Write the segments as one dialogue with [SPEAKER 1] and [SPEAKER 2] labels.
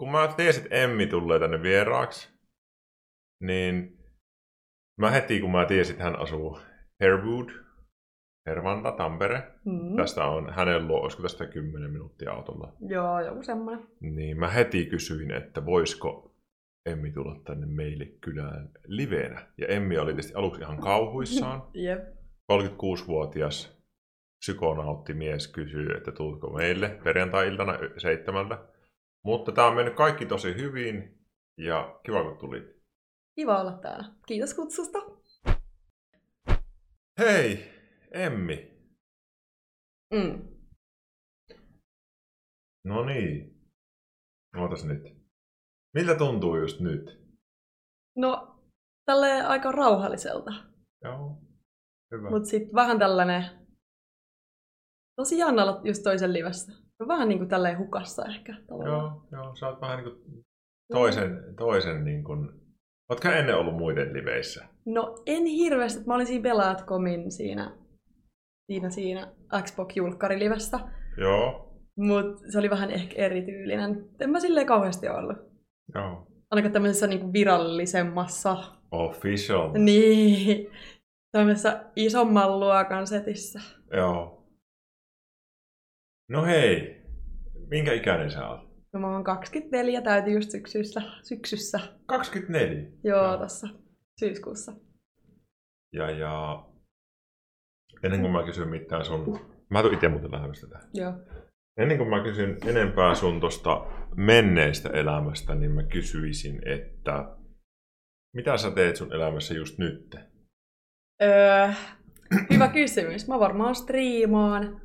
[SPEAKER 1] kun mä tiesin, että Emmi tulee tänne vieraaksi, niin mä heti kun mä tiesin, että hän asuu Herwood, Hervanta, Tampere,
[SPEAKER 2] Mm.
[SPEAKER 1] tästä on hänen luo, olisiko tästä 10 minuuttia autolla,
[SPEAKER 2] Joo, joku semmoinen.
[SPEAKER 1] niin mä heti kysyin, että voisiko Emmi tulla tänne meille kylään livenä. Ja Emmi oli tietysti aluksi ihan kauhuissaan,
[SPEAKER 2] Jep.
[SPEAKER 1] 36-vuotias psykonauttimies kysyy, että tuutko meille perjantai-iltana y- seitsemältä. Mutta tämä on mennyt kaikki tosi hyvin ja kiva kun tulit.
[SPEAKER 2] Kiva olla täällä. Kiitos kutsusta.
[SPEAKER 1] Hei, Emmi.
[SPEAKER 2] Mm.
[SPEAKER 1] No niin. Ootas nyt. Miltä tuntuu just nyt?
[SPEAKER 2] No, tälleen aika rauhalliselta,
[SPEAKER 1] Joo. Hyvä.
[SPEAKER 2] mutta sitten vähän tällainen... Tosi jännä olla just toisen livessä. Vähän niin kuin tälleen hukassa ehkä. tavallaan.
[SPEAKER 1] Joo, joo, sä oot vähän niin kuin toisen, toisen niin kuin... Ootko ennen ollut muiden liveissä?
[SPEAKER 2] No en hirveästi, että mä olin siinä Belaatkomin siinä, siinä, siinä Xbox-julkkarilivestä.
[SPEAKER 1] Joo.
[SPEAKER 2] Mutta se oli vähän ehkä erityylinen. En mä silleen kauheasti ole ollut.
[SPEAKER 1] Joo.
[SPEAKER 2] Ainakaan tämmöisessä niinku virallisemmassa,
[SPEAKER 1] Official.
[SPEAKER 2] niin, tämmöisessä isomman luokan setissä.
[SPEAKER 1] Joo. No hei, minkä ikäinen sä oot?
[SPEAKER 2] No mä oon 24, täytin just syksyssä, syksyssä.
[SPEAKER 1] 24.
[SPEAKER 2] Joo,
[SPEAKER 1] Joo.
[SPEAKER 2] tässä syyskuussa.
[SPEAKER 1] Ja, ja ennen kuin mä kysyn mitään sun... Mä tuun itse muuten lähemmäs tätä.
[SPEAKER 2] Joo.
[SPEAKER 1] Ennen kuin mä kysyn enempää sun tosta menneestä elämästä, niin mä kysyisin, että mitä sä teet sun elämässä just nyt?
[SPEAKER 2] Öö, hyvä kysymys. Mä varmaan striimaan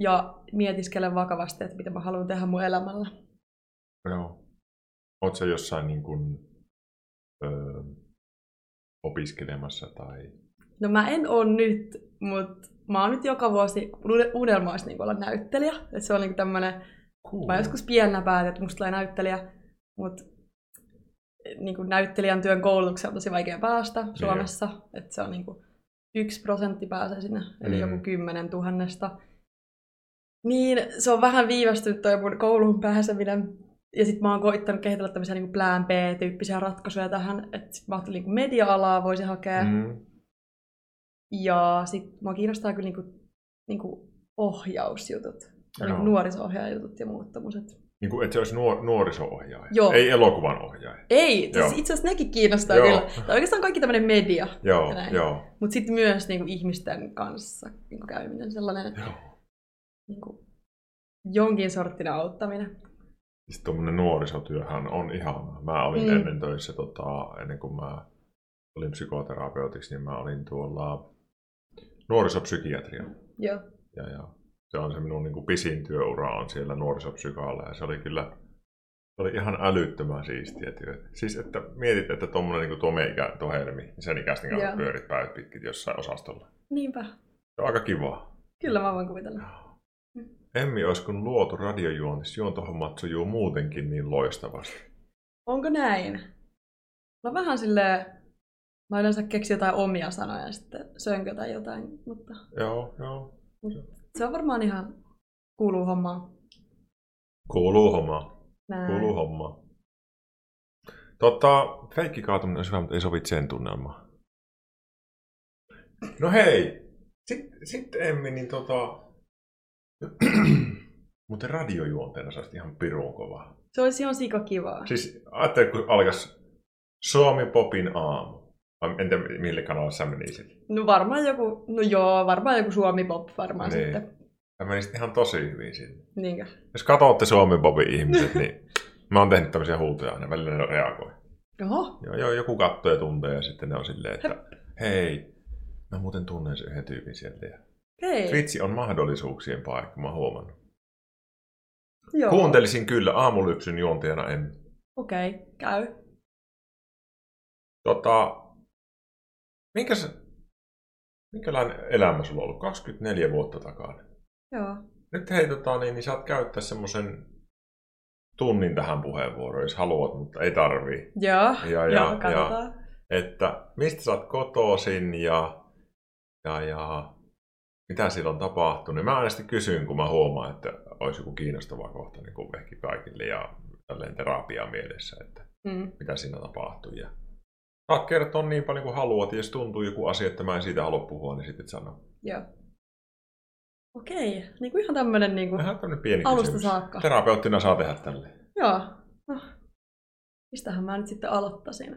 [SPEAKER 2] ja mietiskelen vakavasti, että mitä mä haluan tehdä mun elämällä.
[SPEAKER 1] Joo. Oot sä jossain niin kun, öö, opiskelemassa tai...
[SPEAKER 2] No mä en oo nyt, mutta mä oon nyt joka vuosi unelmois niin olla näyttelijä. Et se on niin tämmönen,
[SPEAKER 1] Cool.
[SPEAKER 2] mä joskus pienenä päätin, että musta tulee näyttelijä, mutta niin näyttelijän työn koulutukseen on tosi vaikea päästä
[SPEAKER 1] Niin.
[SPEAKER 2] Suomessa. Et se on niin kuin, yksi prosentti pääsee sinne, eli
[SPEAKER 1] Mm.
[SPEAKER 2] joku kymmenen tuhannesta. Niin se on vähän viivästynyt toi mun kouluun pääseminen. Ja sitten mä oon koittanut kehitellä tämmöisiä niin plan B-tyyppisiä ratkaisuja tähän. Että sit mä ajattelin, niin media-alaa voisi hakea.
[SPEAKER 1] Mm.
[SPEAKER 2] Ja sit mua kiinnostaa kyllä niinku, niinku ohjausjutut. Ja
[SPEAKER 1] Joo.
[SPEAKER 2] niinku nuoriso-ohjaajutut ja muut tommoset.
[SPEAKER 1] Niin kuin, että se olisi nuor- nuoriso-ohjaaja,
[SPEAKER 2] Joo.
[SPEAKER 1] ei elokuvan ohjaaja.
[SPEAKER 2] Ei,
[SPEAKER 1] Joo.
[SPEAKER 2] siis itse asiassa nekin kiinnostaa
[SPEAKER 1] Joo.
[SPEAKER 2] Joo. kyllä. Tai oikeastaan kaikki tämmönen media,
[SPEAKER 1] Joo,
[SPEAKER 2] Näin.
[SPEAKER 1] joo,
[SPEAKER 2] mutta sitten myös niinku ihmisten kanssa niinku käyminen, sellainen
[SPEAKER 1] joo.
[SPEAKER 2] niinku, jonkin sorttinen auttaminen.
[SPEAKER 1] Siis tuommoinen nuorisotyöhän on ihanaa. Mä olin mm.
[SPEAKER 2] Mm.
[SPEAKER 1] ennen töissä, tota, ennen kuin mä olin psykoterapeutiksi, niin mä olin tuolla nuorisopsykiatria.
[SPEAKER 2] Joo.
[SPEAKER 1] Ja, ja se on se minun niin kuin pisin työura on siellä nuorisopsykaalla ja se oli kyllä se oli ihan älyttömän siistiä työtä. Siis että mietit, että tuommoinen niin tuo meikä, tuo helmi, niin sen ikäisten kanssa
[SPEAKER 2] Joo.
[SPEAKER 1] pyörit päivät pitkin jossain osastolla.
[SPEAKER 2] Niinpä.
[SPEAKER 1] Se on aika kivaa.
[SPEAKER 2] Kyllä mä voin kuvitella.
[SPEAKER 1] Emmi olisi kun luotu radiojuontis, juontohommat sujuu muutenkin niin loistavasti.
[SPEAKER 2] Onko näin? No vähän silleen, mä yleensä keksin jotain omia sanoja ja sitten sönkö tai jotain, mutta
[SPEAKER 1] Joo, joo.
[SPEAKER 2] se on varmaan ihan kuuluu hommaan.
[SPEAKER 1] Kuuluu homma,
[SPEAKER 2] Näin.
[SPEAKER 1] kuuluu homma. Totta, feikki kaatuminen on hyvä, mutta ei sovi sen tunnelmaan. No hei, sitten sit Emmi, niin tota... Muuten radiojuonteena sä oot ihan pirun kova.
[SPEAKER 2] Se olisi ihan sikakivaa.
[SPEAKER 1] Siis ajattelin, kun alkas Suomi Popin aamu. Vai Entä millä kanavalla sä menisit?
[SPEAKER 2] No varmaan joku, no joo, varmaan joku Suomi Pop varmaan
[SPEAKER 1] Niin.
[SPEAKER 2] niin. sitten.
[SPEAKER 1] Mä menisin ihan tosi hyvin sinne.
[SPEAKER 2] Niinkö?
[SPEAKER 1] Jos katsotte Suomi Popin ihmiset, niin mä oon tehnyt tämmöisiä huutoja aina, välillä ne reagoi.
[SPEAKER 2] Oho,
[SPEAKER 1] Joo, joo, joku katsoo ja tuntee ja sitten ne on silleen, että hei, mä muuten tunnen sen yhden tyypin sieltä. Ja
[SPEAKER 2] hei.
[SPEAKER 1] Twitch on mahdollisuuksien paikka, mä oon huomannut.
[SPEAKER 2] Joo.
[SPEAKER 1] Kuuntelisin kyllä aamulypsyn juontajana en.
[SPEAKER 2] Okei, okay, käy.
[SPEAKER 1] Tota, minkäs, minkälainen elämä sulla on ollut 24 vuotta takana?
[SPEAKER 2] Joo.
[SPEAKER 1] Nyt hei, tota, niin, niin saat käyttää semmoisen tunnin tähän puheenvuoroon, jos haluat, mutta ei tarvii.
[SPEAKER 2] Joo,
[SPEAKER 1] Ja, ja,
[SPEAKER 2] joo,
[SPEAKER 1] ja, ja
[SPEAKER 2] katsotaan.
[SPEAKER 1] että mistä sä oot kotoisin ja, ja, ja mitä siellä on tapahtunut. Mä aina sitten kysyn, kun mä huomaan, että olisi joku kiinnostava kohta niin kuin ehkä kaikille ja tälleen terapiaa mielessä, että
[SPEAKER 2] Mm.
[SPEAKER 1] mitä siinä tapahtuu. Ja saat kertoa niin paljon kuin haluat, ja jos tuntuu joku asia, että mä en siitä halua puhua, niin sitten sano.
[SPEAKER 2] Joo. Okei, niin kuin ihan tämmönen niin kuin,
[SPEAKER 1] Vähän tämmöinen pieni
[SPEAKER 2] Alusta
[SPEAKER 1] kysymys.
[SPEAKER 2] saakka.
[SPEAKER 1] Terapeuttina saa tehdä tälle.
[SPEAKER 2] joo. No, mistähän mä nyt sitten aloittaisin?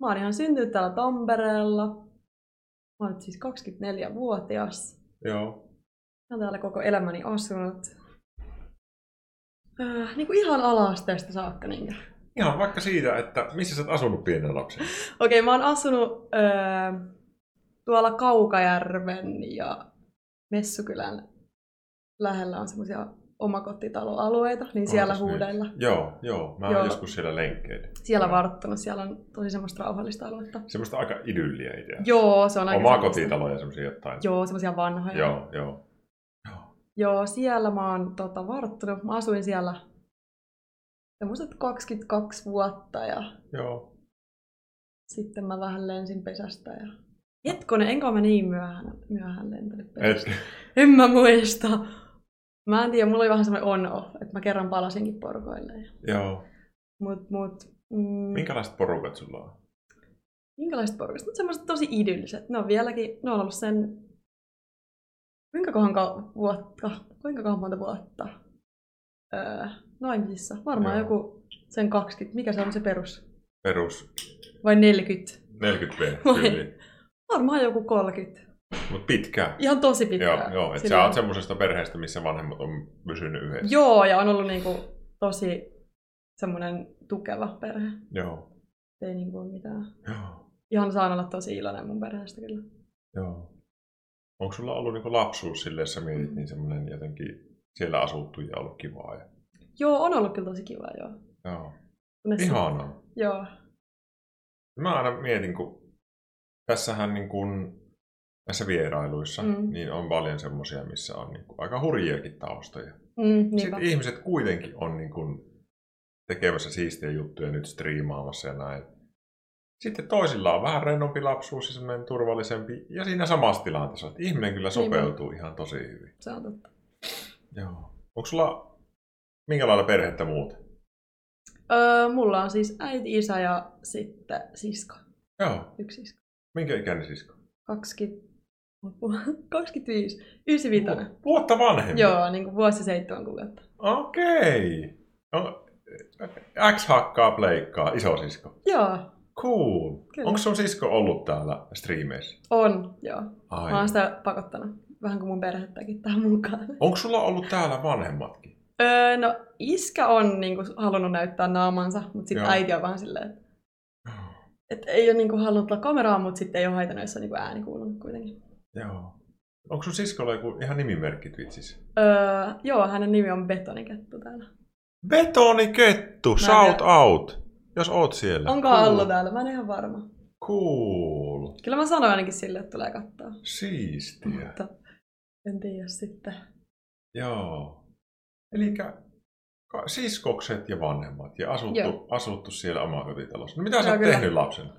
[SPEAKER 2] Mä oon ihan syntynyt täällä Tampereella. Mä oon nyt siis 24-vuotias.
[SPEAKER 1] Joo.
[SPEAKER 2] Mä oon täällä koko elämäni asunut. Äh, niin kuin ihan ala-asteesta saakka. Niin.
[SPEAKER 1] Ihan vaikka siitä, että missä sä oot asunut pienen lapsen.
[SPEAKER 2] Okei, mä oon asunut öö, tuolla Kaukajärven ja Messukylän lähellä on semmoisia omakotitaloalueita, niin siellä
[SPEAKER 1] Ootas nyt.
[SPEAKER 2] huudeilla.
[SPEAKER 1] Joo, joo. Mä oon
[SPEAKER 2] Joo.
[SPEAKER 1] joskus siellä lenkkeillä.
[SPEAKER 2] Siellä
[SPEAKER 1] Joo.
[SPEAKER 2] varttunut, siellä on tosi semmoista rauhallista aluetta.
[SPEAKER 1] Semmoista aika idylliä idea.
[SPEAKER 2] Joo, se on aika
[SPEAKER 1] Omaa
[SPEAKER 2] semmoista.
[SPEAKER 1] kotitaloja semmoisia jotain.
[SPEAKER 2] Joo, semmoisia vanhoja.
[SPEAKER 1] Joo, joo.
[SPEAKER 2] Joo, siellä mä oon tota, varttunut. Mä asuin siellä semmoiset 22 vuotta ja
[SPEAKER 1] Joo.
[SPEAKER 2] sitten mä vähän lensin pesästä ja... Hetkonen, enkä mä niin myöhään, myöhään lentänyt pesästä.
[SPEAKER 1] Et,
[SPEAKER 2] En mä muista. Mä en tiedä, mulla oli vähän semmoinen on että mä kerran palasinkin porukoille.
[SPEAKER 1] joo.
[SPEAKER 2] Mut, mut, mm,
[SPEAKER 1] Minkälaiset porukat sulla on?
[SPEAKER 2] minkälaiset porukat? No semmoiset tosi idylliset. Ne on vieläkin, ne on ollut sen... Kuinka kohan ka- vuotta? Kuinka kohan monta vuotta? Öö, naimisissa. Varmaan
[SPEAKER 1] Joo.
[SPEAKER 2] joku sen 20. Mikä se on se perus?
[SPEAKER 1] Perus
[SPEAKER 2] Vai 40?
[SPEAKER 1] 40
[SPEAKER 2] Vai-
[SPEAKER 1] tyyli.
[SPEAKER 2] Varmaan joku 30.
[SPEAKER 1] Mut pitkää.
[SPEAKER 2] Ihan tosi pitkä.
[SPEAKER 1] Joo, joo. Et sä oot semmoisesta perheestä, missä vanhemmat on pysynyt yhdessä.
[SPEAKER 2] Joo, ja on ollut niinku tosi semmoinen tukeva perhe.
[SPEAKER 1] Joo.
[SPEAKER 2] Ei niinku ole mitään.
[SPEAKER 1] Joo.
[SPEAKER 2] Ihan saan olla tosi iloinen mun perheestä kyllä.
[SPEAKER 1] Joo. Onko sulla ollut niinku lapsuus silleen, jos sä mietit,
[SPEAKER 2] Mm.
[SPEAKER 1] niin semmoinen jotenkin siellä asuttu ja ollut kivaa? Ja...
[SPEAKER 2] Joo, on ollut kyllä tosi kiva, joo.
[SPEAKER 1] Joo.
[SPEAKER 2] Kunnes
[SPEAKER 1] Ihanaa.
[SPEAKER 2] Joo,
[SPEAKER 1] Mä aina mietin, kun tässähän niin kun, näissä vierailuissa
[SPEAKER 2] Mm.
[SPEAKER 1] mm. niin on paljon semmoisia, missä on niin kun, aika hurjiakin taustoja.
[SPEAKER 2] mm, niinpä.
[SPEAKER 1] Sitten ihmiset kuitenkin on niin kun, tekemässä siistiä juttuja nyt striimaamassa ja näin. Sitten toisilla on vähän rennompi lapsuus ja semmoinen turvallisempi. Ja siinä samassa tilanteessa, että ihminen kyllä sopeutuu ihan tosi hyvin.
[SPEAKER 2] Se on totta.
[SPEAKER 1] Joo. Onko sulla minkälailla perhettä muuten?
[SPEAKER 2] Öö, mulla on siis äiti, isä ja sitten sisko.
[SPEAKER 1] Joo.
[SPEAKER 2] Yksi sisko.
[SPEAKER 1] Minkä ikäinen sisko?
[SPEAKER 2] 20, loppu- 25. 95.
[SPEAKER 1] Vu- Vuotta vanhempi.
[SPEAKER 2] Joo, niin kuin vuosi seitsemän kuukautta.
[SPEAKER 1] Okei. No, X hakkaa pleikkaa, isosisko.
[SPEAKER 2] Joo,
[SPEAKER 1] Cool.
[SPEAKER 2] Kyllä.
[SPEAKER 1] Onko sun sisko ollut täällä striimeissä?
[SPEAKER 2] on. Joo.
[SPEAKER 1] Ai.
[SPEAKER 2] Mä oon sitä pakottanut. Vähän kuin mun perhettäkin tähän mukaan.
[SPEAKER 1] Onko sulla ollut täällä vanhemmatkin?
[SPEAKER 2] Öö, no iskä on niinku halunnut näyttää naamansa, mutta sitten
[SPEAKER 1] Joo.
[SPEAKER 2] äiti on vaan silleen, että et ei ole niinku halunnut olla kameraa, mutta sitten ei ole haitannut, jos on niinku ääni kuulunut kuitenkin.
[SPEAKER 1] Joo. Onko sun siskolla joku ihan nimimerkki Twitchissä?
[SPEAKER 2] Öö, joo, hänen nimi on Betonikettu täällä.
[SPEAKER 1] Betonikettu, shout
[SPEAKER 2] tiedä.
[SPEAKER 1] out, jos oot siellä.
[SPEAKER 2] Onko
[SPEAKER 1] Cool.
[SPEAKER 2] Allu täällä? Mä en ihan varma.
[SPEAKER 1] Cool.
[SPEAKER 2] Kyllä mä sanoin ainakin sille, että tulee katsoa.
[SPEAKER 1] Siistiä.
[SPEAKER 2] Mutta en tiedä sitten.
[SPEAKER 1] Joo. Eli siskokset ja vanhemmat ja asuttu,
[SPEAKER 2] Joo.
[SPEAKER 1] asuttu siellä omakotitalossa. No, mitä sä
[SPEAKER 2] Joo,
[SPEAKER 1] oot
[SPEAKER 2] kyllä.
[SPEAKER 1] tehnyt lapsena?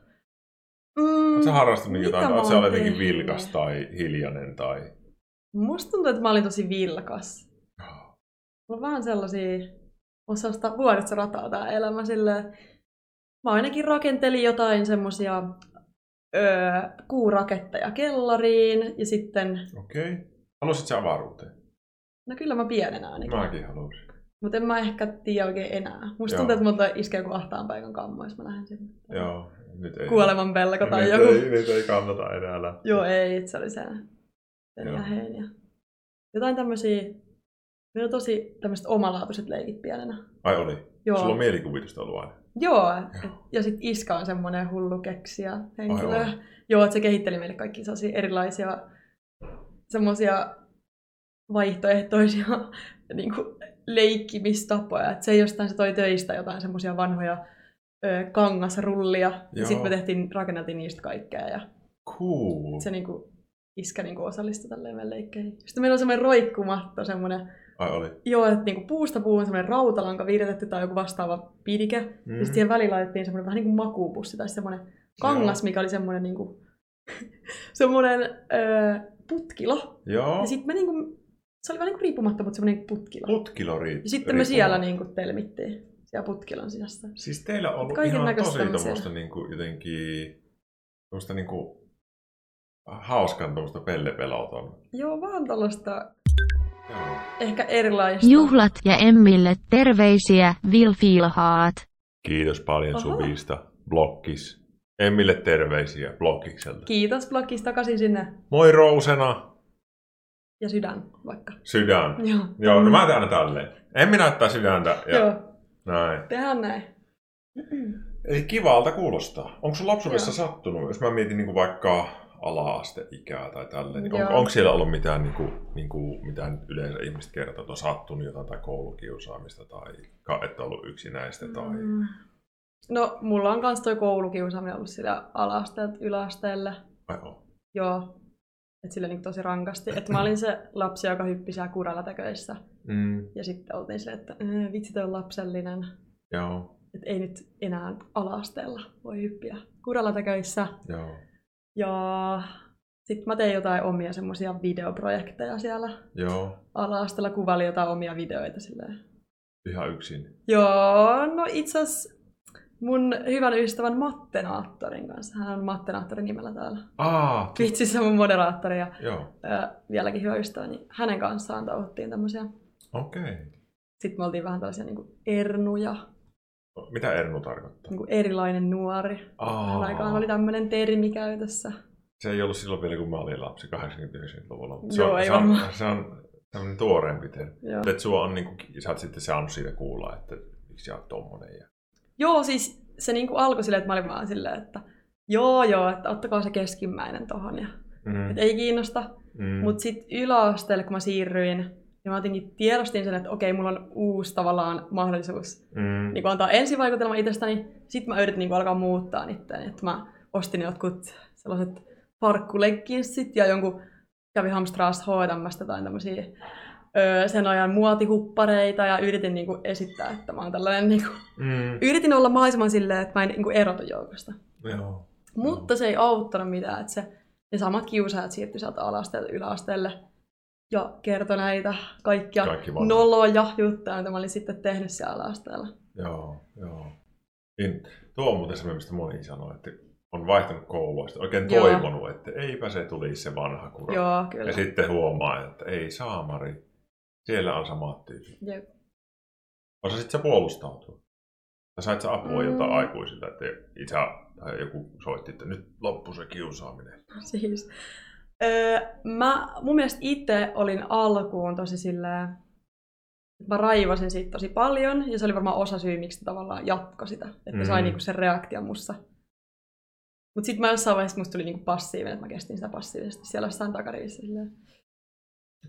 [SPEAKER 2] Mm,
[SPEAKER 1] Oletko harrastanut
[SPEAKER 2] mitä
[SPEAKER 1] jotain,
[SPEAKER 2] mä
[SPEAKER 1] oletko
[SPEAKER 2] oon
[SPEAKER 1] ollut jotenkin
[SPEAKER 2] tehnyt?
[SPEAKER 1] vilkas tai hiljainen tai...
[SPEAKER 2] Musta tuntuu, että mä olin tosi vilkas. Mulla on vähän sellaisia, on sellaista vuodessa rataa tää elämä silleen. Mä ainakin rakentelin jotain semmosia öö, kuuraketteja kellariin ja sitten,
[SPEAKER 1] Okei. Okay. Haluaisit sä avaruuteen?
[SPEAKER 2] no kyllä mä pienenä ainakin.
[SPEAKER 1] Mäkin haluaisin.
[SPEAKER 2] Mutta en mä ehkä tiedä oikein enää. Musta
[SPEAKER 1] Joo.
[SPEAKER 2] tuntuu, että mulla iskee joku ahtaan paikan kammo, jos mä lähden sinne.
[SPEAKER 1] Joo. Nyt ei.
[SPEAKER 2] Kuoleman pelko tai
[SPEAKER 1] nyt
[SPEAKER 2] joku.
[SPEAKER 1] Ei, nyt ei kannata enää lähteä.
[SPEAKER 2] Joo, ei, se oli se. Sen
[SPEAKER 1] Joo.
[SPEAKER 2] ja hein ja jotain tämmösiä, ne on tosi tämmöiset omalaatuiset leikit pienenä.
[SPEAKER 1] Ai oli.
[SPEAKER 2] Joo,
[SPEAKER 1] Sulla on mielikuvitusta ollut aina.
[SPEAKER 2] Joo. Et, ja sit Iska on semmoinen hullu keksiä henkilö.
[SPEAKER 1] Ai on.
[SPEAKER 2] Joo, että se kehitteli meille kaikki sellaisia erilaisia semmoisia vaihtoehtoisia niin kuin, leikkimistapoja. Et se jostain se toi töistä jotain semmoisia vanhoja ö, kangasrullia. Ja
[SPEAKER 1] Joo.
[SPEAKER 2] sitten me tehtiin, rakenneltiin niistä kaikkea. Ja
[SPEAKER 1] Cool.
[SPEAKER 2] se niinku, iskä niinku osallistui tälleen meidän leikkeihin. Sitten meillä on semmoinen roikkumatto, semmoinen,
[SPEAKER 1] Ai oli.
[SPEAKER 2] joo, että niinku puusta puuhun semmoinen rautalanka viritetty tai joku vastaava pidike. Mm.
[SPEAKER 1] Mm.
[SPEAKER 2] Ja sitten siihen väliin laitettiin semmoinen vähän niin kuin makuupussi tai semmoinen kangas, mikä oli semmoinen niinku, semmoinen öö, putkilo.
[SPEAKER 1] Joo. Oh.
[SPEAKER 2] Ja sitten me niinku se oli vähän niin riippumatta, mutta semmoinen putkila.
[SPEAKER 1] Putkilori.
[SPEAKER 2] ja sitten me siellä niin kuin telmittiin, siellä putkilan sisässä.
[SPEAKER 1] Siis teillä on ollut
[SPEAKER 2] Kaiken
[SPEAKER 1] ihan
[SPEAKER 2] näköistä
[SPEAKER 1] tosi
[SPEAKER 2] tämmöisiä.
[SPEAKER 1] tuommoista niin kuin, jotenkin tuommoista niin kuin, hauskan tuommoista pellepelauton.
[SPEAKER 2] Joo, vaan tällaista
[SPEAKER 1] Joo.
[SPEAKER 2] ehkä erilaista.
[SPEAKER 3] Juhlat ja Emmille terveisiä, Vilfilhaat.
[SPEAKER 1] Kiitos paljon
[SPEAKER 2] Aha.
[SPEAKER 1] Suvista. Blokkis. Emmille terveisiä Blokkikselta.
[SPEAKER 2] Kiitos blogista takaisin sinne
[SPEAKER 1] Moi Rousena.
[SPEAKER 2] ja sydän vaikka.
[SPEAKER 1] Sydän.
[SPEAKER 2] Joo.
[SPEAKER 1] Joo, no mä teen aina tälleen. Emmi näyttää sydäntä ja Joo.
[SPEAKER 2] Joo,
[SPEAKER 1] näin.
[SPEAKER 2] tehdään näin.
[SPEAKER 1] Eli kivalta kuulostaa. Onko sun lapsuudessa sattunut, jos mä mietin niinku vaikka ala-asteikää tai tälleen, niin onko,
[SPEAKER 2] Joo.
[SPEAKER 1] onko siellä ollut mitään, niinku, niinku, mitä nyt yleensä ihmiset kertoo, että on sattunut jotain tai koulukiusaamista tai ka- että on ollut yksinäistä tai...
[SPEAKER 2] Mm. No, mulla on kans toi koulukiusaaminen ollut sillä alasteelta yläasteella.
[SPEAKER 1] Ai oo.
[SPEAKER 2] Joo. Et sillä niin tosi rankasti. Et mä olin se lapsi, joka hyppi siellä kuralla teköissä.
[SPEAKER 1] Mm,
[SPEAKER 2] Ja sitten oltiin silleen, että "Äh, vitsi, toi on lapsellinen.
[SPEAKER 1] joo,
[SPEAKER 2] Et ei nyt enää alasteella voi hyppiä kuralla teköissä.
[SPEAKER 1] joo.
[SPEAKER 2] Ja sitten mä tein jotain omia semmoisia videoprojekteja siellä.
[SPEAKER 1] Joo,
[SPEAKER 2] Ala-asteella kuvailin jotain omia videoita silleen.
[SPEAKER 1] ihan yksin.
[SPEAKER 2] Joo, no itse asiassa mun hyvän ystävän Mattenaattorin kanssa. Hän on Mattenaattorin nimellä täällä.
[SPEAKER 1] Aa,
[SPEAKER 2] Vitsissä mun moderaattori ja
[SPEAKER 1] joo,
[SPEAKER 2] ö, vieläkin hyvä ystävä, niin hänen kanssaan touhuttiin tämmöisiä.
[SPEAKER 1] okei.
[SPEAKER 2] Sitten me oltiin vähän tällaisia niin kuin ernuja,
[SPEAKER 1] No, Mitä Ernu tarkoittaa?
[SPEAKER 2] niin kuin erilainen nuori. Tähän aikaan oli tämmöinen termi käytössä.
[SPEAKER 1] Se ei ollut silloin vielä, kun mä olin lapsi 80-90-luvulla. mutta
[SPEAKER 2] Joo,
[SPEAKER 1] on,
[SPEAKER 2] ei
[SPEAKER 1] se on,
[SPEAKER 2] varmaan.
[SPEAKER 1] se on tämmöinen tuoreempi termi.
[SPEAKER 2] Joo.
[SPEAKER 1] Mutta et sua on niinku, sä oot sitten saanut siitä kuulla, että miksi sä oot tommonen. Ja...
[SPEAKER 2] Joo, siis se niin kuin alkoi silleen, että mä olin vaan silleen, että joo joo, että ottakaa se keskimmäinen tohon ja
[SPEAKER 1] Mm.
[SPEAKER 2] et ei kiinnosta.
[SPEAKER 1] Mm.
[SPEAKER 2] Mutta sitten yläasteelle, kun mä siirryin, niin mä jotenkin tiedostin sen, että okei, mulla on uusi tavallaan mahdollisuus
[SPEAKER 1] mm.
[SPEAKER 2] niin kun antaa ensivaikutelma itsestäni, sitten mä yritin niin kun alkaa muuttaa itseäni, että mä ostin jotkut sellaiset farkkulegginssit ja jonkun kävi hamstraas H&Mstä tai tämmöisiä öö, sen ajan muotihuppareita ja yritin niin kun esittää, että mä oon tällainen, niin kun...
[SPEAKER 1] Mm.
[SPEAKER 2] yritin olla mahdollisimman silleen, että mä en niin kun erotu joukosta.
[SPEAKER 1] Joo.
[SPEAKER 2] Mutta se ei auttanut mitään, että se, ne samat kiusaajat siirtyi sieltä alasteelta yläasteelle ja kertoi näitä kaikkia
[SPEAKER 1] Kaikki vanhat.
[SPEAKER 2] noloja juttuja, mitä mä olin sitten tehnyt siellä alasteella.
[SPEAKER 1] Joo, joo. Niin, tuo on muuten se, mistä moni sanoo, että on vaihtanut koulua. Sitten oikein
[SPEAKER 2] Joo.
[SPEAKER 1] toivonut, että eipä se tulisi se vanha kura.
[SPEAKER 2] Joo, kyllä.
[SPEAKER 1] ja sitten huomaa, että ei saamari, siellä on samat tyypit.
[SPEAKER 2] Jep.
[SPEAKER 1] Osasit sä puolustautua? Tai sait sä apua
[SPEAKER 2] Mm.
[SPEAKER 1] mm. jotain aikuisilta, että isä tai joku soitti, että nyt loppu se kiusaaminen.
[SPEAKER 2] Siis. Öö, mä, mun mielestä itse olin alkuun tosi sillä mä raivasin siitä tosi paljon, ja se oli varmaan osa syy, miksi tavallaan jatko sitä, että mm. sai
[SPEAKER 1] Mm.
[SPEAKER 2] niinku sen reaktion mussa. Mut sitten mä jossain vaiheessa musta tuli niinku passiivinen, että mä kestin sitä passiivisesti siellä jossain takarivissä silleen.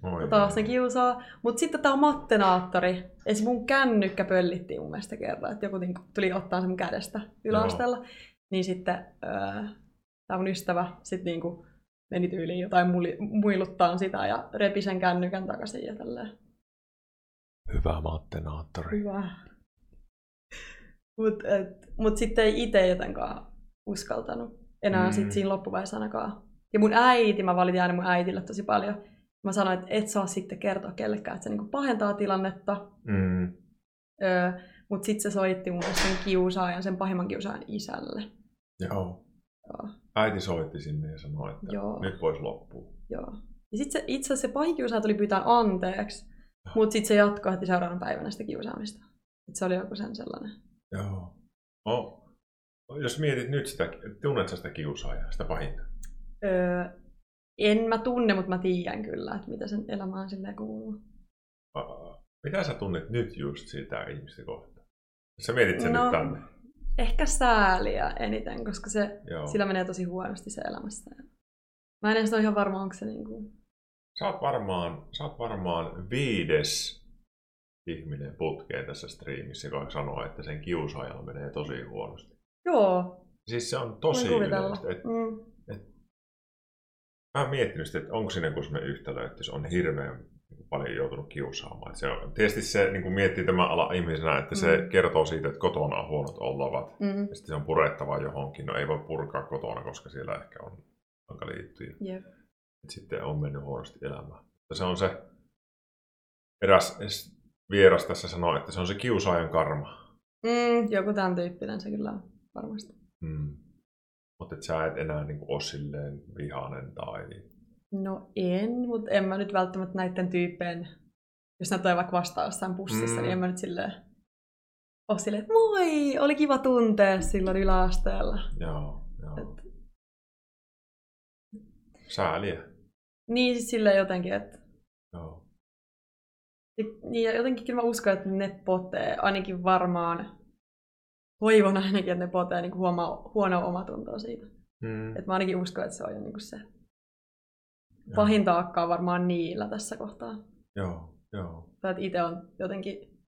[SPEAKER 1] Oi,
[SPEAKER 2] Ja taas ne Tota, kiusaa. Mut sitten tää mattenaattori. Esim. mun kännykkä pöllittiin mun mielestä kerran, että joku niinku tuli ottaa sen mun kädestä yläasteella. Niin sitten öö, tää mun ystävä sit niinku meni tyyliin jotain muli, muiluttaa sitä ja repi sen kännykän takaisin ja tälleen.
[SPEAKER 1] Hyvä mattenaattori.
[SPEAKER 2] Hyvä. Mut, et, mut sitten ei ite jotenkaan uskaltanut enää mm.
[SPEAKER 1] Mm.
[SPEAKER 2] sit siinä loppuvaiheessa ainakaan. Ja mun äiti, mä valitin aina mun äitille tosi paljon. Mä sanoin, että et saa sitten kertoa kellekään, että se niinku pahentaa tilannetta.
[SPEAKER 1] Mm.
[SPEAKER 2] Öö, mutta sitten se soitti mun mielestä sen kiusaajan, sen pahimman kiusaajan isälle.
[SPEAKER 1] Joo.
[SPEAKER 2] Joo.
[SPEAKER 1] Äiti soitti sinne ja sanoi, että
[SPEAKER 2] Joo.
[SPEAKER 1] nyt voisi loppua.
[SPEAKER 2] Joo. Ja sitten itse asiassa se pahin kiusaaja tuli pyytää anteeksi, mutta sitten se jatkoi heti seuraavana päivänä sitä kiusaamista. Et se oli joku sen sellainen.
[SPEAKER 1] Joo. No, jos mietit nyt sitä, tunnet sä sitä kiusaajaa, sitä pahinta?
[SPEAKER 2] Öö, en mä tunne, mutta mä tiedän kyllä, että mitä sen elämään silleen kuuluu.
[SPEAKER 1] Aa, Mitä sä tunnet nyt just sitä ihmistä kohtaan? Jos Sä mietit sen
[SPEAKER 2] No.
[SPEAKER 1] nyt tänne.
[SPEAKER 2] Ehkä sääliä eniten, koska se,
[SPEAKER 1] Joo.
[SPEAKER 2] sillä menee tosi huonosti se elämässä. Mä en edes ole ihan varma, onko se niinku...
[SPEAKER 1] Sä, oot varmaan, sä oot varmaan viides ihminen putkeen tässä striimissä, joka sanoo, että sen kiusaajalla menee tosi huonosti.
[SPEAKER 2] Joo,
[SPEAKER 1] Siis se on
[SPEAKER 2] voin
[SPEAKER 1] tosi
[SPEAKER 2] kuvitella.
[SPEAKER 1] yleistä. Et
[SPEAKER 2] Mm.
[SPEAKER 1] Mä oon miettinyt sitä, että onko siinä joku sellainen yhtälö, että se on hirveän paljon joutunut kiusaamaan. Että Se on, tietysti se niin kuin miettii tämän ala ihmisenä, että se
[SPEAKER 2] Mm.
[SPEAKER 1] kertoo siitä, että kotona on huonot ollavat.
[SPEAKER 2] Mm.
[SPEAKER 1] Ja sitten se on purettava johonkin. No ei voi purkaa kotona, koska siellä ehkä on hankalia juttuja.
[SPEAKER 2] Jep.
[SPEAKER 1] Et Sitten on mennyt huonosti elämään. Mutta se on se, eräs vieras tässä sanoi, että se on se kiusaajan karma.
[SPEAKER 2] Mm, joku tämän tyyppinen se kyllä on varmasti.
[SPEAKER 1] Mm. Mutta et sä et enää niinku ole silleen vihainen tai... niin.
[SPEAKER 2] No en, mutta en mä nyt välttämättä näiden tyyppeen, jos ne tulee vaikka vastaan jossain bussissa,
[SPEAKER 1] Mm.
[SPEAKER 2] mm. niin en mä nyt silleen ole silleen, että moi, oli kiva tuntea silloin yläasteella.
[SPEAKER 1] Joo, joo.
[SPEAKER 2] Et,
[SPEAKER 1] Sääliä.
[SPEAKER 2] niin siis silleen jotenkin, että
[SPEAKER 1] Joo.
[SPEAKER 2] Sit- Niin ja jotenkin kyllä mä uskon, että ne potee, ainakin varmaan, toivon ainakin, että ne potee niin huomaa huonoa omatuntoa siitä.
[SPEAKER 1] Mm.
[SPEAKER 2] Et mä ainakin uskon, että se on jo niin se pahin taakka on varmaan niillä tässä kohtaa.
[SPEAKER 1] Joo, joo.
[SPEAKER 2] Tai että itse on jotenkin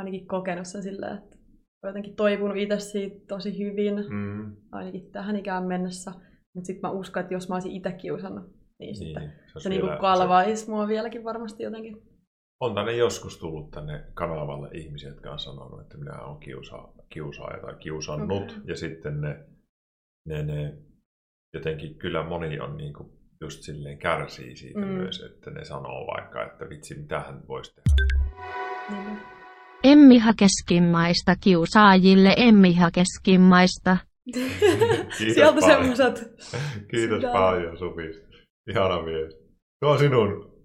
[SPEAKER 2] ainakin kokenut sen silleen, että on jotenkin toipunut itse siitä tosi hyvin,
[SPEAKER 1] Mm.
[SPEAKER 2] ainakin tähän ikään mennessä. Mutta sitten mä uskon, että jos mä olisin itse kiusannut, niin,
[SPEAKER 1] Niin,
[SPEAKER 2] sitten
[SPEAKER 1] olisi
[SPEAKER 2] se niinku
[SPEAKER 1] vielä-
[SPEAKER 2] kalvaisi mua vieläkin varmasti jotenkin.
[SPEAKER 1] On tänne joskus tullut tänne kanavalle ihmisiä, jotka on sanonut, että minä olen kiusa, kiusaaja tai kiusannut.
[SPEAKER 2] Okei.
[SPEAKER 1] Ja sitten ne, ne, ne, jotenkin kyllä moni on niin kuin just silleen kärsii siitä mm.
[SPEAKER 2] Mm.
[SPEAKER 1] myös, että ne sanoo vaikka, että vitsi, mitä hän voisi tehdä.
[SPEAKER 2] Niin.
[SPEAKER 3] Emmi hakeskimmaista kiusaajille Emmi hakeskimmaista.
[SPEAKER 1] Siis-
[SPEAKER 2] Niin.
[SPEAKER 1] Kiitos
[SPEAKER 2] Sieltä
[SPEAKER 1] paljon.
[SPEAKER 2] semmoiset
[SPEAKER 1] Kiitos
[SPEAKER 2] Sydän.
[SPEAKER 1] paljon Suvi. Ihana mies. Tuo on sinun.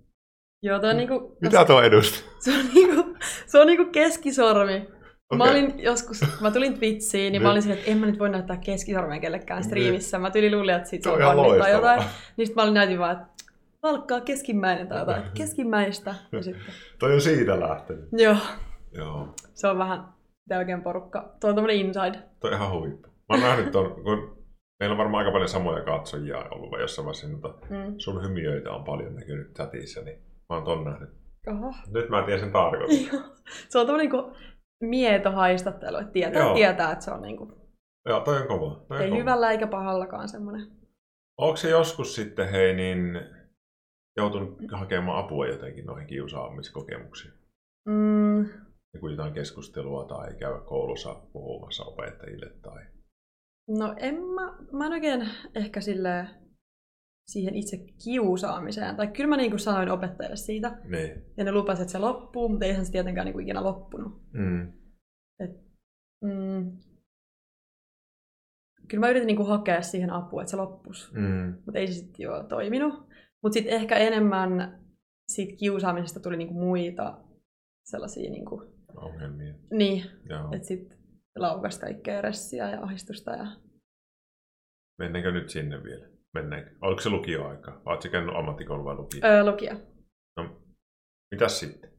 [SPEAKER 2] Joo, toi on niinku,
[SPEAKER 1] Mitä tuo edustaa?
[SPEAKER 2] se on niinku, se on niinku keskisormi. Okay. Mä
[SPEAKER 1] Okei.
[SPEAKER 2] olin joskus, mä tulin Twitchiin, niin mä
[SPEAKER 1] Nyt.
[SPEAKER 2] olin silleen, että en mä nyt voi näyttää keskisormea kellekään
[SPEAKER 1] Nyt.
[SPEAKER 2] striimissä. Mä tyli luulin, että siitä
[SPEAKER 1] Tuo
[SPEAKER 2] saa
[SPEAKER 1] Niin. on ihan
[SPEAKER 2] vannit tai
[SPEAKER 1] loistava.
[SPEAKER 2] jotain. Niin sit mä olin näytin vaan, että palkkaa keskimmäinen tai jotain. Keskimmäistä. Ja sitten,
[SPEAKER 1] Toi on siitä lähtenyt.
[SPEAKER 2] joo,
[SPEAKER 1] Joo.
[SPEAKER 2] se on vähän mitä oikein porukka. Tuo on tämmönen inside.
[SPEAKER 1] Toi on ihan huippu. Mä oon nähnyt ton, kun meillä on varmaan aika paljon samoja katsojia ollut, vai jossain vaiheessa mutta
[SPEAKER 2] Mm.
[SPEAKER 1] sun hymiöitä on paljon näkynyt chatissa, niin mä oon ton nähnyt.
[SPEAKER 2] Oho.
[SPEAKER 1] Nyt mä tiedän sen tarkoitus.
[SPEAKER 2] Se on tämmönen niinku mieto haistattelu, että tietää,
[SPEAKER 1] Joo.
[SPEAKER 2] tietää, että se on niinku,
[SPEAKER 1] Joo, toi on kova. Toi on
[SPEAKER 2] ei
[SPEAKER 1] kova.
[SPEAKER 2] hyvällä eikä pahallakaan semmonen.
[SPEAKER 1] Onko se joskus sitten, hei, niin joutunut hakemaan apua jotenkin noihin kiusaamiskokemuksiin?
[SPEAKER 2] Mm,
[SPEAKER 1] Joku jotain keskustelua tai käydä koulussa puhumassa opettajille tai...
[SPEAKER 2] No en mä, mä en oikein ehkä silleen siihen itse kiusaamiseen. Tai kyllä mä niin kuin sanoin opettajalle siitä,
[SPEAKER 1] Niin.
[SPEAKER 2] ja ne lupasivat, että se loppuu, mutta eihän se tietenkään niin kuin ikinä loppunut.
[SPEAKER 1] Mm.
[SPEAKER 2] Mm. Kyllä mä yritin niin kuin hakea siihen apua, että se loppuisi,
[SPEAKER 1] Mm.
[SPEAKER 2] mutta ei se sitten jo toiminut. Mutta sitten ehkä enemmän siitä kiusaamisesta tuli niin kuin muita sellaisia, niin, kuin,
[SPEAKER 1] Ongelmia.
[SPEAKER 2] niin
[SPEAKER 1] Joo.
[SPEAKER 2] että sitten laukas kaikkea ressiä ja ahdistusta. Ja...
[SPEAKER 1] Mennäänkö nyt sinne vielä? Mennäänkö? Oliko se lukioaika? Oletko sä käynyt ammattikoulu vai lukio?
[SPEAKER 2] Öö, lukia.
[SPEAKER 1] No, mitäs sitten?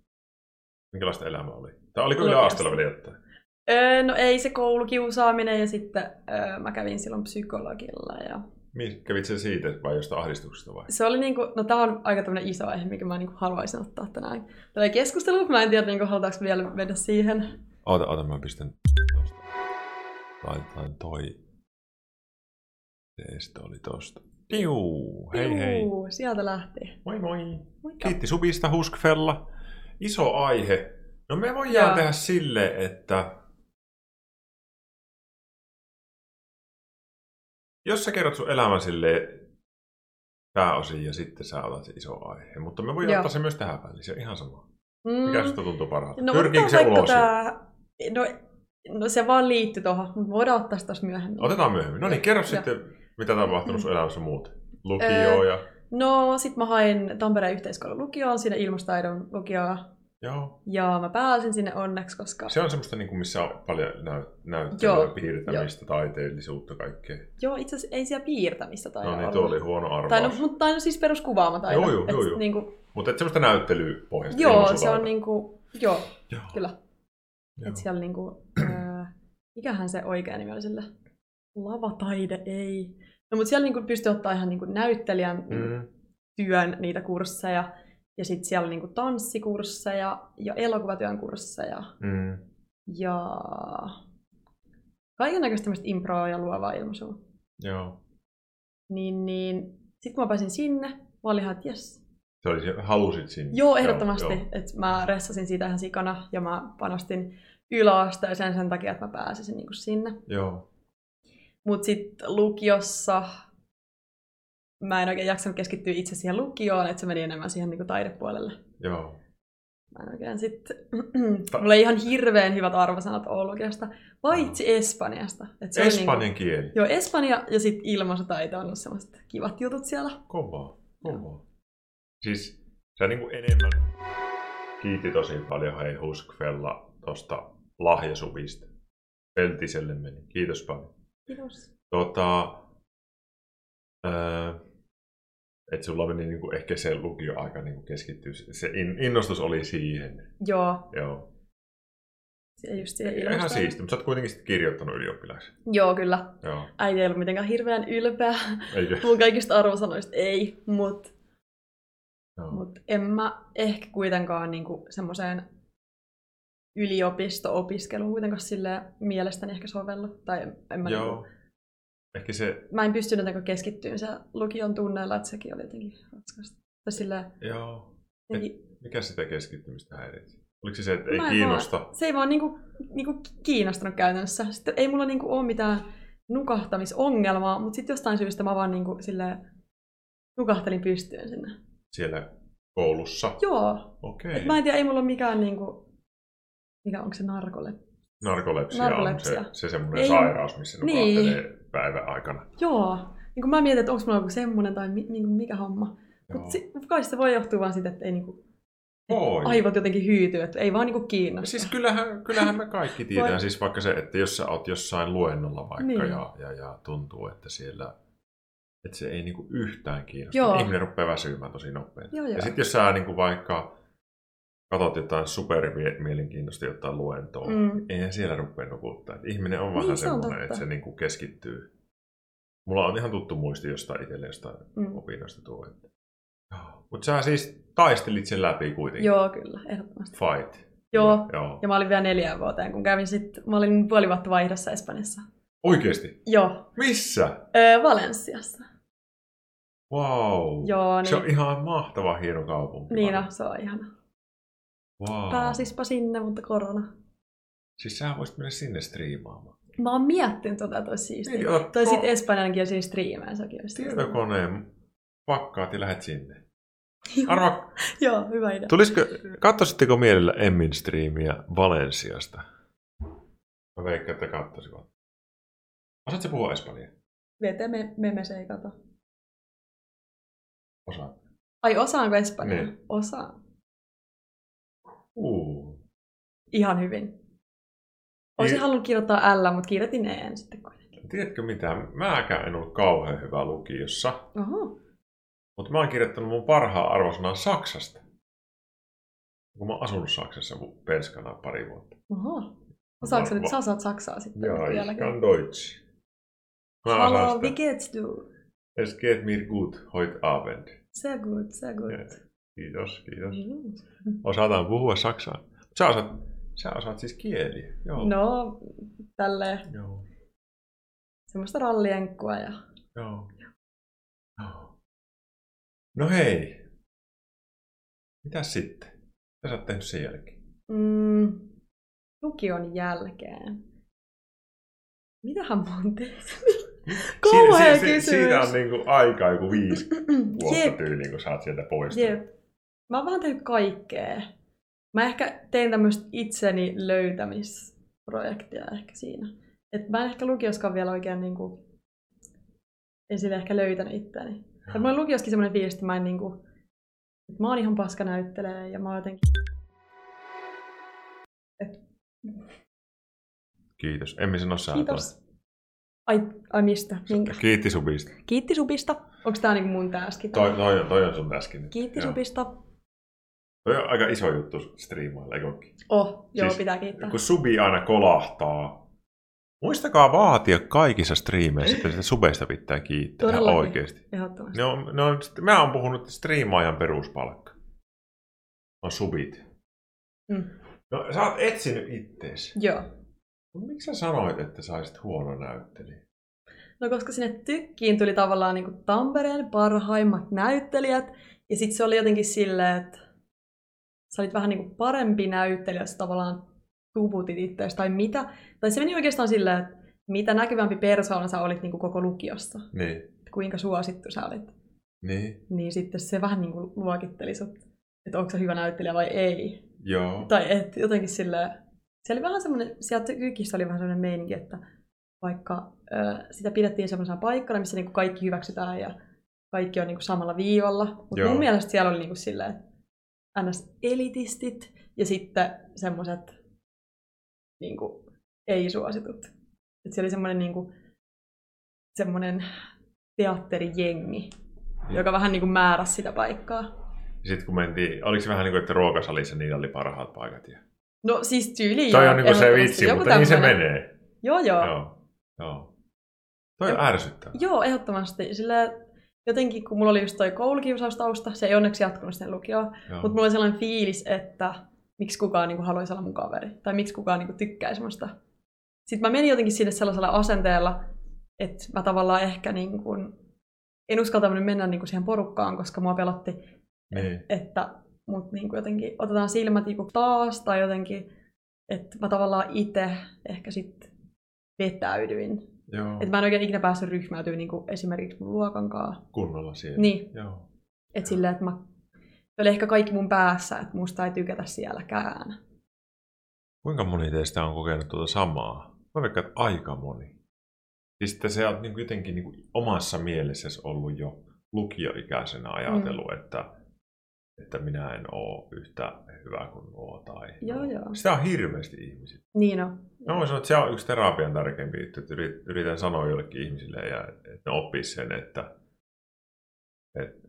[SPEAKER 1] Minkälaista elämä oli? Tai oliko
[SPEAKER 2] Lukiosta.
[SPEAKER 1] yläasteella vielä jotain?
[SPEAKER 2] Öö, no ei se koulukiusaaminen ja sitten öö, mä kävin silloin psykologilla ja
[SPEAKER 1] Mi- Kävit sen siitä vai jostain ahdistuksesta vai?
[SPEAKER 2] se oli niinku, no tää on aika tämmönen iso aihe, mikä mä niinku haluaisin ottaa tänään. Tällä keskustelu, mä en tiedä niinku halutaanko vielä mennä siihen.
[SPEAKER 1] Oota, oota, mä pistän tosta. Laitetaan toi. Teistä oli tosta. Tiu, hei hei.
[SPEAKER 2] Juu, sieltä lähti.
[SPEAKER 1] Moi moi.
[SPEAKER 2] Moikka.
[SPEAKER 1] Kiitti Subista, Huskfella. Iso aihe. No me voidaan
[SPEAKER 2] Joo.
[SPEAKER 1] tehdä sille, että... Jos sä kerrot sun elämän sille pääosin ja sitten sä otat se iso aihe. Mutta me voidaan
[SPEAKER 2] Joo.
[SPEAKER 1] ottaa se myös tähän väliin, se on ihan sama.
[SPEAKER 2] Mm,
[SPEAKER 1] Mikä susta tuntuu parhaalta?
[SPEAKER 2] no
[SPEAKER 1] Pyrkiikö
[SPEAKER 2] otetaan
[SPEAKER 1] se
[SPEAKER 2] vaikka
[SPEAKER 1] ulos? Tää...
[SPEAKER 2] tää, no, no se vaan liittyy tohon, mutta voidaan ottaa se tossa myöhemmin.
[SPEAKER 1] Otetaan myöhemmin. No niin, kerro
[SPEAKER 2] Joo. Mm.
[SPEAKER 1] sitten, mitä tapahtunut sun elämässä muuten. Lukio
[SPEAKER 2] Öö.
[SPEAKER 1] ja...
[SPEAKER 2] No sit mä hain Tampereen yhteiskoulun lukioon, sinne ilmastaidon lukioon.
[SPEAKER 1] Joo.
[SPEAKER 2] Ja mä pääsin sinne onneksi, koska
[SPEAKER 1] Se on semmoista, niin kuin missä on paljon näyt- näyttelyä,
[SPEAKER 2] Joo.
[SPEAKER 1] piirtämistä, taiteellisuutta, kaikkea.
[SPEAKER 2] Joo, itse asiassa ei siellä piirtämistä tai
[SPEAKER 1] No niin, tuo oli huono
[SPEAKER 2] Tai no,
[SPEAKER 1] arvaus.
[SPEAKER 2] mutta tai no siis peruskuvaamataito.
[SPEAKER 1] Joo, joo,
[SPEAKER 2] Et
[SPEAKER 1] joo, joo.
[SPEAKER 2] Niinku,
[SPEAKER 1] Mutta et semmoista näyttelypohjasta.
[SPEAKER 2] joo, se
[SPEAKER 1] ilmaisutaitoa.
[SPEAKER 2] on niinku, joo,
[SPEAKER 1] Joo.
[SPEAKER 2] kyllä.
[SPEAKER 1] Joo.
[SPEAKER 2] Että siellä niinku, ää, mikähän se oikea nimi oli sille? Lavataide, ei. No mutta siellä niinku pystyy ottaa ihan niinku näyttelijän mm.
[SPEAKER 1] Mm.
[SPEAKER 2] työn niitä kursseja. Ja sitten siellä niinku tanssikursseja ja elokuvatyön kursseja
[SPEAKER 1] Mm.
[SPEAKER 2] ja kaiken näköistä tämmöistä improa ja luovaa ilmaisua.
[SPEAKER 1] Joo.
[SPEAKER 2] Niin, niin sitten kun mä pääsin sinne, mä olin ihan, että jes,
[SPEAKER 1] Se oli, se- halusit sinne.
[SPEAKER 2] Joo, ehdottomasti.
[SPEAKER 1] joo.
[SPEAKER 2] Et mä ressasin siitä ihan sikana ja mä panostin yläasteeseen sen takia, että mä pääsisin niinku sinne.
[SPEAKER 1] Joo.
[SPEAKER 2] Mutta sitten lukiossa mä en oikein jaksanut keskittyä itse siihen lukioon, että se meni enemmän siihen niinku taidepuolelle.
[SPEAKER 1] Joo.
[SPEAKER 2] Mä en oikein sit... Mulla ei ihan hirveän hyvät arvosanat ole oikeastaan. Paitsi
[SPEAKER 1] Mm.
[SPEAKER 2] Espanjasta. Et se on
[SPEAKER 1] Espanjan
[SPEAKER 2] Niinku,
[SPEAKER 1] kieli.
[SPEAKER 2] joo, Espanja ja sitten ilmaisutaito on ollut semmoiset kivat jutut siellä.
[SPEAKER 1] Kovaa, kovaa. Siis sä niinku enemmän kiitti tosi paljon hei Huskfella tosta lahjasuvista. Peltiselle meni. Kiitos paljon.
[SPEAKER 2] Kiitos.
[SPEAKER 1] Tota, öö, että sulla meni niinku ehkä se lukioaika niinku keskittyy. Se in, innostus oli siihen.
[SPEAKER 2] Joo,
[SPEAKER 1] Joo.
[SPEAKER 2] se just siihen
[SPEAKER 1] Ihan
[SPEAKER 2] ilmaisutaitoon.
[SPEAKER 1] siisti, mutta sä oot kuitenkin sit kirjoittanut ylioppilaksi.
[SPEAKER 2] Joo, kyllä.
[SPEAKER 1] Joo.
[SPEAKER 2] Äiti ei ollut mitenkään hirveän ylpeä
[SPEAKER 1] Eikö?
[SPEAKER 2] mun kaikista arvosanoista, ei, mutta
[SPEAKER 1] Joo.
[SPEAKER 2] Mutta en mä ehkä kuitenkaan niinku semmoiseen yliopisto-opiskeluun kuitenkaan sille mielestäni ehkä sovellu. Tai en, en mä, niinku,
[SPEAKER 1] Joo. Ehkä se,
[SPEAKER 2] mä en pystynyt niinku keskittymään se lukion tunneilla, että sekin oli jotenkin raskasta. Tai sille,
[SPEAKER 1] joo.
[SPEAKER 2] jotenkin,
[SPEAKER 1] Mikä sitä keskittymistä häiritsi? Oliko se se, että ei
[SPEAKER 2] Mä en
[SPEAKER 1] kiinnosta?
[SPEAKER 2] se ei vaan niinku, niinku kiinnostanut käytännössä. Sitten ei mulla niinku ole mitään nukahtamisongelmaa, mutta sitten jostain syystä mä vaan niinku sille nukahtelin pystyyn sinne.
[SPEAKER 1] Siellä koulussa?
[SPEAKER 2] Joo.
[SPEAKER 1] Okei.
[SPEAKER 2] Et mä en tiedä, ei mulla ole mikään niinku, mikä onko se narkolle
[SPEAKER 1] Narkolepsia,
[SPEAKER 2] Narkolepsia.
[SPEAKER 1] on se, se semmoinen
[SPEAKER 2] Ei-
[SPEAKER 1] sairaus, missä nukahtelee niin. päivän aikana.
[SPEAKER 2] Joo. Niin kun mä mietin, että onko mulla joku semmonen tai mi- niinku mikä homma.
[SPEAKER 1] Joo.
[SPEAKER 2] Mutta si- kai se voi johtua vaan siitä, että ei niinku,
[SPEAKER 1] Voi.
[SPEAKER 2] aivot jotenkin hyytyy, että ei vaan niinku kiinnosta.
[SPEAKER 1] Siis kyllähän, kyllähän me kaikki
[SPEAKER 2] Voi.
[SPEAKER 1] tiedetään, siis vaikka se, että jos sä oot jossain luennolla vaikka
[SPEAKER 2] Niin.
[SPEAKER 1] niin. ja, ja, ja tuntuu, että siellä että se ei niinku yhtään kiinnosta.
[SPEAKER 2] Joo.
[SPEAKER 1] Joo. Ihminen rupeaa väsymään tosi nopeasti.
[SPEAKER 2] Joo, joo.
[SPEAKER 1] Ja sitten jos sä niinku vaikka katot jotain supermielenkiintoista jotain luentoa, mm.
[SPEAKER 2] Mm.
[SPEAKER 1] eihän siellä rupea nukuttaa. Et ihminen on vähän
[SPEAKER 2] Niin,
[SPEAKER 1] niin,
[SPEAKER 2] se on
[SPEAKER 1] semmoinen, että
[SPEAKER 2] totta.
[SPEAKER 1] se niinku keskittyy. Mulla on ihan tuttu muisti jostain itselle jostain
[SPEAKER 2] Mm.
[SPEAKER 1] opinnoista tuo. Mutta sä siis taistelit sen läpi kuitenkin.
[SPEAKER 2] Joo, kyllä, ehdottomasti.
[SPEAKER 1] Fight.
[SPEAKER 2] Joo.
[SPEAKER 1] Joo.
[SPEAKER 2] Ja mä olin vielä neljään vuoteen, kun kävin sit, mä olin puoli vuotta vaihdossa Espanjassa.
[SPEAKER 1] Oikeesti?
[SPEAKER 2] Joo,
[SPEAKER 1] Missä?
[SPEAKER 2] öö, Valensiassa.
[SPEAKER 1] Wow.
[SPEAKER 2] Joo, niin,
[SPEAKER 1] Se on ihan mahtava hieno kaupunki.
[SPEAKER 2] niin
[SPEAKER 1] varmaan.
[SPEAKER 2] on, se on ihana.
[SPEAKER 1] Wow.
[SPEAKER 2] Pääsispä sinne, mutta korona.
[SPEAKER 1] Siis sä voisit mennä sinne striimaamaan.
[SPEAKER 2] Mä oon miettinyt tota, että olisi siistiä.
[SPEAKER 1] Niin, ota-
[SPEAKER 2] Tai sit espanjankielisiä striimejä, sekin olisi siistiä.
[SPEAKER 1] Tietokoneen pakkaat ja lähet sinne. Arva,
[SPEAKER 2] Joo, hyvä idea.
[SPEAKER 1] tulisiko, katsoisitteko mielellä Emmin striimiä Valensiasta? Mä veikkaan, että katsoisivat. Osaatko puhua espanjaa?
[SPEAKER 2] Vete me, memes ei kato.
[SPEAKER 1] Osaat.
[SPEAKER 2] Ai osaanko espanjaa?
[SPEAKER 1] Niin.
[SPEAKER 2] Osaan.
[SPEAKER 1] Uu.
[SPEAKER 2] Ihan hyvin. Olisin
[SPEAKER 1] Niin.
[SPEAKER 2] halunnut kirjoittaa L, mutta kirjoitin en sitten kuitenkin.
[SPEAKER 1] Tiedätkö mitä? Mäkään en ollut kauhean hyvä lukiossa,
[SPEAKER 2] Oho.
[SPEAKER 1] mutta mä oon kirjoittanut mun parhaan arvosanan Saksasta. Kun mä oon asunut Saksassa penskana pari vuotta.
[SPEAKER 2] Oho. Osaatko sä No nyt?
[SPEAKER 1] Varmaan.
[SPEAKER 2] Sä osaat saksaa sitten
[SPEAKER 1] Ja, ich
[SPEAKER 2] vieläkin.
[SPEAKER 1] kann Deutsch. Mä osaan
[SPEAKER 2] Hallo,
[SPEAKER 1] sitä.
[SPEAKER 2] wie geht's du?
[SPEAKER 1] Es geht mir gut heute Abend.
[SPEAKER 2] Sehr gut, sehr gut.
[SPEAKER 1] Ja, Kiitos, kiitos.
[SPEAKER 2] Mm.
[SPEAKER 1] Osataan puhua saksaa. Sä osaat, sä osaat siis kieli. Joo.
[SPEAKER 2] No, tälleen
[SPEAKER 1] Joo.
[SPEAKER 2] semmoista rallienkua ja
[SPEAKER 1] Joo. Joo. No hei. Mitäs sitten? Mitä sä oot tehnyt sen jälkeen?
[SPEAKER 2] mm, lukion jälkeen. Mitähän mä oon tehnyt? Kauhea
[SPEAKER 1] Siinä- siinä-
[SPEAKER 2] kysymys.
[SPEAKER 1] Siinä on niinku aikaa joku viisi vuotta
[SPEAKER 2] Jep.
[SPEAKER 1] tyyliin, niin kun sä oot sieltä pois.
[SPEAKER 2] Jep. Mä oon vähän tehnyt kaikkea. Mä ehkä tein tämmöistä itseni löytämisprojektia ehkä siinä. Et mä en ehkä lukioskaan vielä oikein niinku, en sille ehkä löytänyt itseäni. Et mulla on lukioskin semmoinen viesti, mä en niinku, että mä oon ihan paska näyttelee ja mä oon jotenkin...
[SPEAKER 1] Kiitos. Emmi sano sä
[SPEAKER 2] Kiitos. Ai, ai mistä? Minkä?
[SPEAKER 1] toi. Kiitti subista.
[SPEAKER 2] Kiitti supista. Onks tää niinku mun täski?
[SPEAKER 1] Toi, toi, on- toi on sun äsken.
[SPEAKER 2] Kiitti
[SPEAKER 1] Joo.
[SPEAKER 2] supista.
[SPEAKER 1] Toi on aika iso juttu striimailla, eikö ookin?
[SPEAKER 2] Oh, joo,
[SPEAKER 1] Siis-
[SPEAKER 2] pitää kiittää.
[SPEAKER 1] Kun subi aina kolahtaa. Muistakaa vaatia kaikissa striimeissä, että sitä subeista pitää kiittää ihan
[SPEAKER 2] Todellakin.
[SPEAKER 1] oikeasti.
[SPEAKER 2] Ehdottomasti.
[SPEAKER 1] Ne on, ne on, mä oon puhunut striimaajan peruspalkka. On subit.
[SPEAKER 2] Mm.
[SPEAKER 1] No, sä oot etsinyt ittees.
[SPEAKER 2] Joo.
[SPEAKER 1] No, miksi sä sanoit, että saisit huono näyttelijä?
[SPEAKER 2] No koska sinne tykkiin tuli tavallaan niin kuin Tampereen parhaimmat näyttelijät, ja sitten se oli jotenkin silleen, että sä olit vähän niin kuin parempi näyttelijä, jos sä tavallaan tuputit itseäsi tai mitä. Tai se meni oikeastaan silleen, että mitä näkyvämpi persoona sä olit niin kuin koko lukiossa,
[SPEAKER 1] Niin.
[SPEAKER 2] että kuinka suosittu sä olit.
[SPEAKER 1] Niin.
[SPEAKER 2] niinku Niin sitten se vähän niin kuin luokitteli sut, että onko sä hyvä näyttelijä vai ei.
[SPEAKER 1] Joo.
[SPEAKER 2] Tai et jotenkin silleen, se oli vähän semmoinen, siellä tykissä oli vähän semmoinen meininki, että vaikka ö, sitä pidettiin semmoisena paikkana, missä niinku kaikki hyväksytään ja kaikki on niinku samalla viivalla. Mutta
[SPEAKER 1] Joo.
[SPEAKER 2] mun mielestä siellä oli niinku silleen, ns. elitistit ja sitten semmoiset niinku, ei-suositut. Et se oli semmoinen niinku, semmoinen teatterijengi,
[SPEAKER 1] Ja-
[SPEAKER 2] joka vähän niinku määräsi sitä paikkaa.
[SPEAKER 1] Sitten kun mentiin, oliko se vähän niin kuin, että ruokasalissa niillä oli parhaat paikat? Ja...
[SPEAKER 2] No siis tyyliin.
[SPEAKER 1] Toi
[SPEAKER 2] joo,
[SPEAKER 1] on niin kuin se
[SPEAKER 2] ehdottomasti.
[SPEAKER 1] vitsi,
[SPEAKER 2] Joku
[SPEAKER 1] mutta niin se
[SPEAKER 2] tämmönen.
[SPEAKER 1] menee.
[SPEAKER 2] Joo, joo.
[SPEAKER 1] Joo. Joo. Toi on
[SPEAKER 2] Joo.
[SPEAKER 1] ärsyttävää.
[SPEAKER 2] Joo, ehdottomasti. Sillä jotenkin, kun mulla oli just toi koulukiusaustausta, se ei onneksi jatkunut sen lukioon,
[SPEAKER 1] Joo.
[SPEAKER 2] mutta mulla oli sellainen fiilis, että miksi kukaan niinku haluaisi olla mun kaveri, tai miksi kukaan niinku tykkää semmoista. Sitten mä menin jotenkin sinne sellaisella asenteella, että mä tavallaan ehkä niinku, en uskaltanut mennä niinku siihen porukkaan, koska mua pelotti,
[SPEAKER 1] Niin.
[SPEAKER 2] että mut niinku jotenkin otetaan silmätikku taas, tai jotenkin, että mä tavallaan itse ehkä sitten vetäydyin
[SPEAKER 1] Joo.
[SPEAKER 2] et mä en oikein ikinä päässyt ryhmäytyä niin esimerkiksi mun luokankaan.
[SPEAKER 1] Kunnolla siellä.
[SPEAKER 2] Niin,
[SPEAKER 1] Joo.
[SPEAKER 2] että silleen, että mä... Se oli ehkä kaikki mun päässä, että musta ei tykätä sielläkään.
[SPEAKER 1] Kuinka moni teistä on kokenut tuota samaa? Mä veikkaan, että aika moni. Siis että sä oot niin jotenkin niin omassa mielessäsi ollut jo lukioikäisenä ajatellut, mm. että, että minä en oo yhtä hyvä kuin nuo. Tai...
[SPEAKER 2] Joo, joo.
[SPEAKER 1] Sitä on hirveästi ihmisiä.
[SPEAKER 2] Niin on.
[SPEAKER 1] Mä voisin sanoa, että se on yksi terapian tärkeimpi juttu, että yrit- yritän sanoa jollekin ihmisille, ja, että ne oppii sen, että, että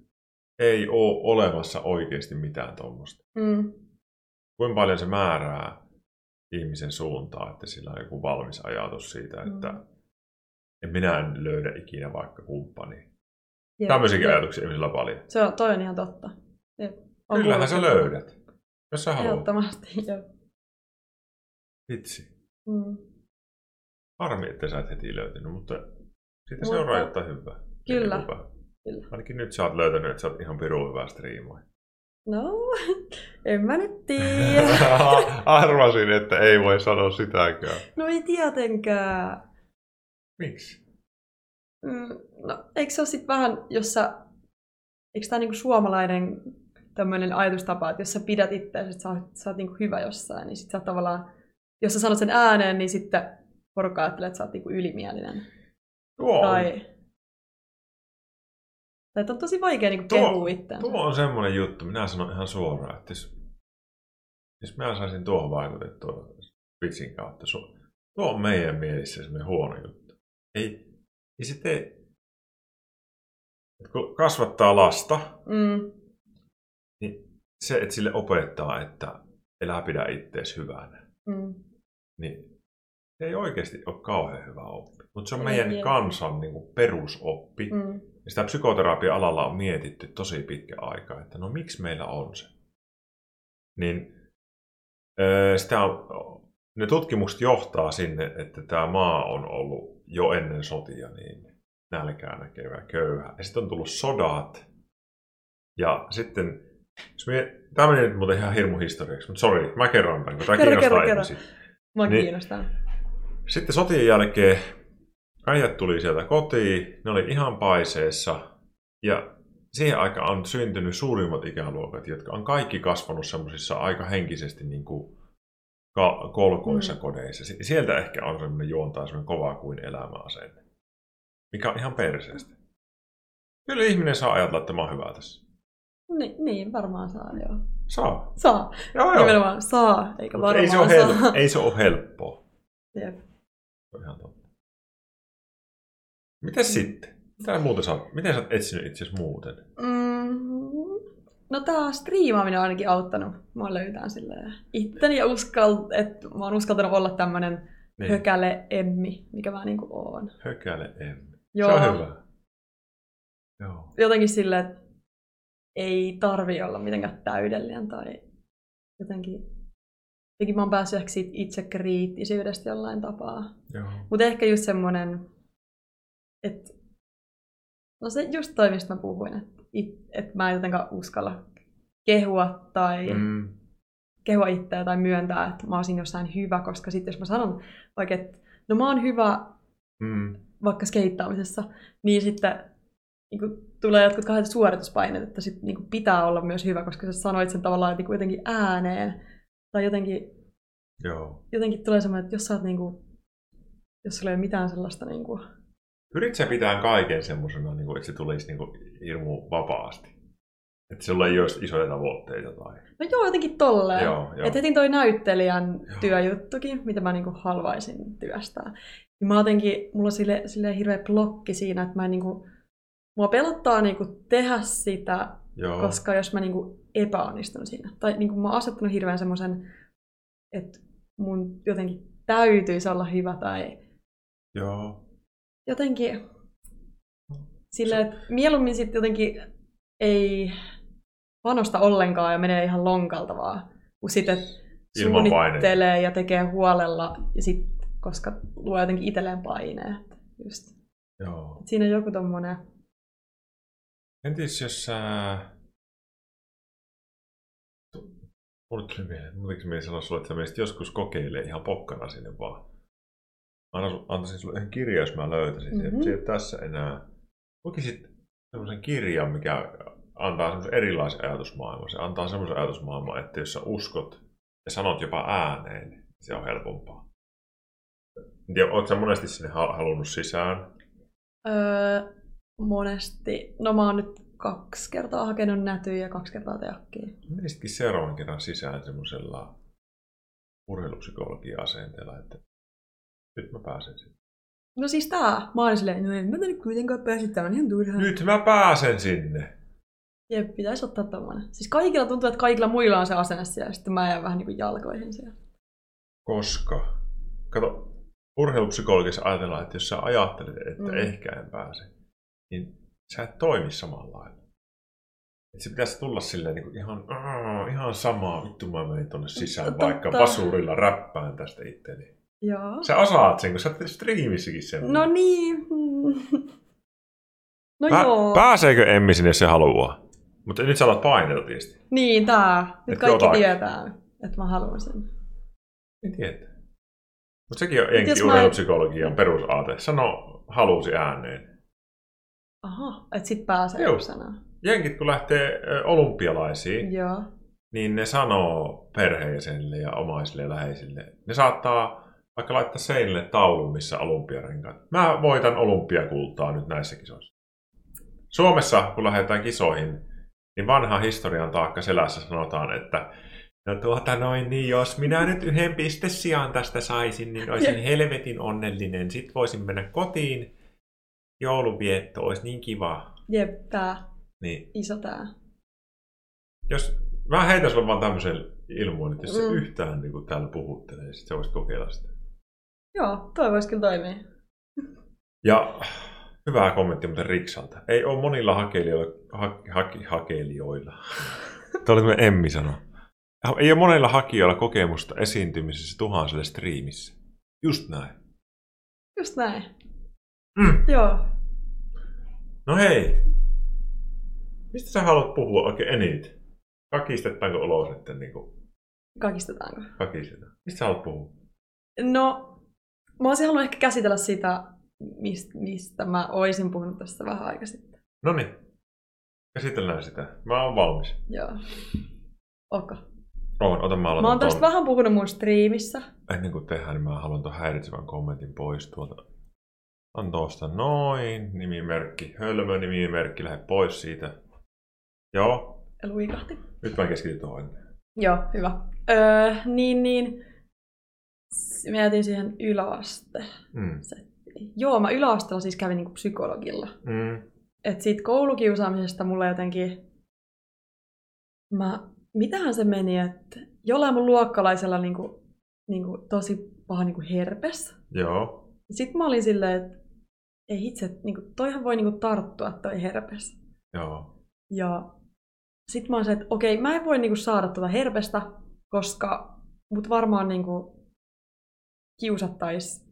[SPEAKER 1] ei ole olemassa oikeasti mitään tuommoista.
[SPEAKER 2] Mm.
[SPEAKER 1] Kuinka paljon se määrää ihmisen suuntaa, että sillä on joku valmis ajatus siitä,
[SPEAKER 2] Mm.
[SPEAKER 1] että en minä en löydä ikinä vaikka kumppani.
[SPEAKER 2] Jep.
[SPEAKER 1] Tämmöisiäkin
[SPEAKER 2] Jep.
[SPEAKER 1] ajatuksia ihmisillä on paljon.
[SPEAKER 2] Se on, toi on ihan totta. Jep. On
[SPEAKER 1] Kyllähän sä
[SPEAKER 2] kuullut sitä.
[SPEAKER 1] löydät, jos sä haluat.
[SPEAKER 2] Ehdottomasti, jep.
[SPEAKER 1] Vitsi.
[SPEAKER 2] Mm.
[SPEAKER 1] Harmi, että sä et heti löytänyt, mutta siitä
[SPEAKER 2] Mutta-
[SPEAKER 1] seuraa jotain hyvää.
[SPEAKER 2] Kyllä.
[SPEAKER 1] Hyvä.
[SPEAKER 2] Kyllä.
[SPEAKER 1] Ainakin nyt sä oot löytänyt, että sä oot ihan pirun hyvää striimoja.
[SPEAKER 2] No, en mä nyt tiedä.
[SPEAKER 1] Arvasin, että ei voi sanoa sitäkään.
[SPEAKER 2] No ei tietenkään.
[SPEAKER 1] Miksi?
[SPEAKER 2] Mm, no, eikö se ole sitten vähän, jos sä, eikö tämä niinku suomalainen tämmöinen ajatustapa, että jos sä pidät itseäsi, että sä oot, sä oot niinku hyvä jossain, niin sit sä oot tavallaan, jos sä sanot sen ääneen, niin sitten porukka ajattelee, että sä oot niinku ylimielinen.
[SPEAKER 1] Tuo on,
[SPEAKER 2] Tai, tai että on tosi vaikea niinku
[SPEAKER 1] Tuo-
[SPEAKER 2] kehua itseään.
[SPEAKER 1] tuo on semmoinen juttu, minä sanon ihan suoraan, että jos, jos minä saisin tuohon vaikutettua vitsin kautta, su, tuo on meidän mielessä semmoinen huono juttu. Ei, ei se tee. Et kun kasvattaa lasta,
[SPEAKER 2] Mm,
[SPEAKER 1] niin se, että sille opettaa, että elää pidä ittees hyvänä.
[SPEAKER 2] mm,
[SPEAKER 1] niin se ei oikeasti ole kauhean hyvä oppi. Mutta se on
[SPEAKER 2] Ei
[SPEAKER 1] meidän
[SPEAKER 2] vielä.
[SPEAKER 1] kansan niin kuin, perusoppi. Mm.
[SPEAKER 2] mm,
[SPEAKER 1] Ja sitä psykoterapia-alalla on mietitty tosi pitkä aika, että no miksi meillä on se. Niin öö, sitä on, ne tutkimukset johtaa sinne, että tämä maa on ollut jo ennen sotia niin nälkää näkevä, köyhä. Ja sitten on tullut sodat. Ja sitten, jos mie... tämä meni nyt muuten ihan hirmu historiaksi, mutta sori, mä kerron tämän, kun tämä
[SPEAKER 2] Kerro,
[SPEAKER 1] kiinnostaa
[SPEAKER 2] kerro, kerro.
[SPEAKER 1] ihmisiä.
[SPEAKER 2] mua
[SPEAKER 1] Niin.
[SPEAKER 2] kiinnostaa.
[SPEAKER 1] Sitten sotien jälkeen äijät tuli sieltä kotiin, ne oli ihan paiseessa ja siihen aikaan on syntynyt suurimmat ikäluokat, jotka on kaikki kasvanut semmoisissa aika henkisesti niin kuin ka- kolkoissa mm.
[SPEAKER 2] Mm.
[SPEAKER 1] kodeissa. Si- Sieltä ehkä on semmoinen juontaa semmoinen kova kuin elämäasenne, mikä on ihan perseestä. Kyllä ihminen saa ajatella, että mä oon hyvä tässä.
[SPEAKER 2] Ni, niin, varmaan saa, joo.
[SPEAKER 1] Saa.
[SPEAKER 2] Saa,
[SPEAKER 1] Joo, joo.
[SPEAKER 2] nimenomaan saa, eikä
[SPEAKER 1] Mutta
[SPEAKER 2] varmaan
[SPEAKER 1] ei, se ole
[SPEAKER 2] saa.
[SPEAKER 1] hel- ei se ole helppoa.
[SPEAKER 2] Jep.
[SPEAKER 1] Se on ihan totta. Mitäs sitten? Mitä muuta sä oot, miten sä oot etsinyt itse muuten?
[SPEAKER 2] Mm, no tää striimaaminen on ainakin auttanut mua löytään silleen itteni ja uskal, että mä oon uskaltanut olla tämmönen
[SPEAKER 1] Niin,
[SPEAKER 2] niin. hökäle emmi, mikä mä niinku oon.
[SPEAKER 1] hökäle en.
[SPEAKER 2] Joo,
[SPEAKER 1] Se on hyvä. Joo.
[SPEAKER 2] jotenkin silleen, että ei tarvi olla mitenkään täydellinen tai jotenkin, jotenkin mä oon päässyt ehkä siitä itsekriittisyydestä jollain tapaa.
[SPEAKER 1] Joo.
[SPEAKER 2] Mutta ehkä just semmoinen, että no se just toi, mistä mä puhuin, että et mä en jotenkaan uskalla kehua tai mm.
[SPEAKER 1] Mm.
[SPEAKER 2] kehua itseä tai myöntää, että mä olisin jossain hyvä, koska sitten jos mä sanon vaikka, että no mä oon hyvä
[SPEAKER 1] Mm.
[SPEAKER 2] vaikka skeittaamisessa, niin sitten niin kuin, tulee jotkut niinku kahdet suorituspaineet, että sit, niin kuin, pitää olla myös hyvä, koska sä sanoit sen tavallaan niin kuin, jotenkin niinku ääneen. Tai jotenkin,
[SPEAKER 1] Joo.
[SPEAKER 2] jotenkin tulee semmoinen, että jos sä oot niinku, jos sulla ei ole mitään sellaista niinku,
[SPEAKER 1] Pyrit sä pitämään kaiken semmoisena, niin kuin, että se tulisi niin kuin, hirmu vapaasti? Että sulla ei olisi isoja tavoitteita tai...
[SPEAKER 2] no joo, jotenkin tolleen.
[SPEAKER 1] Joo, joo.
[SPEAKER 2] Et heti toi näyttelijän
[SPEAKER 1] Joo.
[SPEAKER 2] työjuttukin, mitä mä niinku haluaisin työstää. Niin mä jotenkin, mulla on sille, sille hirveä blokki siinä, että mä en niinku, mua pelottaa niinku tehdä sitä,
[SPEAKER 1] Joo.
[SPEAKER 2] koska jos mä niinku epäonnistun siinä. Tai niinku mä oon asettanut hirveän semmoisen, että mun jotenkin täytyisi olla hyvä tai
[SPEAKER 1] Joo.
[SPEAKER 2] jotenkin sillä, että mieluummin sitten jotenkin ei panosta ollenkaan ja menee ihan lonkalta vaan, kun sitten
[SPEAKER 1] Ilman
[SPEAKER 2] suunnittelee ja tekee huolella ja sit, koska luo jotenkin itselleen paineet. Just.
[SPEAKER 1] Joo.
[SPEAKER 2] Siinä on joku tommonen,
[SPEAKER 1] Entäs jos äh, sä... Mulle tuli mieleen, mulle tuli mieleen sanoa sulle, että sä menisit joskus kokeile ihan pokkana sinne vaan. Mä annan su- antaisin sulle yhden kirjan, jos mä löytäisin mm-hmm.
[SPEAKER 2] Mhm.
[SPEAKER 1] sen. Se ei ole tässä enää. Lukisit semmoisen kirjan, mikä antaa semmoisen erilaisen ajatusmaailman. Se antaa semmoisen ajatusmaailman, että jos sä uskot ja sanot jopa ääneen, niin se on helpompaa. Ja oot sä monesti sinne hal- halunnut sisään?
[SPEAKER 2] öö, monesti, no mä oon nyt kaksi kertaa hakenut nätyä ja kaksi kertaa teakkiin.
[SPEAKER 1] menisitkin seuraavan kerran sisään semmoisella urheilupsykologian asenteella, että nyt mä pääsen sinne.
[SPEAKER 2] No siis tää. Mä olin silleen, no en mä tänne kuitenkaan pääse, tää on ihan turhaa.
[SPEAKER 1] Nyt mä pääsen sinne!
[SPEAKER 2] Ja pitäisi ottaa tommonen. Siis kaikilla tuntuu, että kaikilla muilla on se asenne siellä, sitten mä jään vähän niinku jalkoihin siellä.
[SPEAKER 1] Koska, kato, urheilupsykologiassa ajatellaan, että jos sä ajattelet, että
[SPEAKER 2] Mm.
[SPEAKER 1] mm. ehkä en pääse, niin sä et toimi samalla lailla. Et se pitäisi tulla silleen niin kuin ihan, "Aa, ihan samaa, vittu mä menen tonne sisään,
[SPEAKER 2] Totta.
[SPEAKER 1] vaikka pasurilla räppään tästä itteni.
[SPEAKER 2] Joo.
[SPEAKER 1] Sä osaat sen, kun sä oot striimissäkin sen.
[SPEAKER 2] No niin. mm. No joo.
[SPEAKER 1] Pääseekö Emmi sinne, jos se haluaa? Mutta nyt sä alat paineita tietysti.
[SPEAKER 2] Niin tää. Nyt
[SPEAKER 1] Et
[SPEAKER 2] kaikki
[SPEAKER 1] jotain.
[SPEAKER 2] tietää, että mä haluan sen.
[SPEAKER 1] En tiedä. Mutta sekin on
[SPEAKER 2] jos
[SPEAKER 1] enkin
[SPEAKER 2] mä-
[SPEAKER 1] urheilupsykologian perusaate. Sano halusi ääneen.
[SPEAKER 2] Aha, että sit pääsee
[SPEAKER 1] Joo.
[SPEAKER 2] joku sana.
[SPEAKER 1] Jenkit kun lähtee ö, olympialaisiin,
[SPEAKER 2] Joo.
[SPEAKER 1] niin ne sanoo perheiselle ja omaisille ja läheisille. Ne saattaa vaikka laittaa seinille taulun, missä olympiarenkaat. Mä voitan olympiakultaa nyt näissä kisoissa. Suomessa, kun lähdetään kisoihin, niin vanha historian taakka selässä sanotaan, että no tuota noin, niin jos minä nyt yhden pistesijan tästä saisin, niin olisin helvetin onnellinen. Sitten voisin mennä kotiin. Jouluvietto olisi niin kiva.
[SPEAKER 2] Jep, tää.
[SPEAKER 1] Niin
[SPEAKER 2] Iso tää.
[SPEAKER 1] jos mä heitän sulle vaan tämmöisen ilmoin, että jos se
[SPEAKER 2] Mm.
[SPEAKER 1] mm. yhtään niin kuin, täällä puhuttelee, niin sit sä voisit kokeilla sitä.
[SPEAKER 2] Joo, toi vois kyllä toimia.
[SPEAKER 1] Ja hyvää kommentti muuten Riksalta. Ei ole monilla hakeilijoilla, ha, haki, hakeilijoilla. Tämä oli tämmöinen Emmi sana. Ei ole monilla hakijoilla kokemusta esiintymisessä tuhanselle striimissä. Just näin.
[SPEAKER 2] Just näin.
[SPEAKER 1] Mm.
[SPEAKER 2] Joo.
[SPEAKER 1] No hei. Mistä sä haluat puhua oikein eniten? Kakistetaanko ulos, että niin kuin,
[SPEAKER 2] Kakistetaanko?
[SPEAKER 1] kakistetaan? Mistä sä haluat puhua?
[SPEAKER 2] No, mä olisin halunnut ehkä käsitellä sitä, mist- mistä mä oisin puhunut tästä vähän aikaa sitten.
[SPEAKER 1] No niin. Käsitellään sitä. Mä oon valmis.
[SPEAKER 2] Joo. Okay.
[SPEAKER 1] Oon, ota mä
[SPEAKER 2] Mä oon
[SPEAKER 1] aloitan
[SPEAKER 2] tästä
[SPEAKER 1] ton.
[SPEAKER 2] vähän puhunut mun striimissä.
[SPEAKER 1] Ennen kuin tehdään, niin mä haluan ton häiritsevän kommentin pois tuolta. On tuosta noin, nimimerkki, hölmö, nimimerkki, lähde pois siitä. Joo,
[SPEAKER 2] Ja Luikahti.
[SPEAKER 1] nyt mä keskityn tuohon.
[SPEAKER 2] Joo, hyvä. Öö, niin, niin. S- Mä jätin siihen yläaste.
[SPEAKER 1] Mm.
[SPEAKER 2] Joo, mä yläasteella siis kävin niinku psykologilla.
[SPEAKER 1] Mm.
[SPEAKER 2] Et siitä koulukiusaamisesta mulle jotenkin... Mä... Mitähän se meni, että jollain mun luokkalaisella niinku, niinku tosi paha niinku herpes.
[SPEAKER 1] Joo,
[SPEAKER 2] Sitten mä olin silleen, että ei itse, että niinku, toihan voi niinku tarttua toi herpes.
[SPEAKER 1] joo.
[SPEAKER 2] Ja sitten mä olin se, että okei, mä en voi niinku saada tuota herpestä, koska mut varmaan niinku kiusattais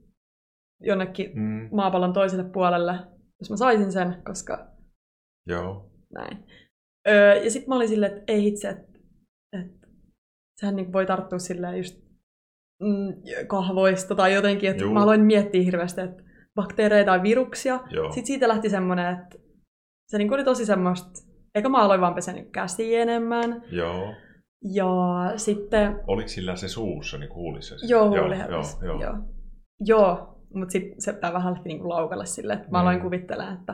[SPEAKER 2] jonnekin
[SPEAKER 1] Mm.
[SPEAKER 2] maapallon toiselle puolelle, jos mä saisin sen, koska
[SPEAKER 1] Joo,
[SPEAKER 2] näin. Öö, ja sitten mä olin silleen, että ei itse, että, että sehän niinku voi tarttua silleen just mm, kahvoista tai jotenkin, että
[SPEAKER 1] Juu.
[SPEAKER 2] mä aloin miettiä hirveästi, että bakteereja tai viruksia,
[SPEAKER 1] joo.
[SPEAKER 2] sitten siitä lähti semmoinen, että se niinku oli tosi semmoista, eikä mä aloin vaan pesä niinku käsiä enemmän.
[SPEAKER 1] Joo,
[SPEAKER 2] Ja sitten
[SPEAKER 1] Oliko sillä se suussa, niin kuulissa? se?
[SPEAKER 2] Joo,
[SPEAKER 1] joo, joo,
[SPEAKER 2] huuliherpes.
[SPEAKER 1] joo.
[SPEAKER 2] joo. joo. mutta sitten se tää vähän lähti niinku laukalle silleen, että mä
[SPEAKER 1] Mm.
[SPEAKER 2] aloin kuvittelemaan, että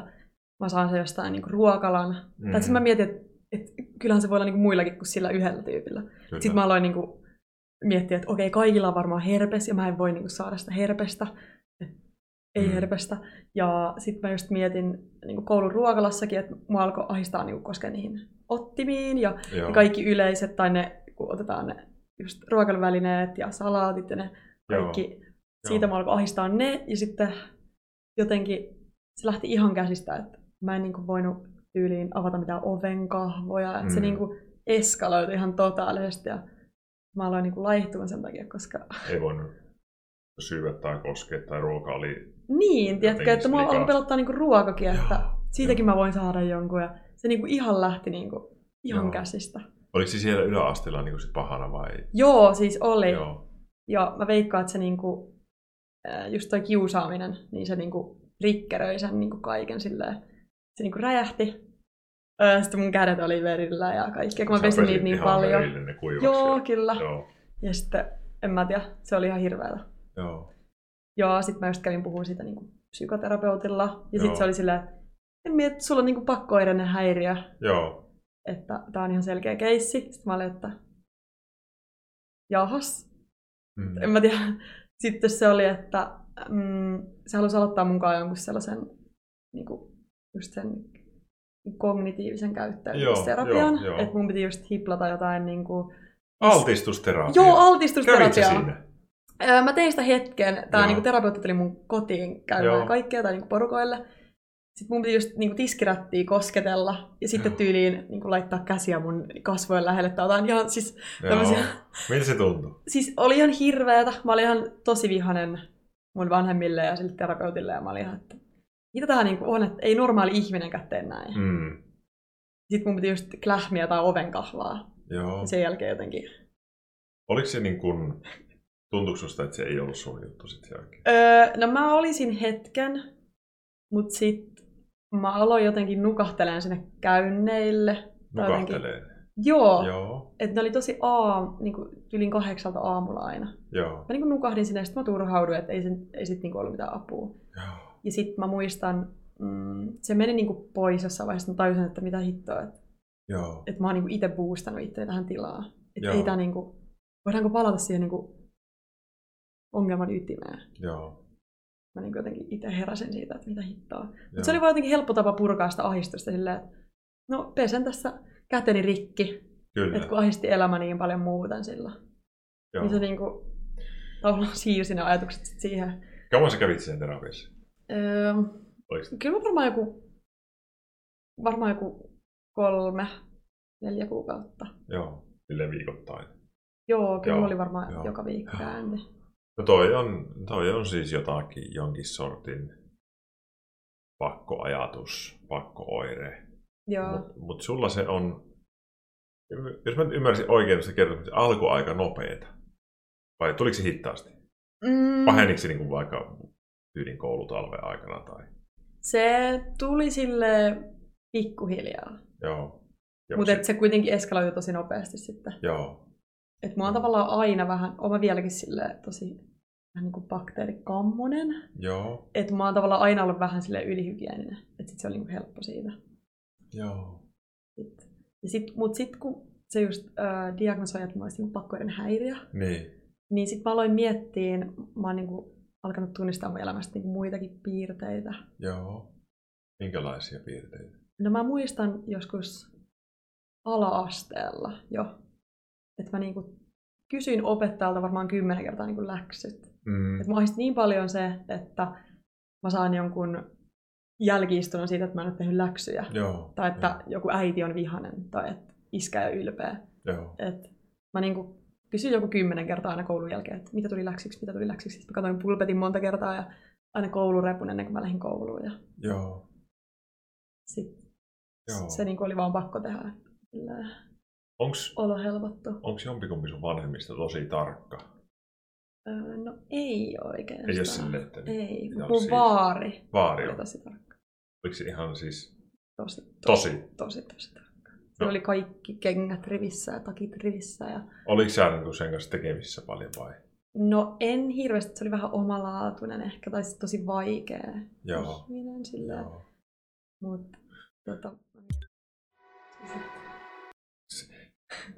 [SPEAKER 2] mä saan se jostain niinku ruokalan. Mm. Tai
[SPEAKER 1] Mhm.
[SPEAKER 2] sitten mä mietin, että et kyllähän se voi olla niinku muillakin kuin sillä yhdellä tyypillä.
[SPEAKER 1] Kyllä.
[SPEAKER 2] Sitten mä aloin niinku miettiä, että okei, kaikilla on varmaan herpes ja mä en voi niinku saada sitä herpestä. Et Ei
[SPEAKER 1] Mm.
[SPEAKER 2] mm. herpestä. Ja sitten mä just mietin niinku koulun ruokalassakin, että mua alkoi ahistaa niinku koskea niihin ottimiin ja
[SPEAKER 1] Joo.
[SPEAKER 2] ja niin kaikki yleiset, tai ne, kun otetaan ne just ruokailuvälineet ja salaatit ja ne kaikki, Joo. siitä mä alkoi ahistaa ne, ja sitten jotenkin se lähti ihan käsistä, että mä en niinku voinut tyyliin avata mitään ovenkahvoja, että mm. se
[SPEAKER 1] Mm.
[SPEAKER 2] niinku eskaloitui ihan totaalisesti, ja mä aloin niinku laihtua sen takia, koska
[SPEAKER 1] Ei voinut syödä tai koskea tai ruoka oli...
[SPEAKER 2] niin, tiedätkö,
[SPEAKER 1] Jotenkin
[SPEAKER 2] että mua
[SPEAKER 1] liikaa.
[SPEAKER 2] alkoi pelottaa niinku ruokakin, että
[SPEAKER 1] Joo.
[SPEAKER 2] siitäkin mä voin saada jonkun, ja se niinku ihan lähti niinku ihan
[SPEAKER 1] Joo.
[SPEAKER 2] Joo. käsistä.
[SPEAKER 1] Oliko se siellä yläasteella niin sit pahana vai?
[SPEAKER 2] Joo, siis oli.
[SPEAKER 1] Joo.
[SPEAKER 2] Ja mä veikkaan, että se niinku, ää, just toi kiusaaminen, niin se niinku rikkeröi sen niinku kaiken silleen. Se niinku räjähti. Ää, Sitten mun kädet oli verillä ja kaikkea, kun mä
[SPEAKER 1] Sä
[SPEAKER 2] pesin
[SPEAKER 1] pesit
[SPEAKER 2] niitä niin
[SPEAKER 1] ihan
[SPEAKER 2] paljon.
[SPEAKER 1] verille Ne kuivaksi
[SPEAKER 2] Joo,
[SPEAKER 1] ja-
[SPEAKER 2] kyllä. Joo.
[SPEAKER 1] Joo.
[SPEAKER 2] Ja sitten, en mä tiedä, se oli ihan hirveätä.
[SPEAKER 1] Joo.
[SPEAKER 2] Ja sitten mä just kävin puhumaan siitä niinku psykoterapeutilla. Ja
[SPEAKER 1] Joo.
[SPEAKER 2] sitten se oli silleen, että en mie, että sulla on niinku pakkoireinen häiriö,
[SPEAKER 1] Joo.
[SPEAKER 2] että tää on ihan selkeä keissi. Sitten mä olin, että jahas,
[SPEAKER 1] Mm.
[SPEAKER 2] en mä tiedä. Sitten se oli, että mm, se halusi aloittaa mukaan jonkun sellaisen niin kuin, just sen kognitiivisen käyttäytymisterapian.
[SPEAKER 1] Joo, joo, joo.
[SPEAKER 2] Että mun piti just hiplata jotain niin kuin,
[SPEAKER 1] Altistusterapia.
[SPEAKER 2] Joo,
[SPEAKER 1] Kävit sä
[SPEAKER 2] altistusterapiaa.
[SPEAKER 1] sinne?
[SPEAKER 2] Öö, Mä tein sitä hetken. Tämä
[SPEAKER 1] Joo.
[SPEAKER 2] niinku, terapeutti tuli mun kotiin käymään
[SPEAKER 1] Joo.
[SPEAKER 2] Joo. kaikkea tai niinku, porukoille. Sitten mun piti just niinku, tiskirättiä kosketella ja sitten
[SPEAKER 1] Joo.
[SPEAKER 2] tyyliin niinku, laittaa käsiä mun kasvojen lähelle tai jotain. Ihan, siis,
[SPEAKER 1] Joo.
[SPEAKER 2] Tämmösiä-
[SPEAKER 1] Miltä se tuntui?
[SPEAKER 2] siis oli ihan hirveetä. Mä olin ihan tosi vihanen mun vanhemmille ja sille terapeutille ja mä olin ihan, että mitä tää niinku on, että ei normaali ihminenkään tee näin. Mm.
[SPEAKER 1] Mm.
[SPEAKER 2] Sitten mun piti just klähmiä tai oven kahvaa.
[SPEAKER 1] Joo.
[SPEAKER 2] Ja sen jälkeen jotenkin.
[SPEAKER 1] Oliko se niin kuin... Tuntuuko susta, että se ei ollut sun juttu sitten se oikein?
[SPEAKER 2] Öö, no mä olisin hetken, mut sit mä aloin jotenkin nukahteleen sinne käynneille.
[SPEAKER 1] Nukahtelee.
[SPEAKER 2] Joo, Joo.
[SPEAKER 1] Joo.
[SPEAKER 2] että ne oli tosi aam, niinku tylin kahdeksalta aamulla aina.
[SPEAKER 1] Joo.
[SPEAKER 2] Mä niinku nukahdin sinne ja sit mä turhauduin, että ei, sen, ei sit niinku ollut mitään apua.
[SPEAKER 1] Joo.
[SPEAKER 2] Ja sitten mä muistan, mm, se meni niinku pois jossain vaiheessa, mä tajusin, että mitä hittoa, että,
[SPEAKER 1] Joo.
[SPEAKER 2] että mä oon niinku itse boostannut itseäni tähän tilaan. Että
[SPEAKER 1] Joo.
[SPEAKER 2] ei tää niinku, voidaanko palata siihen niinku ongelman ytimeen.
[SPEAKER 1] Joo.
[SPEAKER 2] Mä niinku jotenkin itse heräsin siitä, että mitä hittoa.
[SPEAKER 1] Joo.
[SPEAKER 2] Mutta se oli vaan jotenkin helppo tapa purkaa sitä ahdistusta silleen, että no pesen tässä käteni rikki,
[SPEAKER 1] Kyllä.
[SPEAKER 2] että kun ahdisti elämä niin paljon muuten sillä.
[SPEAKER 1] Joo.
[SPEAKER 2] Niin se niinku tavallaan siirsi ne ajatukset sit siihen.
[SPEAKER 1] Kauan sä kävit siinä terapiassa?
[SPEAKER 2] Öö,
[SPEAKER 1] Oliko-
[SPEAKER 2] Kyllä mä varmaan joku, varmaan joku kolme, neljä kuukautta.
[SPEAKER 1] Joo. Silleen viikoittain.
[SPEAKER 2] Joo, kyllä
[SPEAKER 1] Joo,
[SPEAKER 2] joo, oli varmaan
[SPEAKER 1] joo.
[SPEAKER 2] joo, joka viikko
[SPEAKER 1] Joo.
[SPEAKER 2] käynti.
[SPEAKER 1] No toi on, toi on siis jotakin, jonkin sortin pakkoajatus, pakkooire.
[SPEAKER 2] Joo,
[SPEAKER 1] Mutta mut sulla se on, jos mä nyt ymmärsin oikein, niin sä kerroit, että se alkoi aika nopeeta. Vai tuliko se hittaasti?
[SPEAKER 2] mm,
[SPEAKER 1] Paheniko se niin vaikka tyylin koulutalven aikana? Tai?
[SPEAKER 2] se tuli sille pikkuhiljaa,
[SPEAKER 1] Joo. Ja
[SPEAKER 2] mutta
[SPEAKER 1] se-
[SPEAKER 2] se kuitenkin eskaloitui tosi nopeasti sitten.
[SPEAKER 1] Joo.
[SPEAKER 2] Et
[SPEAKER 1] Mm.
[SPEAKER 2] mä oon tavallaan aina vähän, oon mä vieläkin sille tosi vähän niin kuin bakteerikammonen.
[SPEAKER 1] Joo.
[SPEAKER 2] Et mä oon tavallaan aina ollut vähän sille ylihygieninen. Et sit se oli niin kuin helppo siitä.
[SPEAKER 1] Joo.
[SPEAKER 2] Sit. Ja sit, mut sit kun se just äh, diagnosoi, että mä olisin niinku pakkoiden häiriö,
[SPEAKER 1] Niin.
[SPEAKER 2] Niin sitten mä aloin miettiä, mä oon niinku alkanut tunnistaa mun elämästä niinku muitakin piirteitä.
[SPEAKER 1] Joo. Minkälaisia piirteitä?
[SPEAKER 2] No mä muistan joskus ala-asteella jo, että mä niinku kysyin opettajalta varmaan kymmenen kertaa niinku läksyt.
[SPEAKER 1] Mm.
[SPEAKER 2] Et mä ahdistin niin paljon se, että mä saan jonkun jälkiistunnon siitä, että mä en ole tehnyt läksyjä.
[SPEAKER 1] Joo.
[SPEAKER 2] Tai että joku äiti on vihanen tai että iskä on ylpeä.
[SPEAKER 1] Joo.
[SPEAKER 2] Et mä niinku kysyin joku kymmenen kertaa aina koulun jälkeen, että mitä tuli läksyksi, mitä tuli läksyksi. Sitten mä katsoin pulpetin monta kertaa ja aina koulurepun ennen kuin mä lähdin kouluun. Ja
[SPEAKER 1] Joo.
[SPEAKER 2] sit
[SPEAKER 1] Joo.
[SPEAKER 2] se niinku oli vaan pakko tehdä. Sillä
[SPEAKER 1] Onks,
[SPEAKER 2] Olo helpottu.
[SPEAKER 1] onko jompikumpi sun vanhemmista tosi tarkka?
[SPEAKER 2] Öö, no ei oikeastaan.
[SPEAKER 1] Ei ole silleen, että niin.
[SPEAKER 2] Ei,
[SPEAKER 1] Joo,
[SPEAKER 2] mun
[SPEAKER 1] siis-
[SPEAKER 2] vaari
[SPEAKER 1] vaari
[SPEAKER 2] oli
[SPEAKER 1] on.
[SPEAKER 2] tosi tarkka.
[SPEAKER 1] Oliko se ihan siis...
[SPEAKER 2] Tosi,
[SPEAKER 1] Tosi.
[SPEAKER 2] tosi, tosi tarkka. No. oli kaikki kengät rivissä ja takit rivissä. Ja...
[SPEAKER 1] Oliko sä niin sen kanssa tekemisissä paljon vai?
[SPEAKER 2] No en hirveästi, se oli vähän omalaatuinen ehkä, tai sitten tosi vaikea
[SPEAKER 1] Joo.
[SPEAKER 2] ihminen silleen.
[SPEAKER 1] Joo.
[SPEAKER 2] Mutta tota,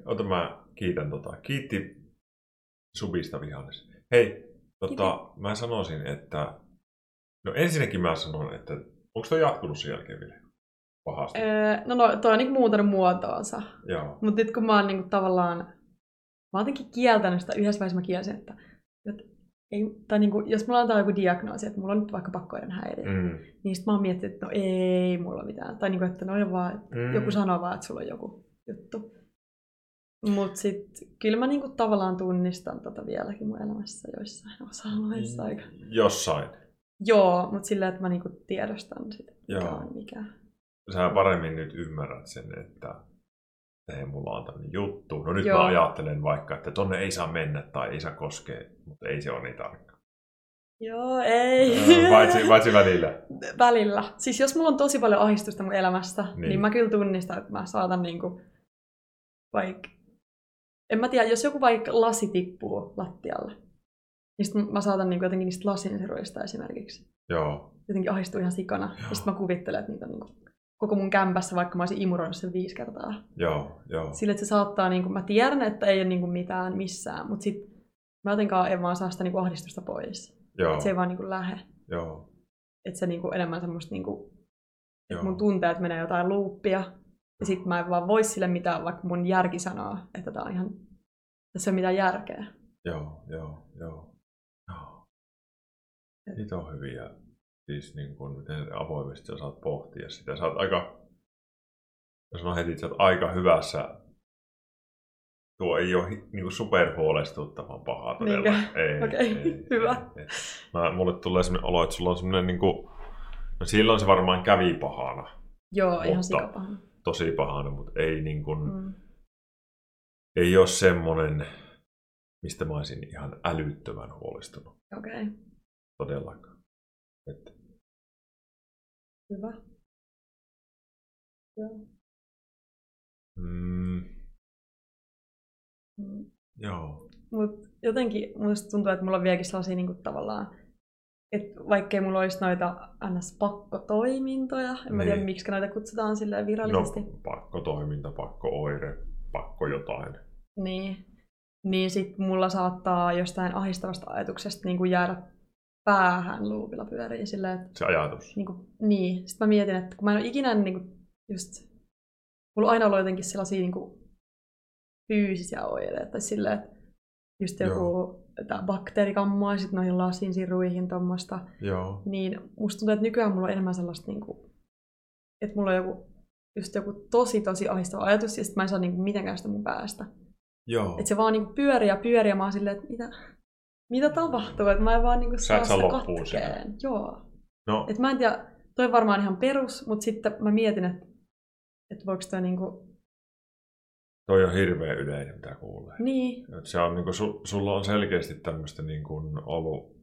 [SPEAKER 1] Ota mä kiitän tota. Kiitti subista vihannes. Hei, tota, mä sanoisin, että... No ensinnäkin mä sanon, että onko toi jatkunut sen jälkeen vielä? Pahasti.
[SPEAKER 2] öö, no, no toi on niinku muuttanut muotoonsa.
[SPEAKER 1] Joo.
[SPEAKER 2] Mutta nyt kun mä oon niinku tavallaan, mä oon jotenkin kieltänyt sitä, yhdessä vaiheessa mä kielsin, että, että ei, tai niinku, jos mulla antaa joku diagnoosi, että mulla on nyt vaikka pakkoiden häiriö, mm.
[SPEAKER 1] Mm.
[SPEAKER 2] niin sit mä oon miettinyt, että no ei mulla mitään. Tai niinku, että no on vaan,
[SPEAKER 1] Mm.
[SPEAKER 2] joku sanoo vaan, että sulla on joku juttu. Mutta sitten kyllä mä niinku tavallaan tunnistan tota vieläkin mun elämässä joissain
[SPEAKER 1] Mm.
[SPEAKER 2] osa-alueissa aika.
[SPEAKER 1] Jossain.
[SPEAKER 2] Joo, mutta sillä, että mä niinku tiedostan sitä, mikä
[SPEAKER 1] Joo.
[SPEAKER 2] on mikä.
[SPEAKER 1] Sä paremmin nyt ymmärrät sen, että ei mulla on tämmöinen juttu. No nyt Joo.
[SPEAKER 2] Joo.
[SPEAKER 1] mä ajattelen vaikka, että tonne ei saa mennä tai ei saa koskea, mutta ei se ole niin tarkka.
[SPEAKER 2] Joo, ei.
[SPEAKER 1] Öö, Paitsi, paitsi välillä.
[SPEAKER 2] Välillä. Siis jos mulla on tosi paljon ahdistusta mun elämässä,
[SPEAKER 1] Niin.
[SPEAKER 2] niin, niin mä kyllä tunnistan, että mä saatan niinku, vaikka, en mä tiedä, jos joku vaikka lasi tippuu lattialle, niin sit mä saatan niinku jotenkin niistä lasinsiruista esimerkiksi.
[SPEAKER 1] Joo.
[SPEAKER 2] Jotenkin ahdistuu ihan sikana.
[SPEAKER 1] Joo.
[SPEAKER 2] Ja sitten mä kuvittelen, että niitä on niinku koko mun kämpässä, vaikka mä olisin imuroinut sen viisi kertaa.
[SPEAKER 1] Joo, joo.
[SPEAKER 2] Sillä, että se saattaa, niinku, mä tiedän, että ei ole niinku mitään missään, mutta sit mä jotenkaan en vaan saa sitä niinku ahdistusta pois.
[SPEAKER 1] Joo,
[SPEAKER 2] Et se ei vaan niinku lähe
[SPEAKER 1] joo,
[SPEAKER 2] että se niinku enemmän semmoista, niinku,
[SPEAKER 1] Joo.
[SPEAKER 2] että mun tunteet menee jotain luuppia. Ja sit mä en vaan voi sille mitään, vaikka mun järki sanoo, että tää on ihan, tässä ei ole mitään järkeä.
[SPEAKER 1] joo, joo, joo. joo.
[SPEAKER 2] Et-
[SPEAKER 1] Niitä on hyviä. Siis niin kun, miten avoimesti sä saat pohtia sitä. Sä oot aika, jos mä heti, sä oot aika hyvässä. Tuo ei ole niin kuin superhuolestuttavan paha todella.
[SPEAKER 2] Niinkö?
[SPEAKER 1] Ei,
[SPEAKER 2] Okei,
[SPEAKER 1] ei,
[SPEAKER 2] hyvä.
[SPEAKER 1] Ei, ei. Mä, mulle tulee sellainen olo, että sulla on sellainen niin kuin, no silloin se varmaan kävi pahana,
[SPEAKER 2] Joo, ihan
[SPEAKER 1] Mutta-
[SPEAKER 2] sikapahana.
[SPEAKER 1] tosi pahana, mutta ei niin kuin,
[SPEAKER 2] Mm.
[SPEAKER 1] ei ole semmoinen, mistä mä olisin ihan älyttömän huolestunut
[SPEAKER 2] Okei, okay.
[SPEAKER 1] todellakaan. Et,
[SPEAKER 2] hyvä. Joo.
[SPEAKER 1] mm,
[SPEAKER 2] Mm.
[SPEAKER 1] joo,
[SPEAKER 2] Mut jotenkin musta tuntuu, että mulla on vieläkin sellaisia niinku tavallaan, että vaikkei mulla olisi noita ns. pakkotoimintoja, en mä tiedä
[SPEAKER 1] Niin.
[SPEAKER 2] miksi näitä kutsutaan silleen
[SPEAKER 1] no,
[SPEAKER 2] virallisesti,
[SPEAKER 1] pakko toiminta, pakko oire, pakko jotain.
[SPEAKER 2] Niin. Niin sit mulla saattaa jostain ahistavasta ajatuksesta niin kuin jäädä päähän luupilla pyöriin silleen, että
[SPEAKER 1] Se ajatus.
[SPEAKER 2] niin, kuin, niin. Sitten mä mietin, että kun mä en ole ikinä niin kuin, just, mulla on aina ollut jotenkin sellaisia niin kuin, fyysisiä oireita, tai silleen, että just joku tää bakteerikammoa, sitten noihin lasinsiruihin tuommoista,
[SPEAKER 1] Joo,
[SPEAKER 2] niin musta tuntuu, että nykyään mulla on enemmän sellaista, niin kuin, että mulla on joku, just joku tosi tosi ahistava ajatus, ja sitten mä en saa niin kuin, mitenkään sitä mun päästä.
[SPEAKER 1] joo.
[SPEAKER 2] Että se vaan niinku pyörii ja pyörii ja mä oon silleen, että mitä, mitä tapahtuu, että mä en vaan niinku
[SPEAKER 1] Sä et saa
[SPEAKER 2] saa sitä
[SPEAKER 1] loppuun sitä.
[SPEAKER 2] katkeen. Joo.
[SPEAKER 1] No,
[SPEAKER 2] Et mä en tiedä, toi varmaan ihan perus, mutta sitten mä mietin, että et voiko toi niinku,
[SPEAKER 1] toi on hirveä yleinen, mitä kuulee.
[SPEAKER 2] niin,
[SPEAKER 1] Et se on, niin kuin, su, sulla on selkeästi tämmöistä niin kuin ollut,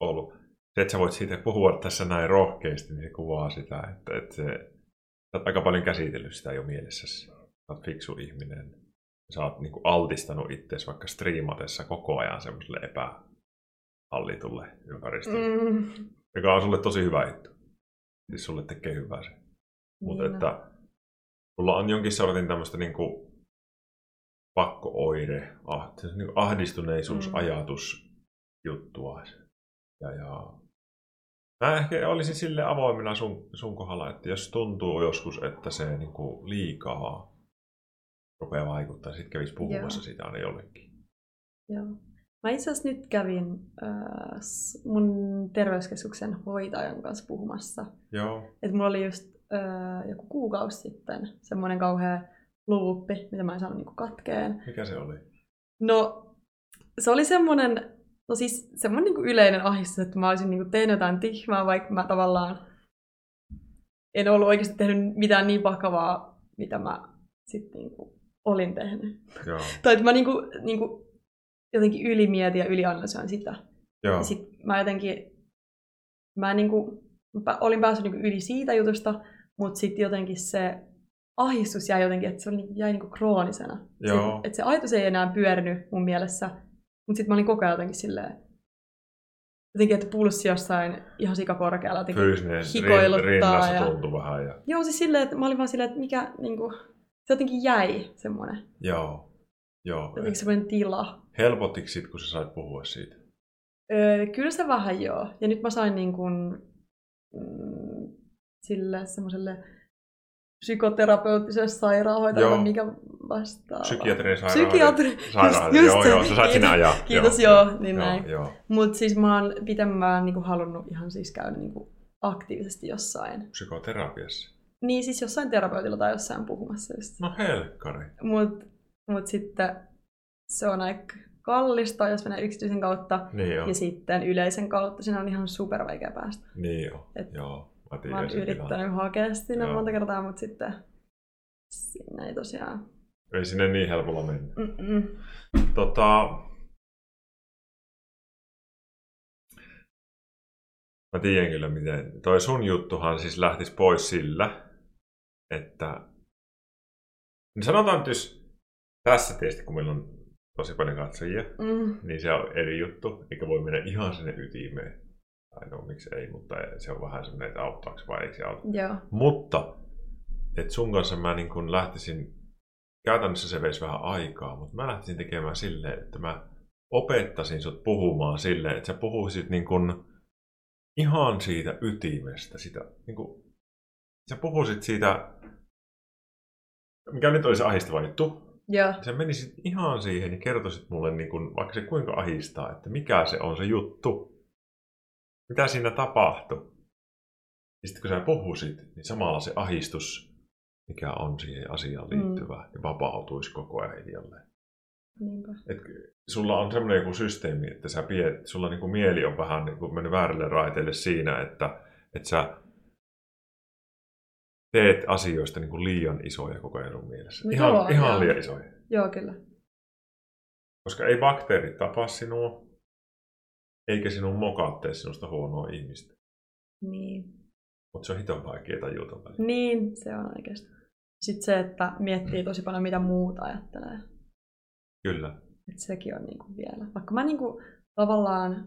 [SPEAKER 1] ollut. Se, että sä voit siitä puhua tässä näin rohkeasti, niin se kuvaa sitä, että, että se, sä oot aika paljon käsitellyt sitä jo mielessäsi. Sä oot fiksu ihminen. Sä oot niin kuin altistanut itseäsi vaikka striimatessa koko ajan semmoiselle epähallitulle ympäristölle, mm.
[SPEAKER 2] mm,
[SPEAKER 1] joka on sulle tosi hyvä juttu. Siis sulle tekee hyvää se. Mutta
[SPEAKER 2] niin,
[SPEAKER 1] että mulla on jonkin sortin tämmöistä niinku pakko-oire, ah, se on niinku
[SPEAKER 2] Mm.
[SPEAKER 1] ahdistuneisuusajatus juttua. Ja, ja mä ehkä olisin sille avoimena sun, sun kohdalla, että jos tuntuu joskus, että se niinku liikaa rupeaa vaikuttaa, sit kävis puhumassa
[SPEAKER 2] Joo.
[SPEAKER 1] siitä aina jollekin.
[SPEAKER 2] joo. Mä itse asiassa nyt kävin äh, s- mun terveyskeskuksen hoitajan kanssa puhumassa
[SPEAKER 1] Joo,
[SPEAKER 2] Et mulla oli just öö, joku kuukausi sitten semmoinen kauhea luuppi, mitä mä en saanut niinku katkeen.
[SPEAKER 1] mikä se oli?
[SPEAKER 2] No, se oli semmoinen, no siis semmoinen niinku yleinen ahdistus, että mä olisin niinku tehnyt jotain tihmää, vaikka mä tavallaan en ollut oikeasti tehnyt mitään niin vakavaa, mitä mä sitten niinku olin tehnyt.
[SPEAKER 1] Joo,
[SPEAKER 2] Tai että mä niinku, niinku jotenkin ylimietin ja ylianalysoin sitä.
[SPEAKER 1] joo,
[SPEAKER 2] Ja sit mä jotenkin, mä niinku, mä pä- olin päässyt niinku yli siitä jutusta, mutta sitten jotenkin se ahdistus jäi jotenkin, että se oli, jäi niinku kroonisena.
[SPEAKER 1] Joo.
[SPEAKER 2] Se, että se ajatus ei enää pyörinyt mun mielessä, mutta sitten mä olin koko ajan jotenkin silleen, jotenkin, että pulssi jossain ihan sikakorkealla jotenkin.
[SPEAKER 1] Fyysinen rin,
[SPEAKER 2] hikoiluttaa
[SPEAKER 1] rinnassa
[SPEAKER 2] ja-
[SPEAKER 1] tuntui vähän. Ja,
[SPEAKER 2] Joo, siis silleen, että mä olin vaan silleen, että mikä niinku, se jotenkin jäi semmoinen,
[SPEAKER 1] joo. Joo.
[SPEAKER 2] jotenkin semmoinen tila.
[SPEAKER 1] Helpottiko sit, kun sä sait puhua siitä?
[SPEAKER 2] Öö, kyllä se vähän joo. Ja nyt mä sain niin kuin, mm, sille semmoiselle psykoterapeuttiselle sairaanhoitajalle,
[SPEAKER 1] Joo.
[SPEAKER 2] mikä vastaa.
[SPEAKER 1] Psykiatrin sairaanhoitaja.
[SPEAKER 2] Psykiatri.
[SPEAKER 1] Sairaanhoitaja,
[SPEAKER 2] just
[SPEAKER 1] joo,
[SPEAKER 2] se.
[SPEAKER 1] joo, sä saat sinä ajaa.
[SPEAKER 2] Kiitos, joo, niin
[SPEAKER 1] joo,
[SPEAKER 2] näin.
[SPEAKER 1] Joo,
[SPEAKER 2] Mutta siis mä oon pitemmään niin kuin halunnut ihan siis käydä niin kuin aktiivisesti jossain.
[SPEAKER 1] psykoterapiassa.
[SPEAKER 2] Niin siis jossain terapeutilla tai jossain puhumassa just.
[SPEAKER 1] No helkkari.
[SPEAKER 2] Mut, mut sitten se on aika kallista, jos menee yksityisen kautta.
[SPEAKER 1] Niin joo.
[SPEAKER 2] Ja sitten yleisen kautta siinä on ihan super vaikea päästä.
[SPEAKER 1] Niin joo.
[SPEAKER 2] Et
[SPEAKER 1] joo. Mä,
[SPEAKER 2] Mä
[SPEAKER 1] tiedän
[SPEAKER 2] oon
[SPEAKER 1] sen tilan.
[SPEAKER 2] yrittänyt hakea sinne
[SPEAKER 1] Joo.
[SPEAKER 2] monta kertaa, mutta sitten siinä ei tosiaan... Mm,
[SPEAKER 1] Ei sinne niin helpolla mennä.
[SPEAKER 2] Mm-mm.
[SPEAKER 1] Tota... Mä tiedän kyllä miten. Toi sun juttuhan siis lähtis pois sillä, että... No sanotaan nyt, jos tässä tietysti, kun meillä on tosi paljon katsojia,
[SPEAKER 2] Mm.
[SPEAKER 1] niin se on eri juttu, eikä voi mennä ihan sinne ytimeen. Tai no miksi ei, mutta se on vähän semmoinen, että auttaako vai ei se auta.
[SPEAKER 2] Joo.
[SPEAKER 1] Mutta, että sun kanssa mä niin kun lähtisin, käytännössä se veisi vähän aikaa, mutta mä lähtisin tekemään silleen, että mä opettaisin sut puhumaan silleen, että sä puhuisit niin kun ihan siitä ytimestä, sitä, niin kun, sä puhuisit siitä, mikä nyt olisi ahistava juttu,
[SPEAKER 2] Joo.
[SPEAKER 1] sä menisit ihan siihen ja kertoisit mulle, niin kun, vaikka se kuinka ahistaa, että mikä se on se juttu. Mitä siinä tapahtui. Ja sitten kun sä puhuisit, niin samalla se ahistus, mikä on siihen asiaan
[SPEAKER 2] Mm.
[SPEAKER 1] liittyvä, mm. niin vapautuisi koko ajan hiljalleen.
[SPEAKER 2] Niinpä.
[SPEAKER 1] Et sulla on semmoinen joku systeemi, että sä piet, sulla niinku mieli on vähän niinku mennyt väärille raiteille siinä, että, että sä teet asioista niinku liian isoja koko ajan sun mielessä.
[SPEAKER 2] No
[SPEAKER 1] ihan,
[SPEAKER 2] joo,
[SPEAKER 1] ihan
[SPEAKER 2] joo.
[SPEAKER 1] liian isoja
[SPEAKER 2] Joo, kyllä.
[SPEAKER 1] koska ei bakteeri tapa sinua, eikä sinun mokaat tee sinusta huonoa ihmistä.
[SPEAKER 2] Niin.
[SPEAKER 1] Mutta se on hiton vaikea tajuta välillä.
[SPEAKER 2] Niin, se on oikeasti. Sitten se, että miettii tosi paljon, mitä muuta ajattelee.
[SPEAKER 1] Kyllä.
[SPEAKER 2] Et sekin on niinku vielä. Vaikka mä niinku tavallaan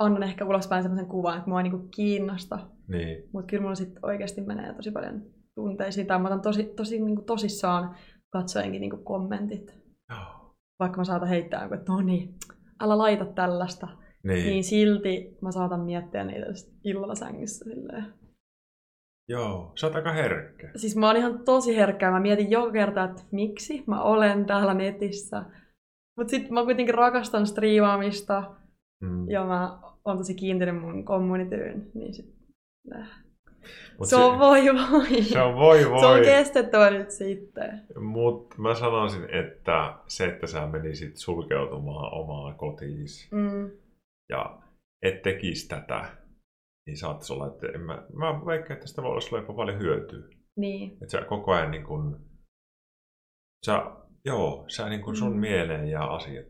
[SPEAKER 2] annan ehkä ulospäin sellaisen kuvan, että mua ei niinku kiinnosta.
[SPEAKER 1] Niin.
[SPEAKER 2] Mutta kyllä mulla sitten oikeasti menee tosi paljon tunteisiin. Tai mä otan tosi, tosi niinku tosissaan katsojenkin niinku kommentit.
[SPEAKER 1] Joo.
[SPEAKER 2] vaikka mä saatan heittää, jonkun, että no niin, älä laita tällaista,
[SPEAKER 1] Niin.
[SPEAKER 2] niin,
[SPEAKER 1] niin.
[SPEAKER 2] niin silti mä saatan miettiä niitä just illalla sängyssä. Silleen.
[SPEAKER 1] Joo. Sä oot aika herkkä.
[SPEAKER 2] Siis mä oon ihan tosi herkkä, mä mietin joka kerta, että miksi mä olen täällä netissä. Mutta sitten mä kuitenkin rakastan striimaamista
[SPEAKER 1] Mm.
[SPEAKER 2] ja mä oon tosi kiintynyt mun communityyn, niin sit
[SPEAKER 1] Mut
[SPEAKER 2] se, on voi voi.
[SPEAKER 1] se on voi
[SPEAKER 2] se on
[SPEAKER 1] voi.
[SPEAKER 2] kestettävä nyt sitten.
[SPEAKER 1] Mutta mä sanoisin, että se, että sä menisit sulkeutumaan omaa kotiis
[SPEAKER 2] Mm,
[SPEAKER 1] ja et tekis tätä, niin saattaisi olla, että en mä, mä veikkaan, että tästä voi olla sulle jopa paljon hyötyä.
[SPEAKER 2] niin,
[SPEAKER 1] Että sä koko ajan niin kun, sä, joo, sä niin kun sun
[SPEAKER 2] Mm.
[SPEAKER 1] mieleen ja asiat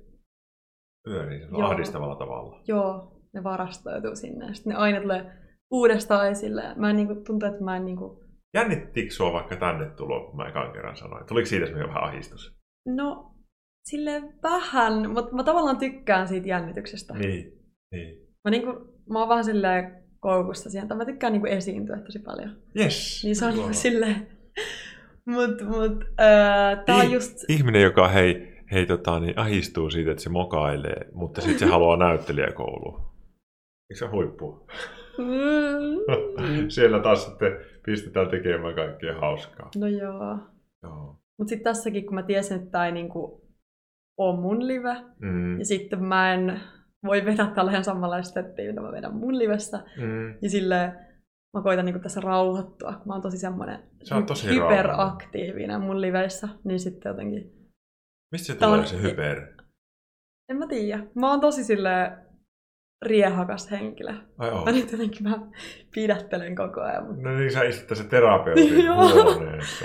[SPEAKER 1] pyörii semmoisella
[SPEAKER 2] Joo.
[SPEAKER 1] ahdistavalla tavalla.
[SPEAKER 2] joo, ne varastoituu sinne. Sitten ne aina tulee uudestaan esille. Mä en niinku, tuntuu, että mä en niinku,
[SPEAKER 1] Jännittikö sua vaikka tänne tulo, kun mä ekan kerran sanoin? Tuliko siitä semmoinen vähän ahdistus?
[SPEAKER 2] No, sille vähän, mutta mä tavallaan tykkään siitä jännityksestä.
[SPEAKER 1] Niin, niin.
[SPEAKER 2] Mä, niinku, mä oon vähän silleen koukussa siihen, tai mä tykkään niinku esiintyä tosi paljon.
[SPEAKER 1] Yes.
[SPEAKER 2] Niin se on
[SPEAKER 1] Joo.
[SPEAKER 2] niinku silleen... Mut, mut, öö, tää on
[SPEAKER 1] Ih-
[SPEAKER 2] just...
[SPEAKER 1] Ihminen, joka hei, hei tota, niin ahistuu siitä, että se mokailee, mutta sitten se haluaa näyttelijäkouluun. Eikö se ole huippu?
[SPEAKER 2] Mm.
[SPEAKER 1] Siellä taas sitten pistetään tekemään kaikkea hauskaa.
[SPEAKER 2] No joo.
[SPEAKER 1] Joo.
[SPEAKER 2] Mut sit tässäkin, kun mä tiesin, että tää ei niinku oo mun live,
[SPEAKER 1] Mm.
[SPEAKER 2] ja sitten mä en voi vetää tällä ihan samanlaista steppiä, mitä mä vedän mun livessä,
[SPEAKER 1] Mm.
[SPEAKER 2] Ja sille mä koitan niinku tässä rauhoittua, kun mä oon tosi semmoinen
[SPEAKER 1] Sä oot tosi
[SPEAKER 2] hyperaktiivinen mun liveissä. Niin sitten jotenkin,
[SPEAKER 1] Mistä se
[SPEAKER 2] Tää on- e-
[SPEAKER 1] tulee se hyper?
[SPEAKER 2] en mä tiedä. Mä oon tosi sille riehakas henkilö.
[SPEAKER 1] Ai oo.
[SPEAKER 2] Mä nyt jotenkin mä pidättelen koko ajan. mut-
[SPEAKER 1] No niin, sä istut tässä terapeutin
[SPEAKER 2] Joo.
[SPEAKER 1] huoneessa.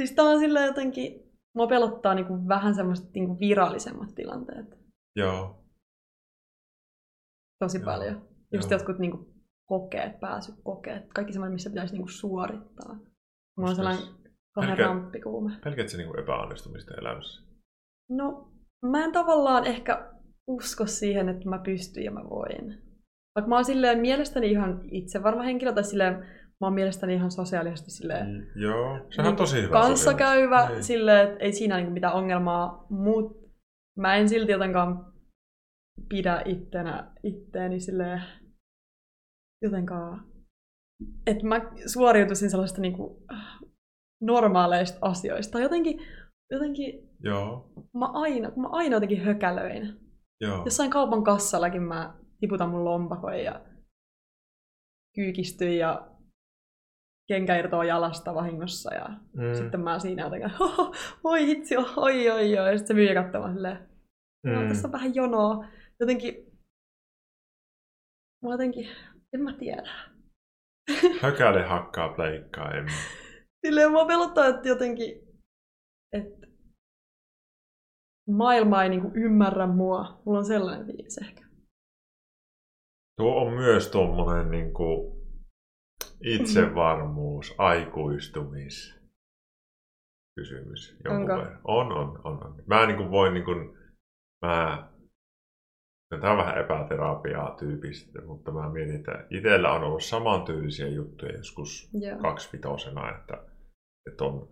[SPEAKER 2] Siis tää on sille jotenkin, mua pelottaa niinku vähän semmoiset niinku virallisemmat tilanteet
[SPEAKER 1] Joo,
[SPEAKER 2] tosi
[SPEAKER 1] Joo,
[SPEAKER 2] paljon. Just
[SPEAKER 1] joo.
[SPEAKER 2] jotkut niinku kokeet, pääsykokeet, kaikki semmoinen, missä pitäisi niinku suorittaa. Mulla on
[SPEAKER 1] Just
[SPEAKER 2] sellainen Vähän
[SPEAKER 1] Älkää-
[SPEAKER 2] ramppikuume.
[SPEAKER 1] Pelkäätkö niin kuin epäonnistumista elämässä?
[SPEAKER 2] No, mä en tavallaan ehkä usko siihen, että mä pystyn ja mä voin. Vaikka mä oon silleen mielestäni ihan itsevarma henkilö, tai silleen mä oon mielestäni ihan sosiaalisesti silleen
[SPEAKER 1] Joo, sehän on
[SPEAKER 2] niinku
[SPEAKER 1] tosi Mm, hyvä
[SPEAKER 2] kanssakäyvä,
[SPEAKER 1] Niin.
[SPEAKER 2] silleen, että ei siinä niinku mitään ongelmaa, mut mä en silti jotenkaan pidä ittenä, itteeni silleen jotenkaan, että mä suoriutuisin sellaista niinku normaaleista asioista. Tai Jotenkin, jotenkin
[SPEAKER 1] sopimus. Joo,
[SPEAKER 2] mä aina, kun mä aina jotenkin hökälöin.
[SPEAKER 1] joo.
[SPEAKER 2] Jossain kaupan kassallakin mä tiputan mun lompakon ja kyykistyin ja kenkä irtoaa jalasta vahingossa ja
[SPEAKER 1] Mm,
[SPEAKER 2] mm. sitten mä siinä jotenkin, oi hitsi, oi oi oi, ja sitten se myyjä katsoo mua silleen, no,
[SPEAKER 1] mm.
[SPEAKER 2] tässä on vähän jonoa. Jotenkin, mä jotenkin, en mä tiedä.
[SPEAKER 1] Hökäle hakkaa pleikkaa, Emma.
[SPEAKER 2] Silleen mua pelottaa, että jotenkin, että maailma ei niinku ymmärrä mua. Mulla on sellainen fiilis ehkä.
[SPEAKER 1] Tuo on myös tuommoinen niin kuin itsevarmuus, aikuistumis kysymys. jonkun
[SPEAKER 2] Onko?
[SPEAKER 1] verran. On, on, on, on. Mä niin kuin voin niin kuin, mä, no tää on vähän epäterapiaa tyypistä, mutta mä mietin, että itsellä on ollut samantyylisiä juttuja joskus
[SPEAKER 2] Joo.
[SPEAKER 1] kaksivitosena, että, että on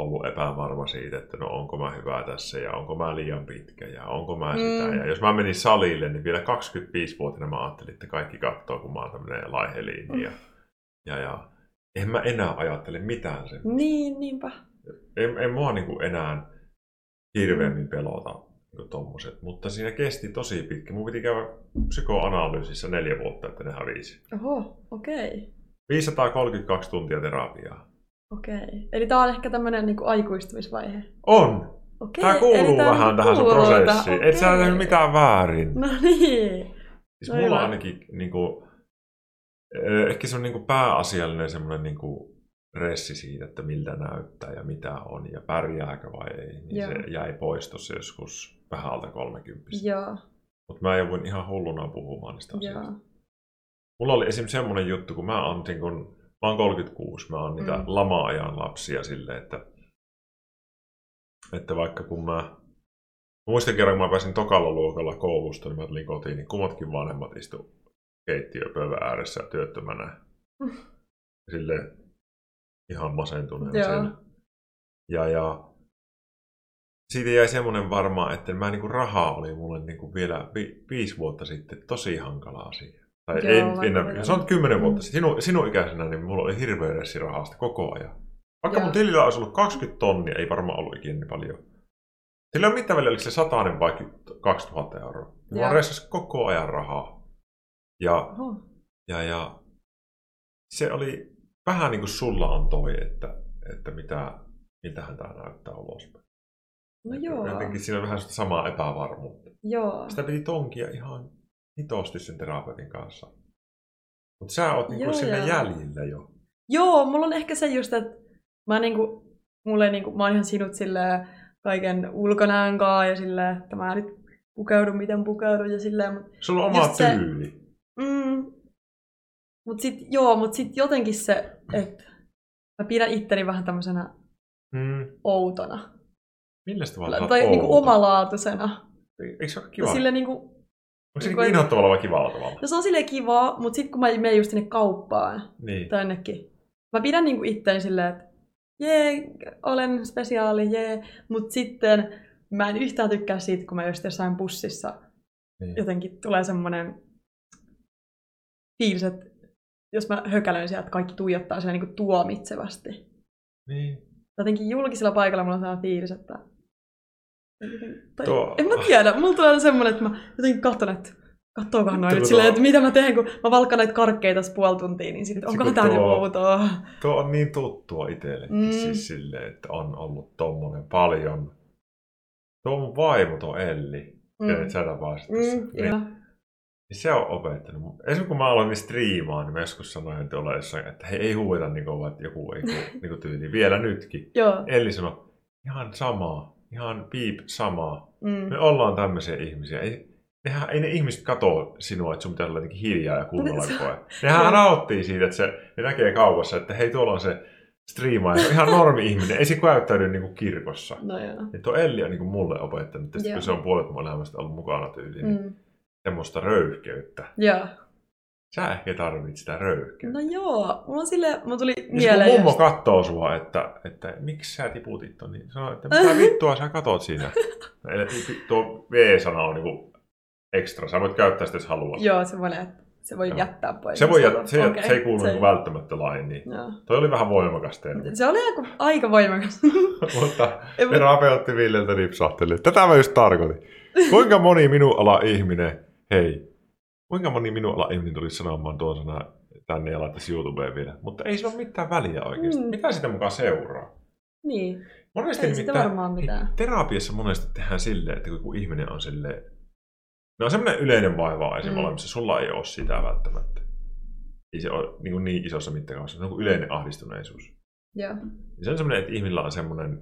[SPEAKER 1] ollut epävarma siitä, että no onko mä hyvä tässä ja onko mä liian pitkä ja onko mä sitä.
[SPEAKER 2] Mm.
[SPEAKER 1] Ja jos mä menin salille, niin vielä 25-vuotiaana mä ajattelin, että kaikki katsoo, kun mä oon tämmönen laiheliini. Ja,
[SPEAKER 2] Mm.
[SPEAKER 1] ja, ja en mä enää ajattele mitään sen.
[SPEAKER 2] Niin, niinpä.
[SPEAKER 1] En, en mua niinku enää
[SPEAKER 2] Mm.
[SPEAKER 1] hirveämmin pelota niinku tommoset. Mutta siinä kesti tosi pitkä. Mun piti käydä psykoanalyysissä neljä vuotta, että ne hävisi.
[SPEAKER 2] Oho, okei. Okay.
[SPEAKER 1] 532 tuntia terapiaa.
[SPEAKER 2] Okei. Eli tää on ehkä tämmönen niinku aikuistumisvaihe.
[SPEAKER 1] On!
[SPEAKER 2] Okei.
[SPEAKER 1] Tämä kuuluu
[SPEAKER 2] eli tää
[SPEAKER 1] vähän
[SPEAKER 2] niinku
[SPEAKER 1] tähän sun
[SPEAKER 2] kuuluu tää,
[SPEAKER 1] prosessiin. Okay. Et sä
[SPEAKER 2] okei.
[SPEAKER 1] tehnyt mitään väärin.
[SPEAKER 2] No niin.
[SPEAKER 1] siis
[SPEAKER 2] no
[SPEAKER 1] mulla
[SPEAKER 2] hyvä.
[SPEAKER 1] ainakin niinku, eh, ehkä se on niinku pääasiallinen semmoinen niinku ressi siitä, että miltä näyttää ja mitä on ja pärjääkö vai ei. Niin
[SPEAKER 2] Joo.
[SPEAKER 1] se jäi pois tuossa joskus vähän alta 30.
[SPEAKER 2] Joo,
[SPEAKER 1] Mutta mä jouduin ihan hulluna puhumaan niistä asioista.
[SPEAKER 2] joo.
[SPEAKER 1] Mulla oli esimerkiksi semmoinen juttu, kun mä oon, niin kun, mä oon 36, mä oon niitä
[SPEAKER 2] Mm.
[SPEAKER 1] mm. lama-ajan lapsia silleen, että, että vaikka kun mä, mä muistan kerran, kun mä pääsin tokalla luokalla koulusta, niin mä tulin kotiin, niin kummatkin vanhemmat istu keittiöpöydän ääressä työttömänä.
[SPEAKER 2] Mm.
[SPEAKER 1] Silleen ihan masentuneena
[SPEAKER 2] Joo.
[SPEAKER 1] siellä. Ja, ja siitä jäi semmoinen varmaan, että mä niinku rahaa oli mulle niinku vielä vi, viisi vuotta sitten tosi hankala asia. Tai
[SPEAKER 2] Joo,
[SPEAKER 1] Joo, en,
[SPEAKER 2] vaikka
[SPEAKER 1] enää,
[SPEAKER 2] vielä-
[SPEAKER 1] se on kymmenen
[SPEAKER 2] Mm.
[SPEAKER 1] vuotta sitten. Sinun, sinun ikäisenä niin mulla oli hirveä ressi rahasta koko ajan. Vaikka
[SPEAKER 2] Joo.
[SPEAKER 1] mun tilillä olisi ollut 20 tonnia, ei varmaan ollut ikinä niin paljon. Sillä on mitään väliä, oliko se satainen vai 2000 euroa. Mä
[SPEAKER 2] Joo.
[SPEAKER 1] ressas koko ajan rahaa. Ja
[SPEAKER 2] Oho. No
[SPEAKER 1] ja, ja se oli vähän niin kuin sulla on toi, että, että mitä, miltähän tämä näyttää ulospäin.
[SPEAKER 2] No
[SPEAKER 1] Että
[SPEAKER 2] joo,
[SPEAKER 1] Jotenkin siinä oli vähän sitä samaa epävarmuutta.
[SPEAKER 2] joo.
[SPEAKER 1] Sitä piti tonkia ihan hitosti sen terapeutin kanssa. Mutta sä oot niinku
[SPEAKER 2] Joo,
[SPEAKER 1] sillä
[SPEAKER 2] joo.
[SPEAKER 1] jäljillä jo.
[SPEAKER 2] Joo, mulla on ehkä se just, että mä, niinku, mulle niinku, mä oon ihan sinut silleen kaiken ulkonäön kaa ja silleen, että mä nyt pukeudun miten pukeudun ja silleen, mut
[SPEAKER 1] Sulla on oma
[SPEAKER 2] Just se-
[SPEAKER 1] tyyli.
[SPEAKER 2] Mm. Mut sit, joo, mut sit jotenkin se, että mä pidän itteni vähän tämmöisenä
[SPEAKER 1] Mm.
[SPEAKER 2] outona.
[SPEAKER 1] Millä tavalla sä oot
[SPEAKER 2] tai niinku
[SPEAKER 1] outo?
[SPEAKER 2] omalaatuisena.
[SPEAKER 1] Eikö se ole
[SPEAKER 2] Kiva.
[SPEAKER 1] kiva?
[SPEAKER 2] Sille niinku,
[SPEAKER 1] Onko se
[SPEAKER 2] niinku-
[SPEAKER 1] niinku inhottavalla vai kivalla tavalla?
[SPEAKER 2] no se on silleen kivaa, mut sit kun mä menen just sinne kauppaan
[SPEAKER 1] Niin.
[SPEAKER 2] tai jonnekin, mä pidän niinku itteeni silleen, että jee, olen spesiaali, jee. Mut sitten mä en yhtään tykkää siitä, kun mä just jossain bussissa
[SPEAKER 1] niin.
[SPEAKER 2] jotenkin tulee semmoinen fiilis, että jos mä hökälöin sieltä, että kaikki tuijottaa siellä niin tuomitsevasti.
[SPEAKER 1] niin.
[SPEAKER 2] Jotenkin julkisella paikalla mulla on sellainen fiilis, että... Tai,
[SPEAKER 1] Tuo-
[SPEAKER 2] En mä tiedä, mulla tulee semmoinen, että mä jotenkin katson, että kattookohan noin nyt
[SPEAKER 1] Tuo-
[SPEAKER 2] silleen, että mitä mä teen, kun mä valkkaan näitä karkkeita tässä puoli tuntia, niin sitten
[SPEAKER 1] Vitsi,
[SPEAKER 2] onkohan
[SPEAKER 1] kun
[SPEAKER 2] tää nyt
[SPEAKER 1] tuo-
[SPEAKER 2] outoa.
[SPEAKER 1] Tuo on niin tuttua itsellekin,
[SPEAKER 2] Mm.
[SPEAKER 1] mm. siis sille, että on ollut tommonen paljon. Tuo mun vaimo, tuo Elli, mm. kenet sä tapasit tässä.
[SPEAKER 2] Mm,
[SPEAKER 1] niin,
[SPEAKER 2] kyllä.
[SPEAKER 1] niin se on opettanut. mun- Esimerkiksi kun mä aloin striimaan, niin mä joskus sanoin tuolla jossain, että hei, ei huueta niin kovaa, että joku ei ku- niin tyyli. Vielä nytkin.
[SPEAKER 2] Joo.
[SPEAKER 1] Elli sanoi, ihan samaa, ihan piip samaa.
[SPEAKER 2] Mm.
[SPEAKER 1] Me ollaan tämmöisiä ihmisiä. Ei, nehän, ei ne ihmiset katoo sinua, että sun pitää olla jotenkin hiljaa ja kunnolla
[SPEAKER 2] se-
[SPEAKER 1] koko ajan. Nehän
[SPEAKER 2] Joo.
[SPEAKER 1] nauttii siitä, että se, ne näkee kaupassa, että hei, tuolla on se striimaaja, ihan normi-ihminen, ei se käyttäydy niin kuin kirkossa.
[SPEAKER 2] No joo.
[SPEAKER 1] Ja tuo Elli on niin kuin mulle opettanut, että
[SPEAKER 2] Joo.
[SPEAKER 1] kun se on puolet mun elämästä ollut mukana tyyliin, mm.
[SPEAKER 2] Mm.
[SPEAKER 1] semmoista röyhkeyttä.
[SPEAKER 2] Joo.
[SPEAKER 1] Sä ehkä tarvitset sitä röyhkeyttä.
[SPEAKER 2] No joo, mulla on sille, mulla tuli
[SPEAKER 1] Niin kun
[SPEAKER 2] mieleen
[SPEAKER 1] mummo
[SPEAKER 2] just-
[SPEAKER 1] kattoo sua, että, että miksi sä tiputit ton, niin sanoo, että mitä vittua sä katot siinä. No, Eli tuo V-sana on niinku ekstra, sä voit käyttää sitä jos haluat.
[SPEAKER 2] Joo, se voi, lä- se voi
[SPEAKER 1] Joo.
[SPEAKER 2] jättää pois.
[SPEAKER 1] Se, voi, jät- se,
[SPEAKER 2] Okei,
[SPEAKER 1] okay. se ei kuulu se...
[SPEAKER 2] ei-
[SPEAKER 1] Niinku välttämättä lain, niin
[SPEAKER 2] Joo.
[SPEAKER 1] toi oli vähän voimakas termi.
[SPEAKER 2] Se oli aika, aika voimakas.
[SPEAKER 1] Mutta
[SPEAKER 2] Ei, mut-
[SPEAKER 1] terapeutti Villeltä nipsahteli. Tätä mä just tarkoitin. Kuinka moni minun ala ihminen, hei, kuinka moni minun ala ihminen tulisi sanomaan tuon sana tänne ja laittaisi YouTubeen vielä. Mutta ei se ole mitään väliä oikeasti.
[SPEAKER 2] Mm.
[SPEAKER 1] Mm. Mitä sitä mukaan seuraa?
[SPEAKER 2] niin,
[SPEAKER 1] Monesti
[SPEAKER 2] ei sitä
[SPEAKER 1] nimittäin- niin
[SPEAKER 2] varmaan mitään.
[SPEAKER 1] Terapiassa monesti tehdään silleen, että kun ihminen on silleen... No on semmoinen yleinen vaiva esim.
[SPEAKER 2] Mm.
[SPEAKER 1] Mm. olemassa, sulla ei ole sitä välttämättä. Ei se ole niin, kuin niin isossa mittakaavassa, se on kuin yleinen ahdistuneisuus.
[SPEAKER 2] Joo.
[SPEAKER 1] Ja se on semmoinen, että ihmisillä on semmoinen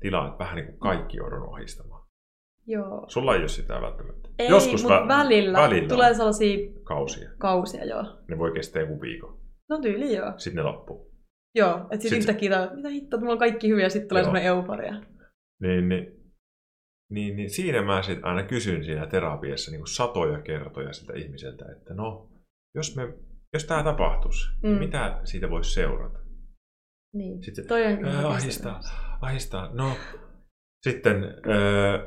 [SPEAKER 1] tila, että vähän niin kuin kaikki joudun ahdistamaan.
[SPEAKER 2] Joo.
[SPEAKER 1] Sulla ei ole sitä välttämättä.
[SPEAKER 2] Ei,
[SPEAKER 1] Joskus
[SPEAKER 2] mutta
[SPEAKER 1] vä-
[SPEAKER 2] välillä,
[SPEAKER 1] välillä
[SPEAKER 2] tulee
[SPEAKER 1] on.
[SPEAKER 2] sellaisia
[SPEAKER 1] kausia.
[SPEAKER 2] kausia, joo.
[SPEAKER 1] Ne voi kestää joku viikon.
[SPEAKER 2] No tyyli joo.
[SPEAKER 1] Sitten ne loppuu.
[SPEAKER 2] Joo, että sitten sit
[SPEAKER 1] Sit-
[SPEAKER 2] yhtäkkiä tää, mitä hittoa, mulla on kaikki hyviä, ja sitten tulee
[SPEAKER 1] Joo.
[SPEAKER 2] semmoinen euforia.
[SPEAKER 1] Niin, niin, niin, niin siinä mä sitten aina kysyn siinä terapiassa niin kuin satoja kertoja siltä ihmiseltä, että no, jos, me, jos tämä tapahtuisi, mm.
[SPEAKER 2] Mm.
[SPEAKER 1] niin mitä siitä voisi seurata?
[SPEAKER 2] Niin.
[SPEAKER 1] Sitten
[SPEAKER 2] Toi on
[SPEAKER 1] Ää,
[SPEAKER 2] kyllä
[SPEAKER 1] ahdistaa, ahdistaa. No, sitten öö,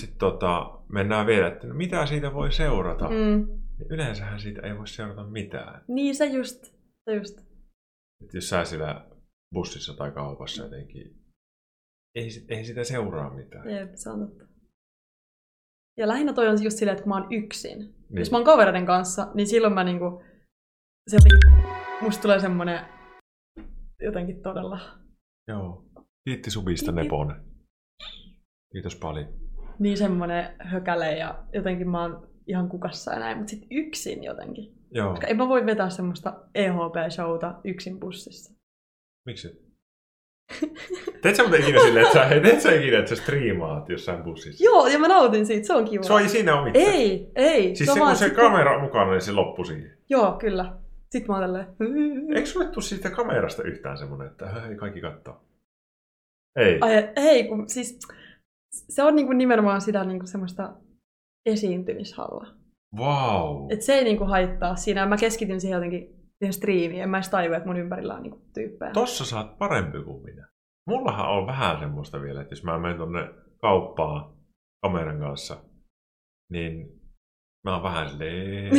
[SPEAKER 1] sit tota, mennään vielä, että no, mitä siitä voi seurata? Mm.
[SPEAKER 2] Mm.
[SPEAKER 1] Yleensähän siitä ei voi seurata mitään.
[SPEAKER 2] Niin, se just. Se just.
[SPEAKER 1] Et jos sä siellä bussissa tai kaupassa jotenkin, ei, si- ei sitä seuraa mitään.
[SPEAKER 2] Jep, se on totta. Ja lähinnä toi on just silleen, että kun mä oon yksin. Niin.
[SPEAKER 1] Niin.
[SPEAKER 2] Jos mä oon kavereiden kanssa, niin silloin mä niinku... Se jotenkin, musta tulee semmonen jotenkin todella...
[SPEAKER 1] Joo. Kiitti subista
[SPEAKER 2] Kiitti.
[SPEAKER 1] Neponen. Kiitos paljon.
[SPEAKER 2] Niin semmonen hökäle ja jotenkin mä oon ihan kukassa ja näin, mutta sit yksin jotenkin.
[SPEAKER 1] Joo.
[SPEAKER 2] Koska en mä voi vetää semmoista EHP-showta yksin bussissa.
[SPEAKER 1] Miksi? et? Teet sä muuten ikinä silleen, että sä, teet sä ikinä, että sä striimaat jossain bussissa?
[SPEAKER 2] Joo, ja mä nautin siitä, se on kiva.
[SPEAKER 1] Se on siinä on mitään.
[SPEAKER 2] Ei, ei.
[SPEAKER 1] Siis
[SPEAKER 2] on
[SPEAKER 1] se,
[SPEAKER 2] vaan
[SPEAKER 1] kun se
[SPEAKER 2] sit-
[SPEAKER 1] kamera on mukana, niin se loppui siihen.
[SPEAKER 2] Joo, kyllä. Sitten mä oon tälleen...
[SPEAKER 1] Eikö sulle tule siitä kamerasta yhtään semmoinen, että hei, kaikki kattoo? Ei. Ai,
[SPEAKER 2] Ai, ei, kun siis se on niinku nimenomaan sitä niinku semmoista esiintymishalua.
[SPEAKER 1] wow.
[SPEAKER 2] Et se ei niinku haittaa siinä. Mä keskityn siihen jotenkin siihen striimiin. En mä edes tajua, että mun ympärillä on niinku tyyppejä.
[SPEAKER 1] Tossa sä oot parempi kuin minä. Mullahan on vähän semmoista vielä, että jos mä menen tonne kauppaan kameran kanssa, niin mä oon vähän silleen,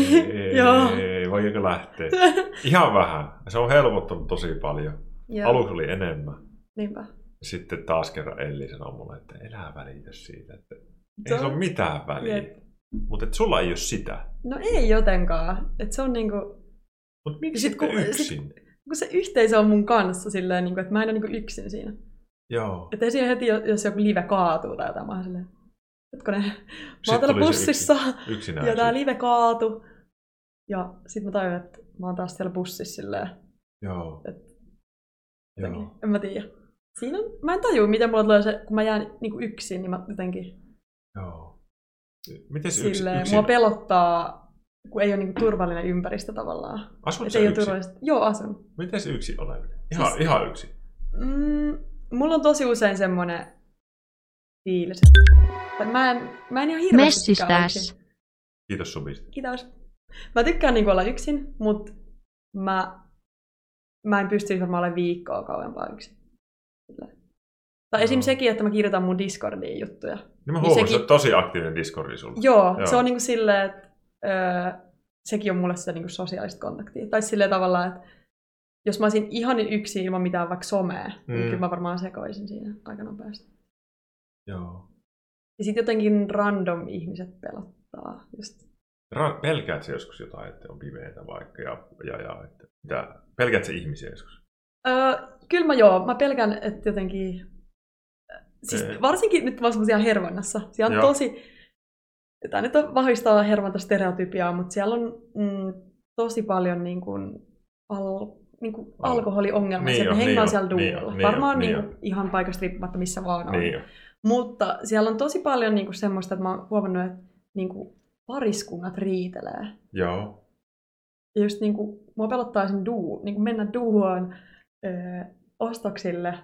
[SPEAKER 2] Joo.
[SPEAKER 1] voiko lähteä? Ihan vähän. Se on helpottanut tosi paljon.
[SPEAKER 2] Joo,
[SPEAKER 1] Aluksi oli enemmän.
[SPEAKER 2] niinpä.
[SPEAKER 1] Sitten taas kerran Elli sanoi mulle, että elää välitä siitä, että
[SPEAKER 2] Se
[SPEAKER 1] ei se
[SPEAKER 2] on-
[SPEAKER 1] ole mitään väliä.
[SPEAKER 2] Jep.
[SPEAKER 1] Mutta sulla ei ole sitä.
[SPEAKER 2] No ei jotenkaan. Et se on niinku...
[SPEAKER 1] Mutta miksi
[SPEAKER 2] Sit
[SPEAKER 1] sit, kun,
[SPEAKER 2] kun- sit-
[SPEAKER 1] yksin?
[SPEAKER 2] Kun se yhteisö on mun kanssa silleen, niinku, että mä en ole niinku yksin siinä.
[SPEAKER 1] Joo.
[SPEAKER 2] Että ei siinä heti, jos jos joku live kaatuu tai jotain, mä oon silleen... Hetkone, mä oon
[SPEAKER 1] Sit
[SPEAKER 2] täällä
[SPEAKER 1] tuli se
[SPEAKER 2] bussissa.
[SPEAKER 1] Yksin, yksinäisyys.
[SPEAKER 2] Ja tää live kaatu. Ja sit mä tajuin, että mä oon taas siellä bussissa silleen.
[SPEAKER 1] Joo.
[SPEAKER 2] Et-
[SPEAKER 1] Joo.
[SPEAKER 2] Jotenkin. En mä tiedä. Siinä on, mä en tajua, miten mulla tulee se, kun mä jään niinku yksin, niin mä jotenkin
[SPEAKER 1] Joo. Mites Siis yksi,
[SPEAKER 2] silleen,
[SPEAKER 1] yksin?
[SPEAKER 2] mua pelottaa, kun ei ole niinku turvallinen ympäristö tavallaan.
[SPEAKER 1] Asut
[SPEAKER 2] Et
[SPEAKER 1] sä
[SPEAKER 2] ei ole
[SPEAKER 1] yksin?
[SPEAKER 2] turvallista. Joo, asun.
[SPEAKER 1] Mites yksi oleminen? Ihan,
[SPEAKER 2] Siis-
[SPEAKER 1] siis... ihan yksi.
[SPEAKER 2] Mm, mulla on tosi usein semmonen fiilis. että- tai Mä en, mä en ihan hirveästi tykkää olla yksin.
[SPEAKER 3] Messistäs.
[SPEAKER 1] Kiitos subista.
[SPEAKER 2] Kiitos. Mä tykkään niinku olla yksin, mutta mä, mä en pystyisi varmaan olemaan viikkoa kauempaa yksin. Sillä. Tai esim.
[SPEAKER 1] Joo.
[SPEAKER 2] sekin, että mä kirjoitan mun Discordiin juttuja.
[SPEAKER 1] Niin mä
[SPEAKER 2] Niin
[SPEAKER 1] huomasin,
[SPEAKER 2] sekin-
[SPEAKER 1] että tosi aktiivinen Discordi sulla.
[SPEAKER 2] Joo, Joo.
[SPEAKER 1] Joo.
[SPEAKER 2] se on niinku silleen, että öö, sekin on mulle sitä niinku sosiaalista kontaktia. Tai silleen tavallaan, että jos mä olisin ihan yksin ilman mitään vaikka somea, mm.
[SPEAKER 1] Mm.
[SPEAKER 2] niin kyllä mä varmaan sekoisin siinä aika nopeasti.
[SPEAKER 1] Joo.
[SPEAKER 2] Ja sitten jotenkin random ihmiset pelottaa. Just.
[SPEAKER 1] Ra- pelkäät sä joskus jotain, että on pimeätä vaikka ja, ja, ja että mitä? Pelkäät sä ihmisiä joskus?
[SPEAKER 2] Öö, kyllä mä joo, mä pelkään, että jotenkin... Siis
[SPEAKER 1] Ei.
[SPEAKER 2] varsinkin nyt mä oon semmosia hervannassa. Siellä on
[SPEAKER 1] Joo.
[SPEAKER 2] tosi... Tämä nyt on vahvistaa hervonta stereotypiaa, mutta siellä on mm, tosi paljon niin kuin, al, niin kuin
[SPEAKER 1] Al-
[SPEAKER 2] alkoholiongelmaa.
[SPEAKER 1] Niin
[SPEAKER 2] Niin
[SPEAKER 1] on,
[SPEAKER 2] ne hengaa
[SPEAKER 1] niin
[SPEAKER 2] siellä
[SPEAKER 1] on, niin
[SPEAKER 2] duunilla.
[SPEAKER 1] on,
[SPEAKER 2] Niin
[SPEAKER 1] niin on,
[SPEAKER 2] Varmaan
[SPEAKER 1] niin
[SPEAKER 2] niin kuin, ihan paikasta riippumatta missä vaan on.
[SPEAKER 1] Niin jo.
[SPEAKER 2] Mutta siellä on tosi paljon niin kuin semmoista, että mä oon huomannut, että niin kuin, pariskunnat riitelee.
[SPEAKER 1] Joo.
[SPEAKER 2] niin Ja just niinku, mua pelottaa sen duu, niinku mennä duuhoon öö, ostoksille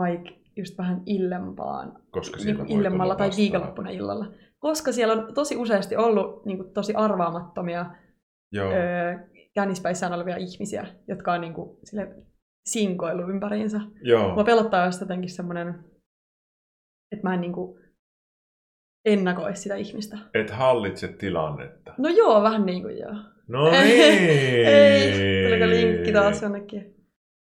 [SPEAKER 2] vaikka just vähän illempaan,
[SPEAKER 1] Koska
[SPEAKER 2] niin
[SPEAKER 1] siellä
[SPEAKER 2] kuin
[SPEAKER 1] voi
[SPEAKER 2] illemmalla
[SPEAKER 1] tulla
[SPEAKER 2] tai
[SPEAKER 1] vastaan.
[SPEAKER 2] viikonloppuna illalla. Koska siellä on tosi useasti ollut niin kuin, tosi arvaamattomia
[SPEAKER 1] Joo,
[SPEAKER 2] öö, kännispäissään olevia ihmisiä, jotka on niin kuin, sille sinkoillut ympäriinsä.
[SPEAKER 1] joo.
[SPEAKER 2] Mua pelottaa jos jotenkin semmoinen, että mä en niin kuin, ennakoi sitä ihmistä.
[SPEAKER 1] Et hallitse tilannetta.
[SPEAKER 2] No joo, vähän niin kuin joo.
[SPEAKER 1] No niin.
[SPEAKER 2] Ei, tuliko linkki taas jonnekin?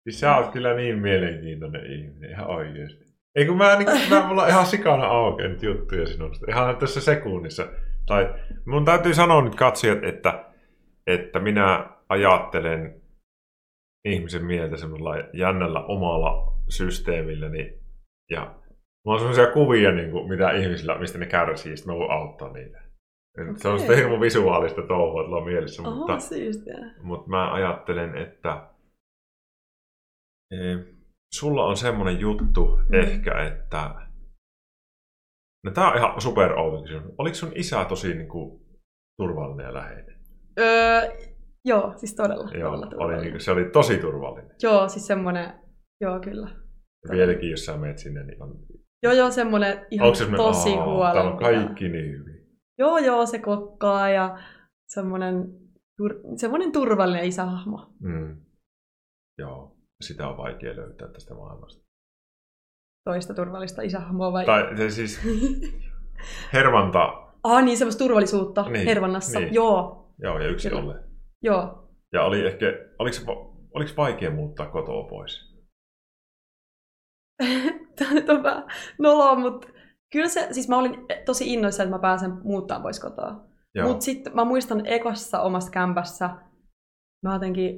[SPEAKER 1] Siis sä oot kyllä niin mielenkiintoinen ihminen, ihan oikeesti. Ei kun mä, niin, mä mulla on ihan sikana auki nyt juttuja sinusta. Ihan tässä sekunnissa. Tai mun täytyy sanoa nyt katsojat, että, että minä ajattelen ihmisen mieltä semmoisella jännällä omalla systeemilläni. Ja mulla on semmoisia kuvia, niin kuin, mitä ihmisillä, mistä ne kärsii, sitten mä voin auttaa niitä. Okay. Se on sitä
[SPEAKER 2] Okei.
[SPEAKER 1] hirveän visuaalista touhua tuolla mielessä, mutta...
[SPEAKER 2] Oho, siistiä.
[SPEAKER 1] Mutta mä ajattelen, että eh, sulla on semmoinen juttu
[SPEAKER 2] Mm.
[SPEAKER 1] mm. ehkä, että... No tää on ihan super outo kysymys. Oliko sun isä tosi niinku, turvallinen ja läheinen?
[SPEAKER 2] Öö, joo, siis todella. todella
[SPEAKER 1] oli,
[SPEAKER 2] turvallinen.
[SPEAKER 1] niinku, se oli tosi turvallinen.
[SPEAKER 2] Joo, siis semmoinen, joo kyllä.
[SPEAKER 1] Ja vieläkin, jos sä menet sinne, niin on...
[SPEAKER 2] Joo, joo, semmoinen ihan
[SPEAKER 1] Onko se semmoinen,
[SPEAKER 2] tosi
[SPEAKER 1] "Aa, Täällä on
[SPEAKER 2] huolehtiva.
[SPEAKER 1] kaikki niin hyvin.
[SPEAKER 2] Joo, joo, se kokkaa ja semmoinen, tur, semmoinen turvallinen isähahmo.
[SPEAKER 1] Mm. Joo, sitä on vaikea löytää tästä maailmasta.
[SPEAKER 2] Toista turvallista isähahmoa vai?
[SPEAKER 1] Tai se siis hervanta,
[SPEAKER 2] ah, niin, semmoista turvallisuutta
[SPEAKER 1] Niin,
[SPEAKER 2] hervannassa.
[SPEAKER 1] niin.
[SPEAKER 2] Joo,
[SPEAKER 1] joo, ja yksin
[SPEAKER 2] Kyllä.
[SPEAKER 1] olle.
[SPEAKER 2] joo.
[SPEAKER 1] Ja oli ehkä, oliko, oliko vaikea muuttaa kotoa pois?
[SPEAKER 2] Tämä nyt on vähän noloa, mutta kyllä se, siis mä olin tosi innoissa, että mä pääsen muuttaa pois kotoa.
[SPEAKER 1] Joo.
[SPEAKER 2] Mutta sitten mä muistan ekassa omassa kämpässä, mä jotenkin,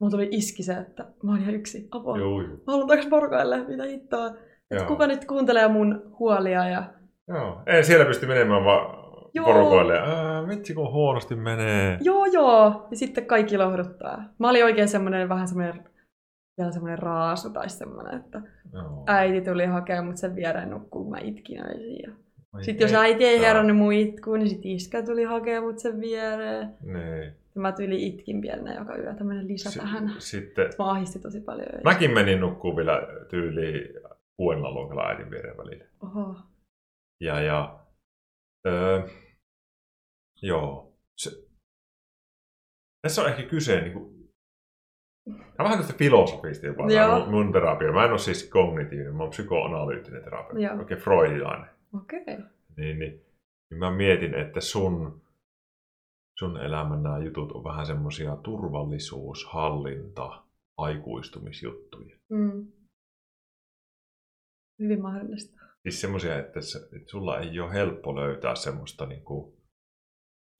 [SPEAKER 2] mulla tuli iski se, että mä oon ihan yksi, apua.
[SPEAKER 1] Joo, joo.
[SPEAKER 2] Mä haluan takaisin porukaille, mitä hittoa. Et
[SPEAKER 1] Joo.
[SPEAKER 2] kuka nyt kuuntelee mun huolia ja...
[SPEAKER 1] joo. Ei siellä pysty menemään vaan
[SPEAKER 2] Joo.
[SPEAKER 1] joo. porukoille. Ää, vitsi kun huonosti menee.
[SPEAKER 2] Joo, joo. Ja sitten kaikki lohduttaa. Mä olin oikein semmonen vähän semmonen vielä semmonen raasu tai semmonen, että
[SPEAKER 1] Joo.
[SPEAKER 2] äiti tuli hakemaan mut sen viereen nukkuu, kun mä itkin öisin. Ja...
[SPEAKER 1] Ai
[SPEAKER 2] Sitten jos
[SPEAKER 1] että.
[SPEAKER 2] äiti ei herännyt mun itkuun, niin sit iskä tuli hakemaan mut sen viereen.
[SPEAKER 1] Niin.
[SPEAKER 2] Ja mä tyli itkin pienenä joka yö, tämmönen lisä
[SPEAKER 1] Si-
[SPEAKER 2] tähän.
[SPEAKER 1] Sitten
[SPEAKER 2] Mä ahisti tosi paljon. Ja...
[SPEAKER 1] mäkin menin nukkuun vielä tyyliin kuudella luokalla äidin viereen välillä.
[SPEAKER 2] Oho.
[SPEAKER 1] Ja, ja öö, joo. Se, tässä on ehkä kyse, niin kuin, tämä on vähän tästä filosofista jopa,
[SPEAKER 2] Joo.
[SPEAKER 1] tämä mun, mun terapia. Mä en ole siis kognitiivinen, mä oon psykoanalyyttinen
[SPEAKER 2] Joo.
[SPEAKER 1] terapeutti, oikein freudilainen.
[SPEAKER 2] Okei. Okay.
[SPEAKER 1] Niin, niin, niin mä mietin, että sun, sun elämän nämä jutut on vähän semmoisia turvallisuushallinta, aikuistumisjuttuja.
[SPEAKER 2] Mm. Hyvin mahdollista.
[SPEAKER 1] Siis semmoisia, että, s- että sulla ei ole helppo löytää semmoista niin kuin,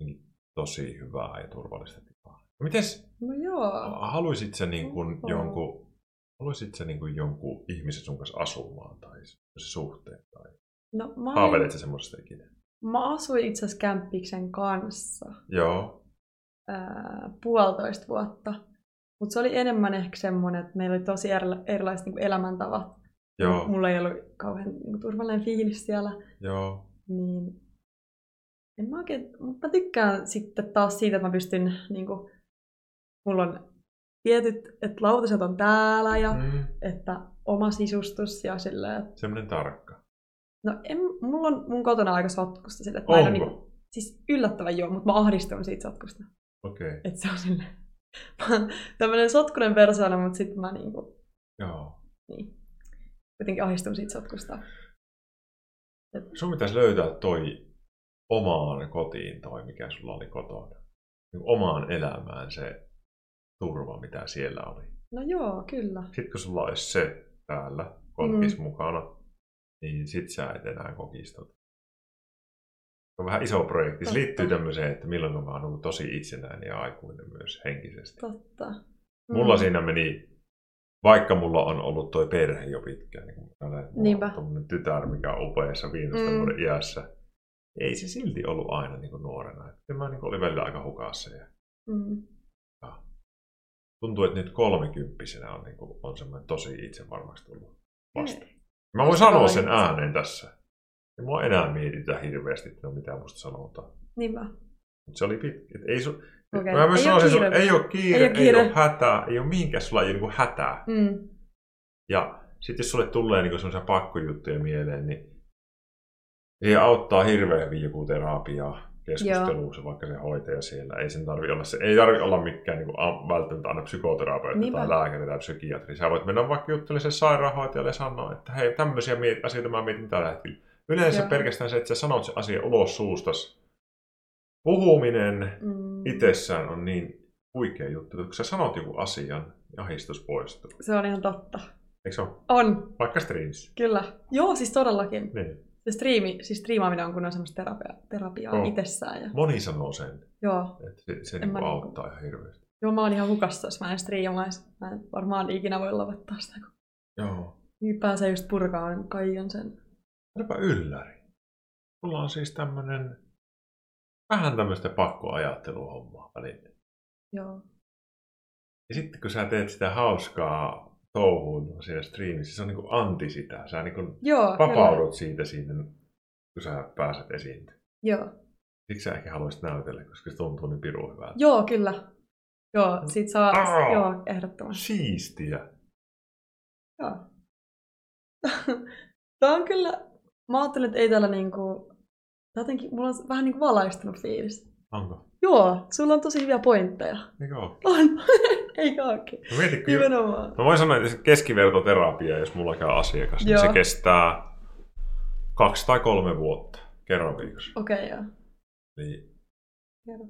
[SPEAKER 1] niin tosi hyvää ja turvallista tilaa. Mites,
[SPEAKER 2] No joo.
[SPEAKER 1] haluisit sä niin kuin
[SPEAKER 2] Oho.
[SPEAKER 1] jonkun, haluisit sä niin kuin jonkun ihmisen sun kanssa asumaan tai se suhteen? Tai
[SPEAKER 2] No, mä, olin,
[SPEAKER 1] haaveilet sä semmoisesta ikinä?
[SPEAKER 2] mä asuin itse asiassa Kämppiksen kanssa
[SPEAKER 1] Joo,
[SPEAKER 2] ää, puolitoista vuotta. Mutta se oli enemmän ehkä semmoinen, että meillä oli tosi erila- erilaiset niinku elämäntavat.
[SPEAKER 1] joo,
[SPEAKER 2] Mulla ei ollut kauhean niinku, turvallinen fiilis siellä.
[SPEAKER 1] joo,
[SPEAKER 2] Niin en mä oikein, mutta mä tykkään sitten taas siitä, että mä pystyn, niinku, mulla on tietyt, että lautaset on täällä ja
[SPEAKER 1] mm,
[SPEAKER 2] että oma sisustus ja silleen, että
[SPEAKER 1] semmoinen tarkka.
[SPEAKER 2] no en, mulla on mun kotona aika sotkusta sille, että mä en oo niinku,
[SPEAKER 1] Onko?
[SPEAKER 2] siis yllättävän joo, mutta mä ahdistun siitä sotkusta.
[SPEAKER 1] Okei, okay.
[SPEAKER 2] Että se on silleen, mä oon tämmönen sotkunen persoona, mutta sit mä niinku,
[SPEAKER 1] joo.
[SPEAKER 2] niin, jotenkin ahdistun siitä sotkusta.
[SPEAKER 1] Sun pitäisi löytää toi omaan kotiin toi, mikä sulla oli kotona. Niin omaan elämään se turva, mitä siellä oli.
[SPEAKER 2] No joo, kyllä.
[SPEAKER 1] Sitten kun sulla olisi se täällä kokis mm. mukana, niin sit sä et enää kokista. Se on vähän iso projekti. Se
[SPEAKER 2] Totta.
[SPEAKER 1] liittyy tämmöiseen, että milloin mä oon ollut tosi itsenäinen ja aikuinen myös henkisesti.
[SPEAKER 2] Totta. Mm.
[SPEAKER 1] Mulla siinä meni, vaikka mulla on ollut toi perhe jo pitkään, niin mulla
[SPEAKER 2] Niinpä.
[SPEAKER 1] on tommonen tytär, mikä on upeassa 15
[SPEAKER 2] Mm.
[SPEAKER 1] mm. vuoden iässä, ei se silti ollut aina niin kuin nuorena. Et mä niin kuin olin välillä aika hukassa. Ja
[SPEAKER 2] Mm.
[SPEAKER 1] tuntuu, että nyt kolmekymppisenä on, niin kuin, on semmoinen tosi itsevarmaksi tullut vasta. Mä voin sanoa sen
[SPEAKER 2] Toivottavasti.
[SPEAKER 1] ääneen tässä. Ei mua enää mietitä hirveästi, että no mitä musta sanotaan.
[SPEAKER 2] Niinpä.
[SPEAKER 1] Mutta se oli pitkä. Ei su...
[SPEAKER 2] Okei.
[SPEAKER 1] Mä myös
[SPEAKER 2] Ei
[SPEAKER 1] sanoisin,
[SPEAKER 2] oo
[SPEAKER 1] sun,
[SPEAKER 2] kiire.
[SPEAKER 1] ei ole kiire,
[SPEAKER 2] Ei
[SPEAKER 1] ei
[SPEAKER 2] oo
[SPEAKER 1] ole,
[SPEAKER 2] kiire.
[SPEAKER 1] hätää, ei ole minkään sulla ei ole niinku hätää.
[SPEAKER 2] Mm.
[SPEAKER 1] Ja sitten jos sulle tulee niin semmoisia pakkojuttuja mieleen, niin ei auttaa hirveän hyvin joku terapiaa keskusteluun, vaikka se hoitaja siellä. Ei sen tarvi olla, se, ei tarvi olla mikään niin kuin, am- välttämättä aina psykoterapeutti
[SPEAKER 2] Niinpä.
[SPEAKER 1] tai lääkäri tai psykiatri. Sä voit mennä vaikka juttelemaan sen sairaanhoitajalle ja sanoa, että hei, tämmöisiä miet- asioita mä mietin tällä hetkellä. Yleensä
[SPEAKER 2] Joo.
[SPEAKER 1] pelkästään se, että sä sanot sen asian ulos suustas. Puhuminen
[SPEAKER 2] Mm.
[SPEAKER 1] itsessään on niin huikea juttu, että kun sä sanot joku asian, ahistus poistuu.
[SPEAKER 2] Se on ihan totta.
[SPEAKER 1] Eikö se ole?
[SPEAKER 2] On,
[SPEAKER 1] Vaikka striimissä.
[SPEAKER 2] kyllä. Joo, siis todellakin.
[SPEAKER 1] Niin.
[SPEAKER 2] Se striimi, siis striimaaminen on kunnon semmoista terapia, terapiaa
[SPEAKER 1] On.
[SPEAKER 2] oh. itsessään. Ja,
[SPEAKER 1] Moni sanoo sen,
[SPEAKER 2] joo.
[SPEAKER 1] että se, se
[SPEAKER 2] En
[SPEAKER 1] niinku
[SPEAKER 2] mä niinku-
[SPEAKER 1] auttaa ihan hirveästi.
[SPEAKER 2] joo, mä oon ihan hukassa, jos mä en striimaisi. Mä en varmaan ikinä voi lopettaa sitä, kun
[SPEAKER 1] Joo.
[SPEAKER 2] niin pääsee just purkaan kaiken sen.
[SPEAKER 1] Olipa ylläri. Mulla on siis tämmönen vähän tämmöistä pakkoajatteluhommaa välillä.
[SPEAKER 2] Joo.
[SPEAKER 1] Ja sitten kun sä teet sitä hauskaa touhua siinä striimissä, se on niinku anti sitä. Sä niinku
[SPEAKER 2] Joo, kyllä.
[SPEAKER 1] vapaudut siitä siinä, kun sä pääset esiin.
[SPEAKER 2] Joo.
[SPEAKER 1] Siksi sä ehkä haluaisit näytellä, koska se tuntuu niin pirun hyvältä.
[SPEAKER 2] joo, kyllä. Joo, sit saa,
[SPEAKER 1] Aa!
[SPEAKER 2] joo, ehdottomasti.
[SPEAKER 1] Siistiä.
[SPEAKER 2] Joo. Tämä on kyllä, mä ajattelin, että ei täällä niinku, tää jotenkin, mulla on vähän niinku valaistunut fiilis.
[SPEAKER 1] Onko?
[SPEAKER 2] Joo, sulla on tosi hyviä pointteja.
[SPEAKER 1] Eikö oo?
[SPEAKER 2] On, eikö ookin?
[SPEAKER 1] No mieti, kun-
[SPEAKER 2] Nimenomaan.
[SPEAKER 1] Mä voin sanoa, että se keskivertoterapia, jos mulla käy asiakas, niin
[SPEAKER 2] Joo.
[SPEAKER 1] se kestää kaksi tai kolme vuotta kerran viikossa.
[SPEAKER 2] Okei, okay, joo.
[SPEAKER 1] Niin
[SPEAKER 2] Kerro.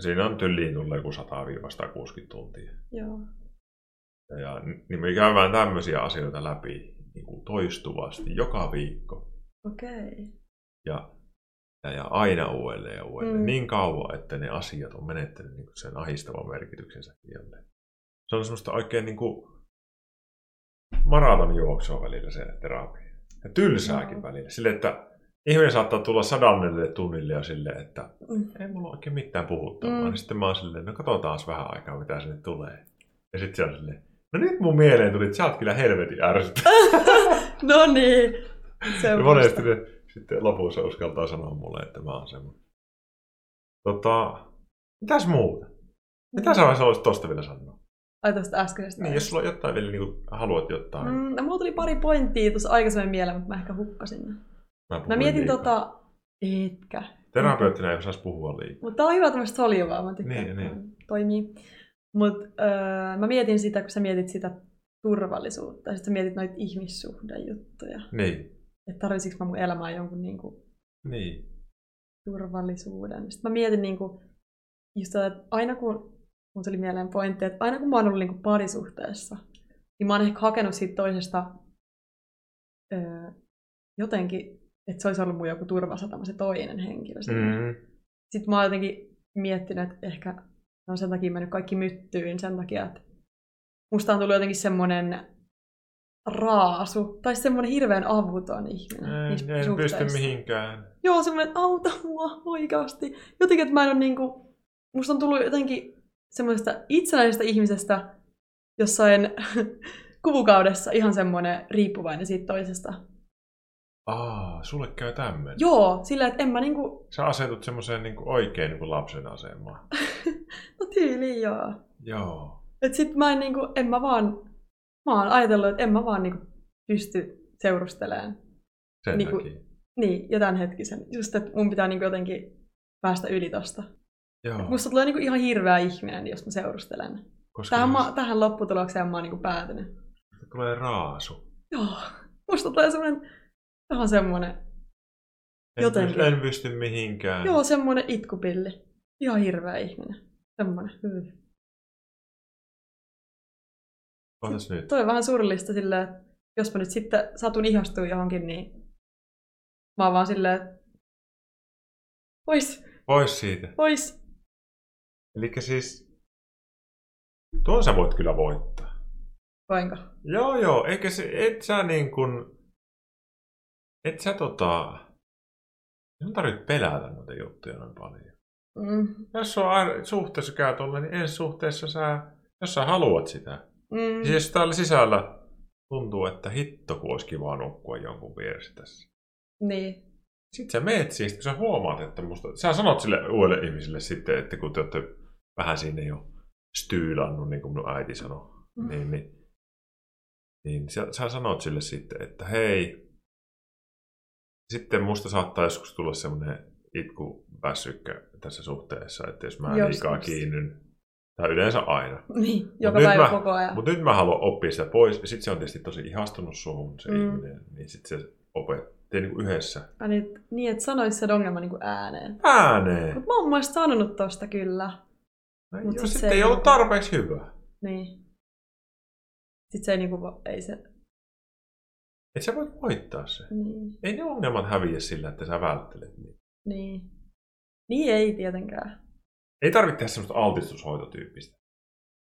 [SPEAKER 1] siinä on tyyliin tulee joku 100-160 tuntia.
[SPEAKER 2] Joo.
[SPEAKER 1] Ja- Ja niin me käydään tämmöisiä asioita läpi niin kuin toistuvasti joka viikko.
[SPEAKER 2] Okei. Okay.
[SPEAKER 1] Ja, ja, ja aina uudelleen ja uudelleen.
[SPEAKER 2] Mm.
[SPEAKER 1] Mm. Niin kauan, että ne asiat on menettänyt niin kuin sen ahistavan merkityksensä jälleen. Se on semmoista oikein niin kuin maraton juoksua välillä se terapia. Ja tylsääkin
[SPEAKER 2] Joo.
[SPEAKER 1] välillä. Sille, että ihminen saattaa tulla sadannelle tunnille ja silleen, että
[SPEAKER 2] Mm.
[SPEAKER 1] ei mulla oikein mitään puhuttavaa.
[SPEAKER 2] Mm.
[SPEAKER 1] Mm. Niin sitten mä oon silleen, no katsotaan vähän aikaa, mitä sinne tulee. Ja sitten se on silleen, no nyt mun mieleen tuli, että sä oot kyllä helvetin ärsyttävä.
[SPEAKER 2] No niin. Se
[SPEAKER 1] Ja monesti ne sitten lopussa uskaltaa sanoa mulle, että mä oon semmoinen. Tota, mitäs muuta? Mitä sä haluaisit tosta vielä sanoa?
[SPEAKER 2] Ai tosta äskeisestä.
[SPEAKER 1] Niin, jos sulla on jotain vielä, niin kuin haluat jotain. Mm.
[SPEAKER 2] Mm, no, mulla tuli pari pointtia tuossa aikaisemmin mieleen, mutta mä ehkä hukkasin. ne. Mä
[SPEAKER 1] puhuin
[SPEAKER 2] No mietin
[SPEAKER 1] liikaa.
[SPEAKER 2] tota... Etkä.
[SPEAKER 1] Terapeuttina ei osaisi puhua liikaa.
[SPEAKER 2] Mutta on hyvä tämmöistä soljuvaa, mä tykkään,
[SPEAKER 1] Niin,
[SPEAKER 2] että
[SPEAKER 1] niin.
[SPEAKER 2] toi toimii. Mutta öö, mä mietin sitä, kun sä mietit sitä turvallisuutta, ja sitten sä mietit noita ihmissuhdejuttuja.
[SPEAKER 1] Niin.
[SPEAKER 2] Että tarvitsiko mä mun elämään jonkun niinku
[SPEAKER 1] Niin.
[SPEAKER 2] turvallisuuden. Sitten mä mietin niinku, just tätä, että aina kun, mun tuli mieleen pointti, että aina kun mä oon ollut niinku parisuhteessa, niin mä oon ehkä hakenut siitä toisesta öö, jotenkin, että se olisi ollut mun joku turvasatama se toinen henkilö. siinä
[SPEAKER 1] Mm.
[SPEAKER 2] sitten mä oon jotenkin miettinyt, että ehkä ne on sen takia mennyt kaikki myttyyn, sen takia, että musta on tullut jotenkin semmoinen raasu, tai semmoinen hirveän avuton ihminen niissä
[SPEAKER 1] En, en pysty
[SPEAKER 2] suhteissa.
[SPEAKER 1] mihinkään.
[SPEAKER 2] Joo, semmoinen, että auta mua oikeasti. Jotenkin, että mä en ole niinku, musta on tullut jotenkin semmoisesta itsenäisestä ihmisestä jossain kuvukaudessa ihan semmoinen riippuvainen siitä toisesta.
[SPEAKER 1] Aa, sulle käy tämmöinen.
[SPEAKER 2] Joo, sillä että en mä niinku,
[SPEAKER 1] Sä asetut semmoiseen niin oikein niin lapsen asemaan.
[SPEAKER 2] no tyyliin joo.
[SPEAKER 1] Joo.
[SPEAKER 2] Et sit mä en, niinku, en mä vaan, mä oon ajatellut, että en mä vaan niinku pysty seurusteleen.
[SPEAKER 1] Sen
[SPEAKER 2] Niin
[SPEAKER 1] niin
[SPEAKER 2] kuin-
[SPEAKER 1] takia.
[SPEAKER 2] Niin, ja tämän hetkisen. Just, että mun pitää niinku jotenkin päästä yli tosta.
[SPEAKER 1] Joo.
[SPEAKER 2] Musta tulee niinku ihan hirveä ihminen, jos mä seurustelen.
[SPEAKER 1] Koska
[SPEAKER 2] Tähän,
[SPEAKER 1] tähän
[SPEAKER 2] mä, tähän lopputulokseen mä oon niinku päätynyt.
[SPEAKER 1] tulee raasu.
[SPEAKER 2] Joo, musta tulee semmonen, ihan semmonen,
[SPEAKER 1] En,
[SPEAKER 2] Jotenkin.
[SPEAKER 1] pysty, en pysty mihinkään.
[SPEAKER 2] joo semmonen itkupilli. Ihan hirveä ihminen. Semmonen, hyy.
[SPEAKER 1] Ootas nyt.
[SPEAKER 2] Toi on vähän surullista silleen, että jos mä nyt sitten satun ihastua johonkin, niin mä oon vaan silleen, että pois,
[SPEAKER 1] Pois siitä.
[SPEAKER 2] pois.
[SPEAKER 1] Eli siis... Tuon sä voit kyllä voittaa.
[SPEAKER 2] Voinko?
[SPEAKER 1] Joo, joo. Eikä se, et sä niin kuin... Et sä tota... Sinun tarvitse pelätä noita juttuja noin paljon.
[SPEAKER 2] Mm.
[SPEAKER 1] Jos on aina, suhteessa käy tolle, niin ensi suhteessa sä... Jos sä haluat sitä,
[SPEAKER 2] Mm.
[SPEAKER 1] Siis jos täällä sisällä tuntuu, että hitto, kun olisi kiva nukkua jonkun vieressä tässä.
[SPEAKER 2] Niin.
[SPEAKER 1] Sitten sä meet siis, kun sä huomaat, että musta... Sä sanot sille uudelle ihmiselle sitten, että kun te olette vähän sinne jo styylannut, niin kuin mun äiti sanoi,
[SPEAKER 2] Mm.
[SPEAKER 1] niin, niin Niin sä, sä sanot sille sitten, että hei. Sitten musta saattaa joskus tulla semmoinen itkupässykkä tässä suhteessa, että jos mä
[SPEAKER 2] Joskus.
[SPEAKER 1] liikaa kiinnyn, tai yleensä aina.
[SPEAKER 2] Niin, joka
[SPEAKER 1] nyt
[SPEAKER 2] päivä
[SPEAKER 1] mä-
[SPEAKER 2] koko ajan.
[SPEAKER 1] Mutta nyt mä haluan oppia sitä pois. Sitten se on tietysti tosi ihastunut suhun, se
[SPEAKER 2] Mm.
[SPEAKER 1] mm. ihminen. Niin sitten se opettaa niinku yhdessä
[SPEAKER 2] Ai Niin, et- niin että sanois sen ongelman niin ääneen.
[SPEAKER 1] ääneen.
[SPEAKER 2] Mutta mä oon mun mielestä sanonut tosta kyllä.
[SPEAKER 1] No, jos
[SPEAKER 2] mut sit se
[SPEAKER 1] sitten
[SPEAKER 2] ei
[SPEAKER 1] ei ollut
[SPEAKER 2] niinku-
[SPEAKER 1] tarpeeksi hyvä.
[SPEAKER 2] Niin. Sitten se ei niinku, va- ei se,
[SPEAKER 1] Et sä voit voittaa se.
[SPEAKER 2] niin,
[SPEAKER 1] Ei ne ongelmat häviä sillä, että sä välttelet niitä.
[SPEAKER 2] niin. Niin ei tietenkään.
[SPEAKER 1] Ei tarvitse tehdä semmoista altistushoitotyyppistä.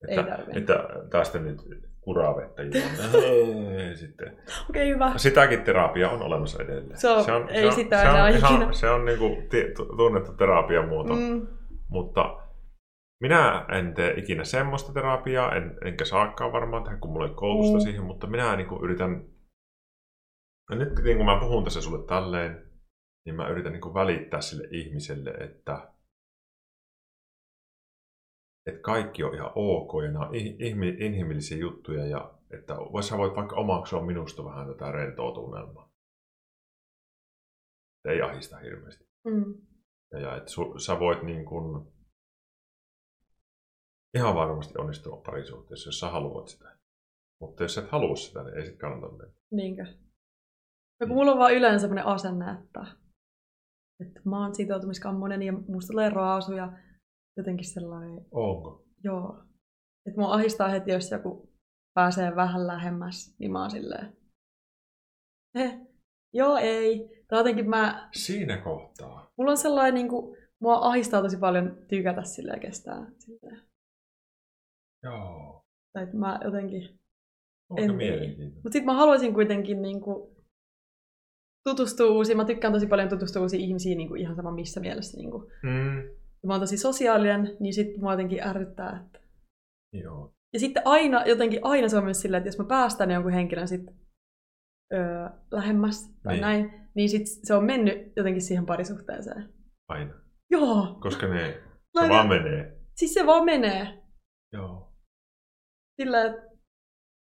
[SPEAKER 2] Ei tarvitse.
[SPEAKER 1] että tästä nyt kuraa vettä juon. No, Ei, sitten.
[SPEAKER 2] Okei, okay, hyvä.
[SPEAKER 1] Sitäkin terapia on olemassa edelleen.
[SPEAKER 2] Se on- ei sitä enää
[SPEAKER 1] se on,
[SPEAKER 2] ikinä.
[SPEAKER 1] ihan, se on niinku ti- tu- tunnettu terapiamuoto. Mm.
[SPEAKER 2] Mm,
[SPEAKER 1] Mutta minä en tee ikinä semmoista terapiaa, en, enkä saakaan varmaan tehdä, kun mulla ei ole koulutusta
[SPEAKER 2] Mm.
[SPEAKER 1] mm. siihen, mutta minä niinku yritän... Ja nyt niin kun mä puhun tässä sulle tälleen, niin mä yritän niinku välittää sille ihmiselle, että, että kaikki on ihan ok ja nämä on ih- ihmi- inhimillisiä juttuja ja että vois- sä voit vaikka omaksua minusta vähän tätä rentoa tunnelmaa. Et Ei ahista hirveästi.
[SPEAKER 2] mm,
[SPEAKER 1] Ja, ja et su, sä voit niin kun, ihan varmasti onnistua parisuhteessa, jos sä haluat sitä. Mutta jos sä et halua sitä, niin ei sit kannata mennä.
[SPEAKER 2] niinkö. No kun mulla on vaan yleensä semmoinen asenne, että, että mä oon sitoutumiskammonen ja musta tulee raasu ja jotenkin sellainen,
[SPEAKER 1] Onko?
[SPEAKER 2] joo. Että mua ahistaa heti, jos joku pääsee vähän lähemmäs, niin mä oon silleen, eh, joo ei. Tai jotenkin mä
[SPEAKER 1] Siinä kohtaa.
[SPEAKER 2] Mulla on sellainen, niin kuin, mua ahistaa tosi paljon tykätä sille ja kestää sille.
[SPEAKER 1] Joo.
[SPEAKER 2] Tai että mä jotenkin... En
[SPEAKER 1] Onko
[SPEAKER 2] tiedä.
[SPEAKER 1] mielenkiintoinen?
[SPEAKER 2] Mut sit mä haluaisin kuitenkin niin kuin, tutustua uusiin. Mä tykkään tosi paljon tutustua uusiin ihmisiin niin kuin, ihan sama missä mielessä. Niin kuin.
[SPEAKER 1] Mm.
[SPEAKER 2] Mä oon tosi sosiaalinen, niin sit mua jotenkin ärsyttää. Että...
[SPEAKER 1] Joo.
[SPEAKER 2] Ja sitten aina, jotenkin aina se on myös silleen, että jos mä päästän jonkun henkilön sit, öö, lähemmäs tai niin.
[SPEAKER 1] Niin.
[SPEAKER 2] näin, niin sit se on mennyt jotenkin siihen parisuhteeseen.
[SPEAKER 1] Aina.
[SPEAKER 2] Joo!
[SPEAKER 1] Koska ne, se
[SPEAKER 2] Laitan-
[SPEAKER 1] vaan menee.
[SPEAKER 2] Siis se vaan menee.
[SPEAKER 1] Joo.
[SPEAKER 2] sillä, että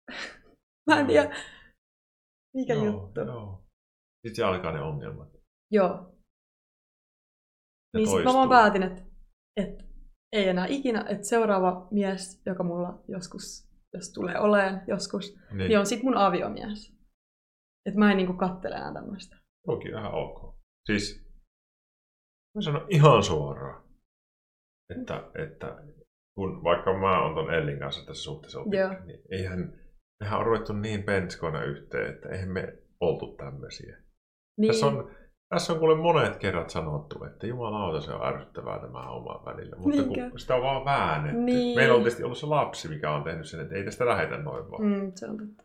[SPEAKER 2] mä en
[SPEAKER 1] Joo.
[SPEAKER 2] tiedä, mikä
[SPEAKER 1] joo,
[SPEAKER 2] juttu.
[SPEAKER 1] Joo. Sitten se alkaa ne ongelmat. Ne
[SPEAKER 2] Joo. Niin sit mä
[SPEAKER 1] toistuu.
[SPEAKER 2] vaan päätin, että, että ei enää ikinä, että seuraava mies, joka mulla joskus, jos tulee oleen joskus,
[SPEAKER 1] Niin.
[SPEAKER 2] niin
[SPEAKER 1] Joo.
[SPEAKER 2] on sit mun aviomies. Että mä en niinku kattele enää tämmöistä.
[SPEAKER 1] Toki ihan ok. Siis, mä sanon ihan suoraan, että, että kun vaikka mä oon ton Ellin kanssa tässä suhteessa ollut,
[SPEAKER 2] Joo.
[SPEAKER 1] pitkään, niin eihän, mehän on ruvettu niin penskoina yhteen, että eihän me oltu tämmöisiä.
[SPEAKER 2] Niin,
[SPEAKER 1] Tässä on, tässä on kuule monet kerrat sanottu, että jumalauta se on ärsyttävää tämä oma välillä, mutta
[SPEAKER 2] Niinkö?
[SPEAKER 1] kun sitä on vaan väännetty.
[SPEAKER 2] Niin.
[SPEAKER 1] Meillä on tietysti ollut se lapsi, mikä on tehnyt sen, että ei tästä lähetä noin vaan
[SPEAKER 2] mm, se on totta.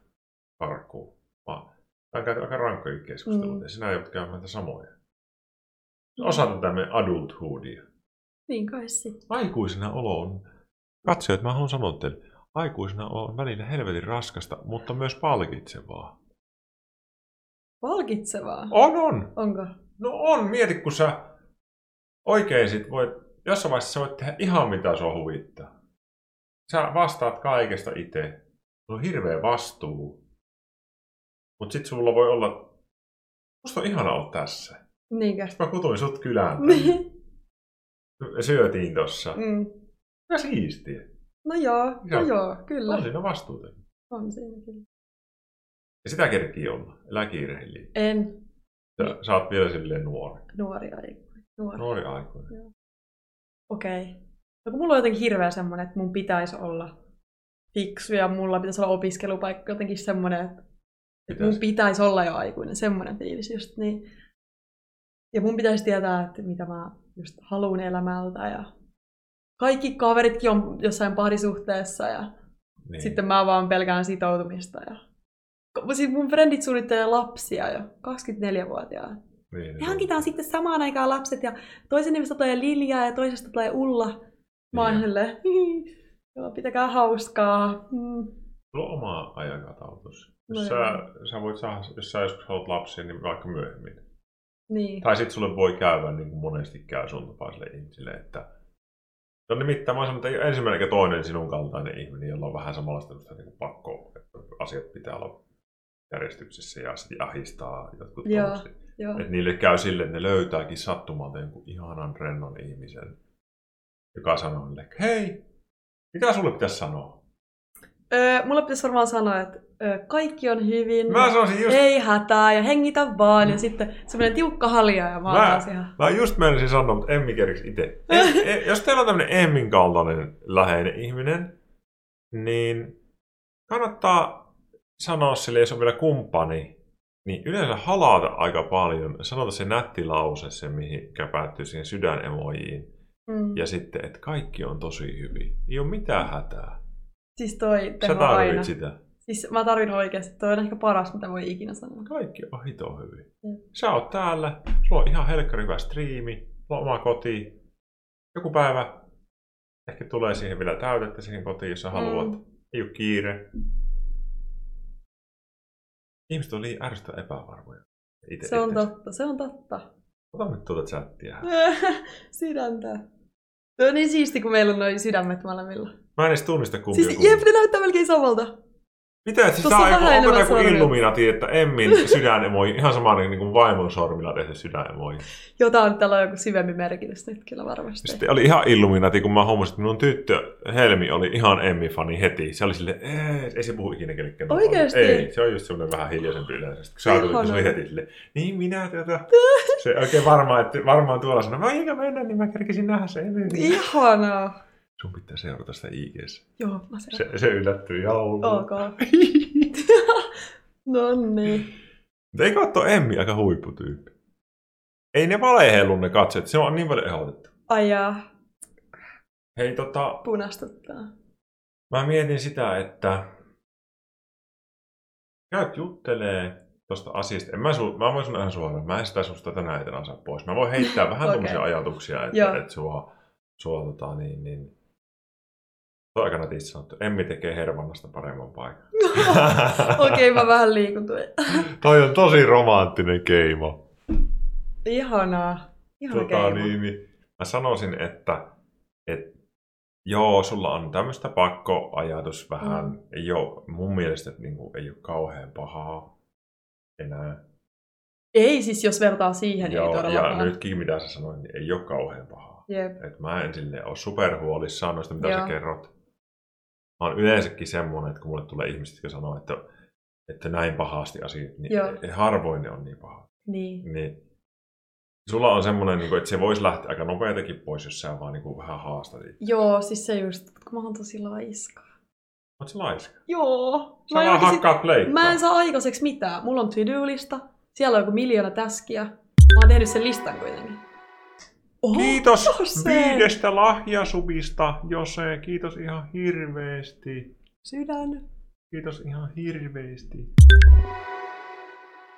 [SPEAKER 1] karkuun, vaan tämä on käyty aika rankkoja keskusteluita,
[SPEAKER 2] Mm.
[SPEAKER 1] mm. ja sinä joudut käymään näitä samoja. Osa tätä meidän adulthoodia.
[SPEAKER 2] Niin kai sit.
[SPEAKER 1] Aikuisena olo on, katsojat, mä haluan sanoa teille, aikuisena olo on välillä helvetin raskasta, mutta myös palkitsevaa.
[SPEAKER 2] Palkitsevaa.
[SPEAKER 1] On, on!
[SPEAKER 2] Onko?
[SPEAKER 1] No on, mieti kun sä oikein sit voit, jossain vaiheessa sä voit tehdä ihan mitä sua huvittaa. Sä vastaat kaikesta itse. Sulla on hirveä vastuu. Mut sit sulla voi olla, musta on ihana olla tässä.
[SPEAKER 2] Niinkö?
[SPEAKER 1] Mä kutuin sut kylään.
[SPEAKER 2] Niin.
[SPEAKER 1] Syötiin tossa.
[SPEAKER 2] Mm.
[SPEAKER 1] Ja siistiä.
[SPEAKER 2] No joo, no
[SPEAKER 1] Joo.
[SPEAKER 2] joo,
[SPEAKER 1] On
[SPEAKER 2] kyllä.
[SPEAKER 1] siinä vastuuta.
[SPEAKER 2] On siinä kyllä.
[SPEAKER 1] Ja sitä kerkii olla. Elä kiireellinen.
[SPEAKER 2] En Niin.
[SPEAKER 1] Sä, sä oot vielä silleen nuori.
[SPEAKER 2] nuori aikuinen. Nuori.
[SPEAKER 1] Nuori aikuinen.
[SPEAKER 2] Okei. Okay. No kun mulla on jotenkin hirveä semmoinen, että mun pitäisi olla fiksu ja mulla pitäisi olla opiskelupaikka, jotenkin semmoinen, että että mun
[SPEAKER 1] Pitäis.
[SPEAKER 2] pitäisi olla jo aikuinen, semmoinen fiilis just niin. Ja mun pitäisi tietää, että mitä mä just haluan elämältä ja kaikki kaveritkin on jossain parisuhteessa ja
[SPEAKER 1] Niin.
[SPEAKER 2] sitten mä vaan pelkään sitoutumista ja Ko- siis mun frendit suunnittelee lapsia jo, 24-vuotiaat.
[SPEAKER 1] niin,
[SPEAKER 2] Me
[SPEAKER 1] niin.
[SPEAKER 2] hankitaan sitten samaan aikaan lapset ja toisen nimestä tulee Lilja ja toisesta tulee Ulla. Mä oon
[SPEAKER 1] Niin.
[SPEAKER 2] silleen, "Hihi, joo, pitäkää hauskaa. Mm,
[SPEAKER 1] Sulla on oma ajankatautus.
[SPEAKER 2] No
[SPEAKER 1] Jos sä,
[SPEAKER 2] joo.
[SPEAKER 1] sä, voit saada, jos sä joskus haluat lapsia, niin vaikka myöhemmin.
[SPEAKER 2] Niin,
[SPEAKER 1] Tai sitten sulle voi käydä niin kuin monesti käy sun tapaisille ihmisille, että No nimittäin mä sanon, että ei ole ensimmäinen eikä toinen sinun kaltainen ihminen, jolla on vähän samanlaista tämmöistä niin pakko, että asiat pitää olla järjestyksessä ja sitten ahistaa jotkut
[SPEAKER 2] Joo.
[SPEAKER 1] tommoset.
[SPEAKER 2] Joo.
[SPEAKER 1] Et niille käy silleen, että ne löytääkin sattumalta jonkun ihanan rennon ihmisen, joka sanoo niille, että hei, mitä sulle pitäisi sanoa?
[SPEAKER 2] Öö, mulla pitäisi varmaan sanoa, että öö, kaikki on hyvin,
[SPEAKER 1] Mä sanoisin just,
[SPEAKER 2] ei hätää ja hengitä vaan.
[SPEAKER 1] Mm.
[SPEAKER 2] Ja sitten semmoinen tiukka halja ja mä oon
[SPEAKER 1] Mä-
[SPEAKER 2] taas ihan...
[SPEAKER 1] mä just menisin sanoa, mutta Emmi kerkisi itse. Em- e- Jos teillä on tämmöinen Emmin kaltainen läheinen ihminen, niin kannattaa sanoa sille, jos on vielä kumppani, niin yleensä halata aika paljon, sanota se nätti lause, se mihinkä päättyy siihen sydänemojiin.
[SPEAKER 2] Mm.
[SPEAKER 1] Ja sitten, että kaikki on tosi hyvin. Ei ole mitään hätää.
[SPEAKER 2] Siis toi
[SPEAKER 1] Sä
[SPEAKER 2] teho
[SPEAKER 1] tarvit
[SPEAKER 2] aina.
[SPEAKER 1] sitä.
[SPEAKER 2] Siis mä tarvin oikeasti. Toi on ehkä paras, mitä voi ikinä sanoa.
[SPEAKER 1] Kaikki on hito hyvin.
[SPEAKER 2] Mm.
[SPEAKER 1] Sä oot täällä, sulla on ihan helkkari hyvä striimi, sulla on oma koti. Joku päivä ehkä tulee siihen vielä täytettä siihen kotiin, jos sä haluat.
[SPEAKER 2] Mm.
[SPEAKER 1] Ei ole kiire. Ihmiset on liian ärsytä epävarmoja. Ite,
[SPEAKER 2] Se on
[SPEAKER 1] itsensä.
[SPEAKER 2] totta, se on totta.
[SPEAKER 1] Ota nyt tuota chattia.
[SPEAKER 2] Sydäntä. Toi on niin siisti, kun meillä on noin sydämet molemmilla.
[SPEAKER 1] Mä en edes tunnista kumpi on
[SPEAKER 2] Siis
[SPEAKER 1] kumpi.
[SPEAKER 2] jep, ne näyttää melkein samalta.
[SPEAKER 1] Mitä? Siis
[SPEAKER 2] Tuossa
[SPEAKER 1] tää on,
[SPEAKER 2] on
[SPEAKER 1] joku-
[SPEAKER 2] vähän
[SPEAKER 1] onko tämä
[SPEAKER 2] enemmän
[SPEAKER 1] joku
[SPEAKER 2] sormia.
[SPEAKER 1] Illuminati, että Emmin sydänemoji, ihan sama niin kuin vaimon sormilla tehty sydänemoji.
[SPEAKER 2] Jotain tällä on joku syvempi merkitys nyt kyllä varmasti.
[SPEAKER 1] Sitten oli ihan Illuminati, kun mä huomasin, että minun tyttö Helmi oli ihan Emmi-fani heti. Se oli silleen, "Ee, ei se puhu ikinä kellekään.
[SPEAKER 2] Oikeesti?
[SPEAKER 1] Ei, se on just semmoinen vähän hiljaisempi yleensä. Sitten Kun sä ajattelet, kun se oli
[SPEAKER 2] Ihana.
[SPEAKER 1] heti silleen, niin minä tätä. Se oikein varmaan, että varmaan tuolla sanoi, mä eikä mennä, niin mä kerkisin nähdä se Emmi.
[SPEAKER 2] Ihanaa. Joo,
[SPEAKER 1] Sun pitää seurata sitä IGssä.
[SPEAKER 2] Joo, mä se.
[SPEAKER 1] Se, se yllättyi joulun.
[SPEAKER 2] Ok. no niin.
[SPEAKER 1] Mutta eikö ole tuo Emmi aika huipputyyppi? Ei ne valehellu ne katseet, se on niin paljon ehdotettu.
[SPEAKER 2] Ajaa,
[SPEAKER 1] Hei tota,
[SPEAKER 2] punastuttaa.
[SPEAKER 1] mä mietin sitä, että käyt juttelee tosta asiasta. En mä, su, mä voin sanoa ihan suoraan, mä en sitä susta tänä etänä saa pois. Mä voin heittää vähän okay.
[SPEAKER 2] Okei.
[SPEAKER 1] tuommoisia ajatuksia,
[SPEAKER 2] Joo.
[SPEAKER 1] että, että sua, sua tota, niin, niin, Tuo aikana tietysti sanottu, Emmi tekee hervannasta paremman paikan.
[SPEAKER 2] Okei, okay, mä vähän liikuntuin.
[SPEAKER 1] Toi on tosi romanttinen keimo.
[SPEAKER 2] Ihanaa. Ihana
[SPEAKER 1] tota,
[SPEAKER 2] keino.
[SPEAKER 1] niin, niin, mä sanoisin, että et, joo, sulla on tämmöistä pakkoajatus vähän. Mm.
[SPEAKER 2] Mm.
[SPEAKER 1] Ei ole, mun mielestä niin kuin, ei ole kauhean pahaa enää.
[SPEAKER 2] Ei siis, jos vertaa siihen, ei
[SPEAKER 1] joo, ja
[SPEAKER 2] todellakaan.
[SPEAKER 1] nytkin mitä sä sanoit, niin ei ole kauhean pahaa.
[SPEAKER 2] Jep.
[SPEAKER 1] Et mä en sille ole superhuolissaan noista, mitä joo. sä
[SPEAKER 2] Joo.
[SPEAKER 1] kerrot. Mä oon yleensäkin semmonen, että kun mulle tulee ihmiset, jotka sanoo, että, että näin pahasti asiat, niin
[SPEAKER 2] Joo.
[SPEAKER 1] ei- harvoin ne on niin paha.
[SPEAKER 2] Niin.
[SPEAKER 1] Niin. Sulla on semmoinen, niin kuin, että se voisi lähteä aika nopeatakin pois, jos sä vaan niin kuin, vähän haastat. itse.
[SPEAKER 2] Joo, siis se just, kun mä oon tosi laiska.
[SPEAKER 1] Oot sä laiska?
[SPEAKER 2] Joo.
[SPEAKER 1] Sä
[SPEAKER 2] Mä en,
[SPEAKER 1] vaan
[SPEAKER 2] oikeasti,
[SPEAKER 1] hakkaat leikkaa.
[SPEAKER 2] mä en saa aikaiseksi mitään. Mulla on to-do-lista. Siellä on joku miljoona täskiä. Mä oon tehnyt sen listan kuitenkin. Oho,
[SPEAKER 1] Kiitos
[SPEAKER 2] se.
[SPEAKER 1] viidestä lahjasubista, Jose. Kiitos ihan hirveesti.
[SPEAKER 2] Sydän.
[SPEAKER 1] Kiitos ihan hirveesti.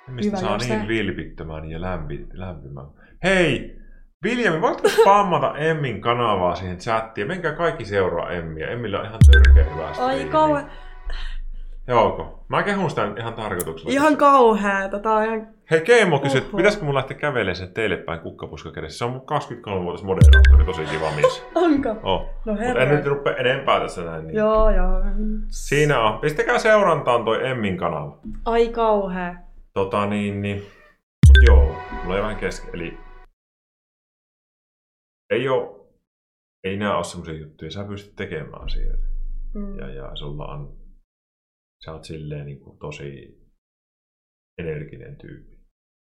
[SPEAKER 1] Mistä
[SPEAKER 2] Hyvä,
[SPEAKER 1] saa
[SPEAKER 2] Jose.
[SPEAKER 1] niin vilpittömän ja lämpi, lämpimän. Hei! Viljami, voitko spammata Emmin kanavaa siihen chattiin? Menkää kaikki seuraa Emmiä. Emmillä on ihan törkeä hyvä
[SPEAKER 2] Ai
[SPEAKER 1] striimi.
[SPEAKER 2] kauhe.
[SPEAKER 1] Joo, mä kehun sitä nyt ihan tarkoituksella.
[SPEAKER 2] Ihan kauheeta. Tää on ihan...
[SPEAKER 1] Hei Keimo kysyi, että
[SPEAKER 2] Oho.
[SPEAKER 1] pitäisikö mun lähteä kävelemään sen teille päin kukkapuska kädessä. Se on mun 23-vuotias moderaattori, tosi kiva mies.
[SPEAKER 2] Onko?
[SPEAKER 1] Oh.
[SPEAKER 2] No
[SPEAKER 1] Mut en nyt
[SPEAKER 2] herra.
[SPEAKER 1] rupea enempää tässä näin. Niin.
[SPEAKER 2] Joo, joo.
[SPEAKER 1] Siinä on. Pistäkää seurantaan toi Emmin kanava.
[SPEAKER 2] Ai kauhea.
[SPEAKER 1] Tota niin, niin. Mut joo, mulla ei vähän kesken. Eli ei oo, ei nää oo semmosia juttuja. Sä pystyt tekemään asioita.
[SPEAKER 2] Mm.
[SPEAKER 1] ja, ja sulla on, sä oot silleen niin kuin tosi energinen tyyppi.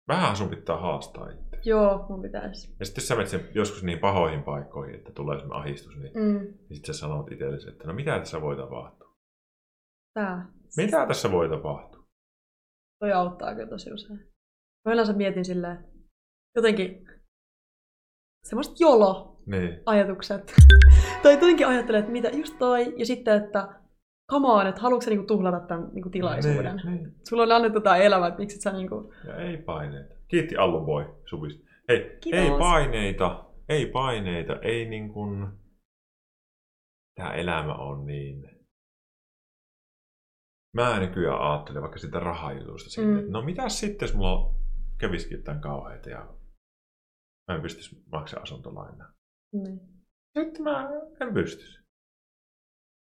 [SPEAKER 1] Vähän sun pitää haastaa itse.
[SPEAKER 2] Joo, mun pitäisi.
[SPEAKER 1] Ja sitten jos sä menet sen joskus niin pahoihin paikkoihin, että tulee semmoinen ahdistus, niin,
[SPEAKER 2] Mm.
[SPEAKER 1] niin sit sä sanot itsellesi, että no mitä tässä voi tapahtua?
[SPEAKER 2] Tää.
[SPEAKER 1] Mitä tässä voi tapahtua?
[SPEAKER 2] Toi auttaa kyllä tosi usein. Mä yleensä mietin silleen, että jotenkin semmoiset jolo-ajatukset.
[SPEAKER 1] Niin.
[SPEAKER 2] tai jotenkin ajattelen, että mitä just toi, ja sitten, että come on, että haluatko sä niinku tuhlata tämän niinku tilaisuuden.
[SPEAKER 1] Niin, niin.
[SPEAKER 2] Sulla on annettu tää elämä, että miksi et sä niinku...
[SPEAKER 1] Ja ei paineita. Kiitti Allun boy, subista. Hei,
[SPEAKER 2] Kiitos.
[SPEAKER 1] ei paineita, ei paineita, ei niin kuin... Tämä elämä on niin... Mä nykyään ajattelen vaikka sitä rahajutusta siitä,
[SPEAKER 2] Mm.
[SPEAKER 1] että no mitä sitten, jos mulla kävisikin jotain kauheita ja mä en pystyisi maksaa asuntolainaa.
[SPEAKER 2] Niin,
[SPEAKER 1] Nyt mä en pystyisi.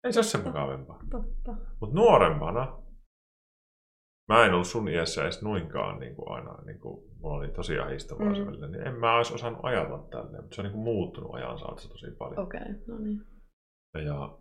[SPEAKER 1] Ei se ole sen mukavampaa.
[SPEAKER 2] totta.
[SPEAKER 1] Mutta nuorempana mä en ollut sun iässä edes noinkaan niin kuin aina, niin kuin, mulla oli tosi ahistavaa mm. se
[SPEAKER 2] Mm.
[SPEAKER 1] välillä, niin en mä olisi osannut ajatella tälleen, mutta se on niin kuin muuttunut ajan saatossa tosi paljon.
[SPEAKER 2] Okei, okay, no niin.
[SPEAKER 1] Ja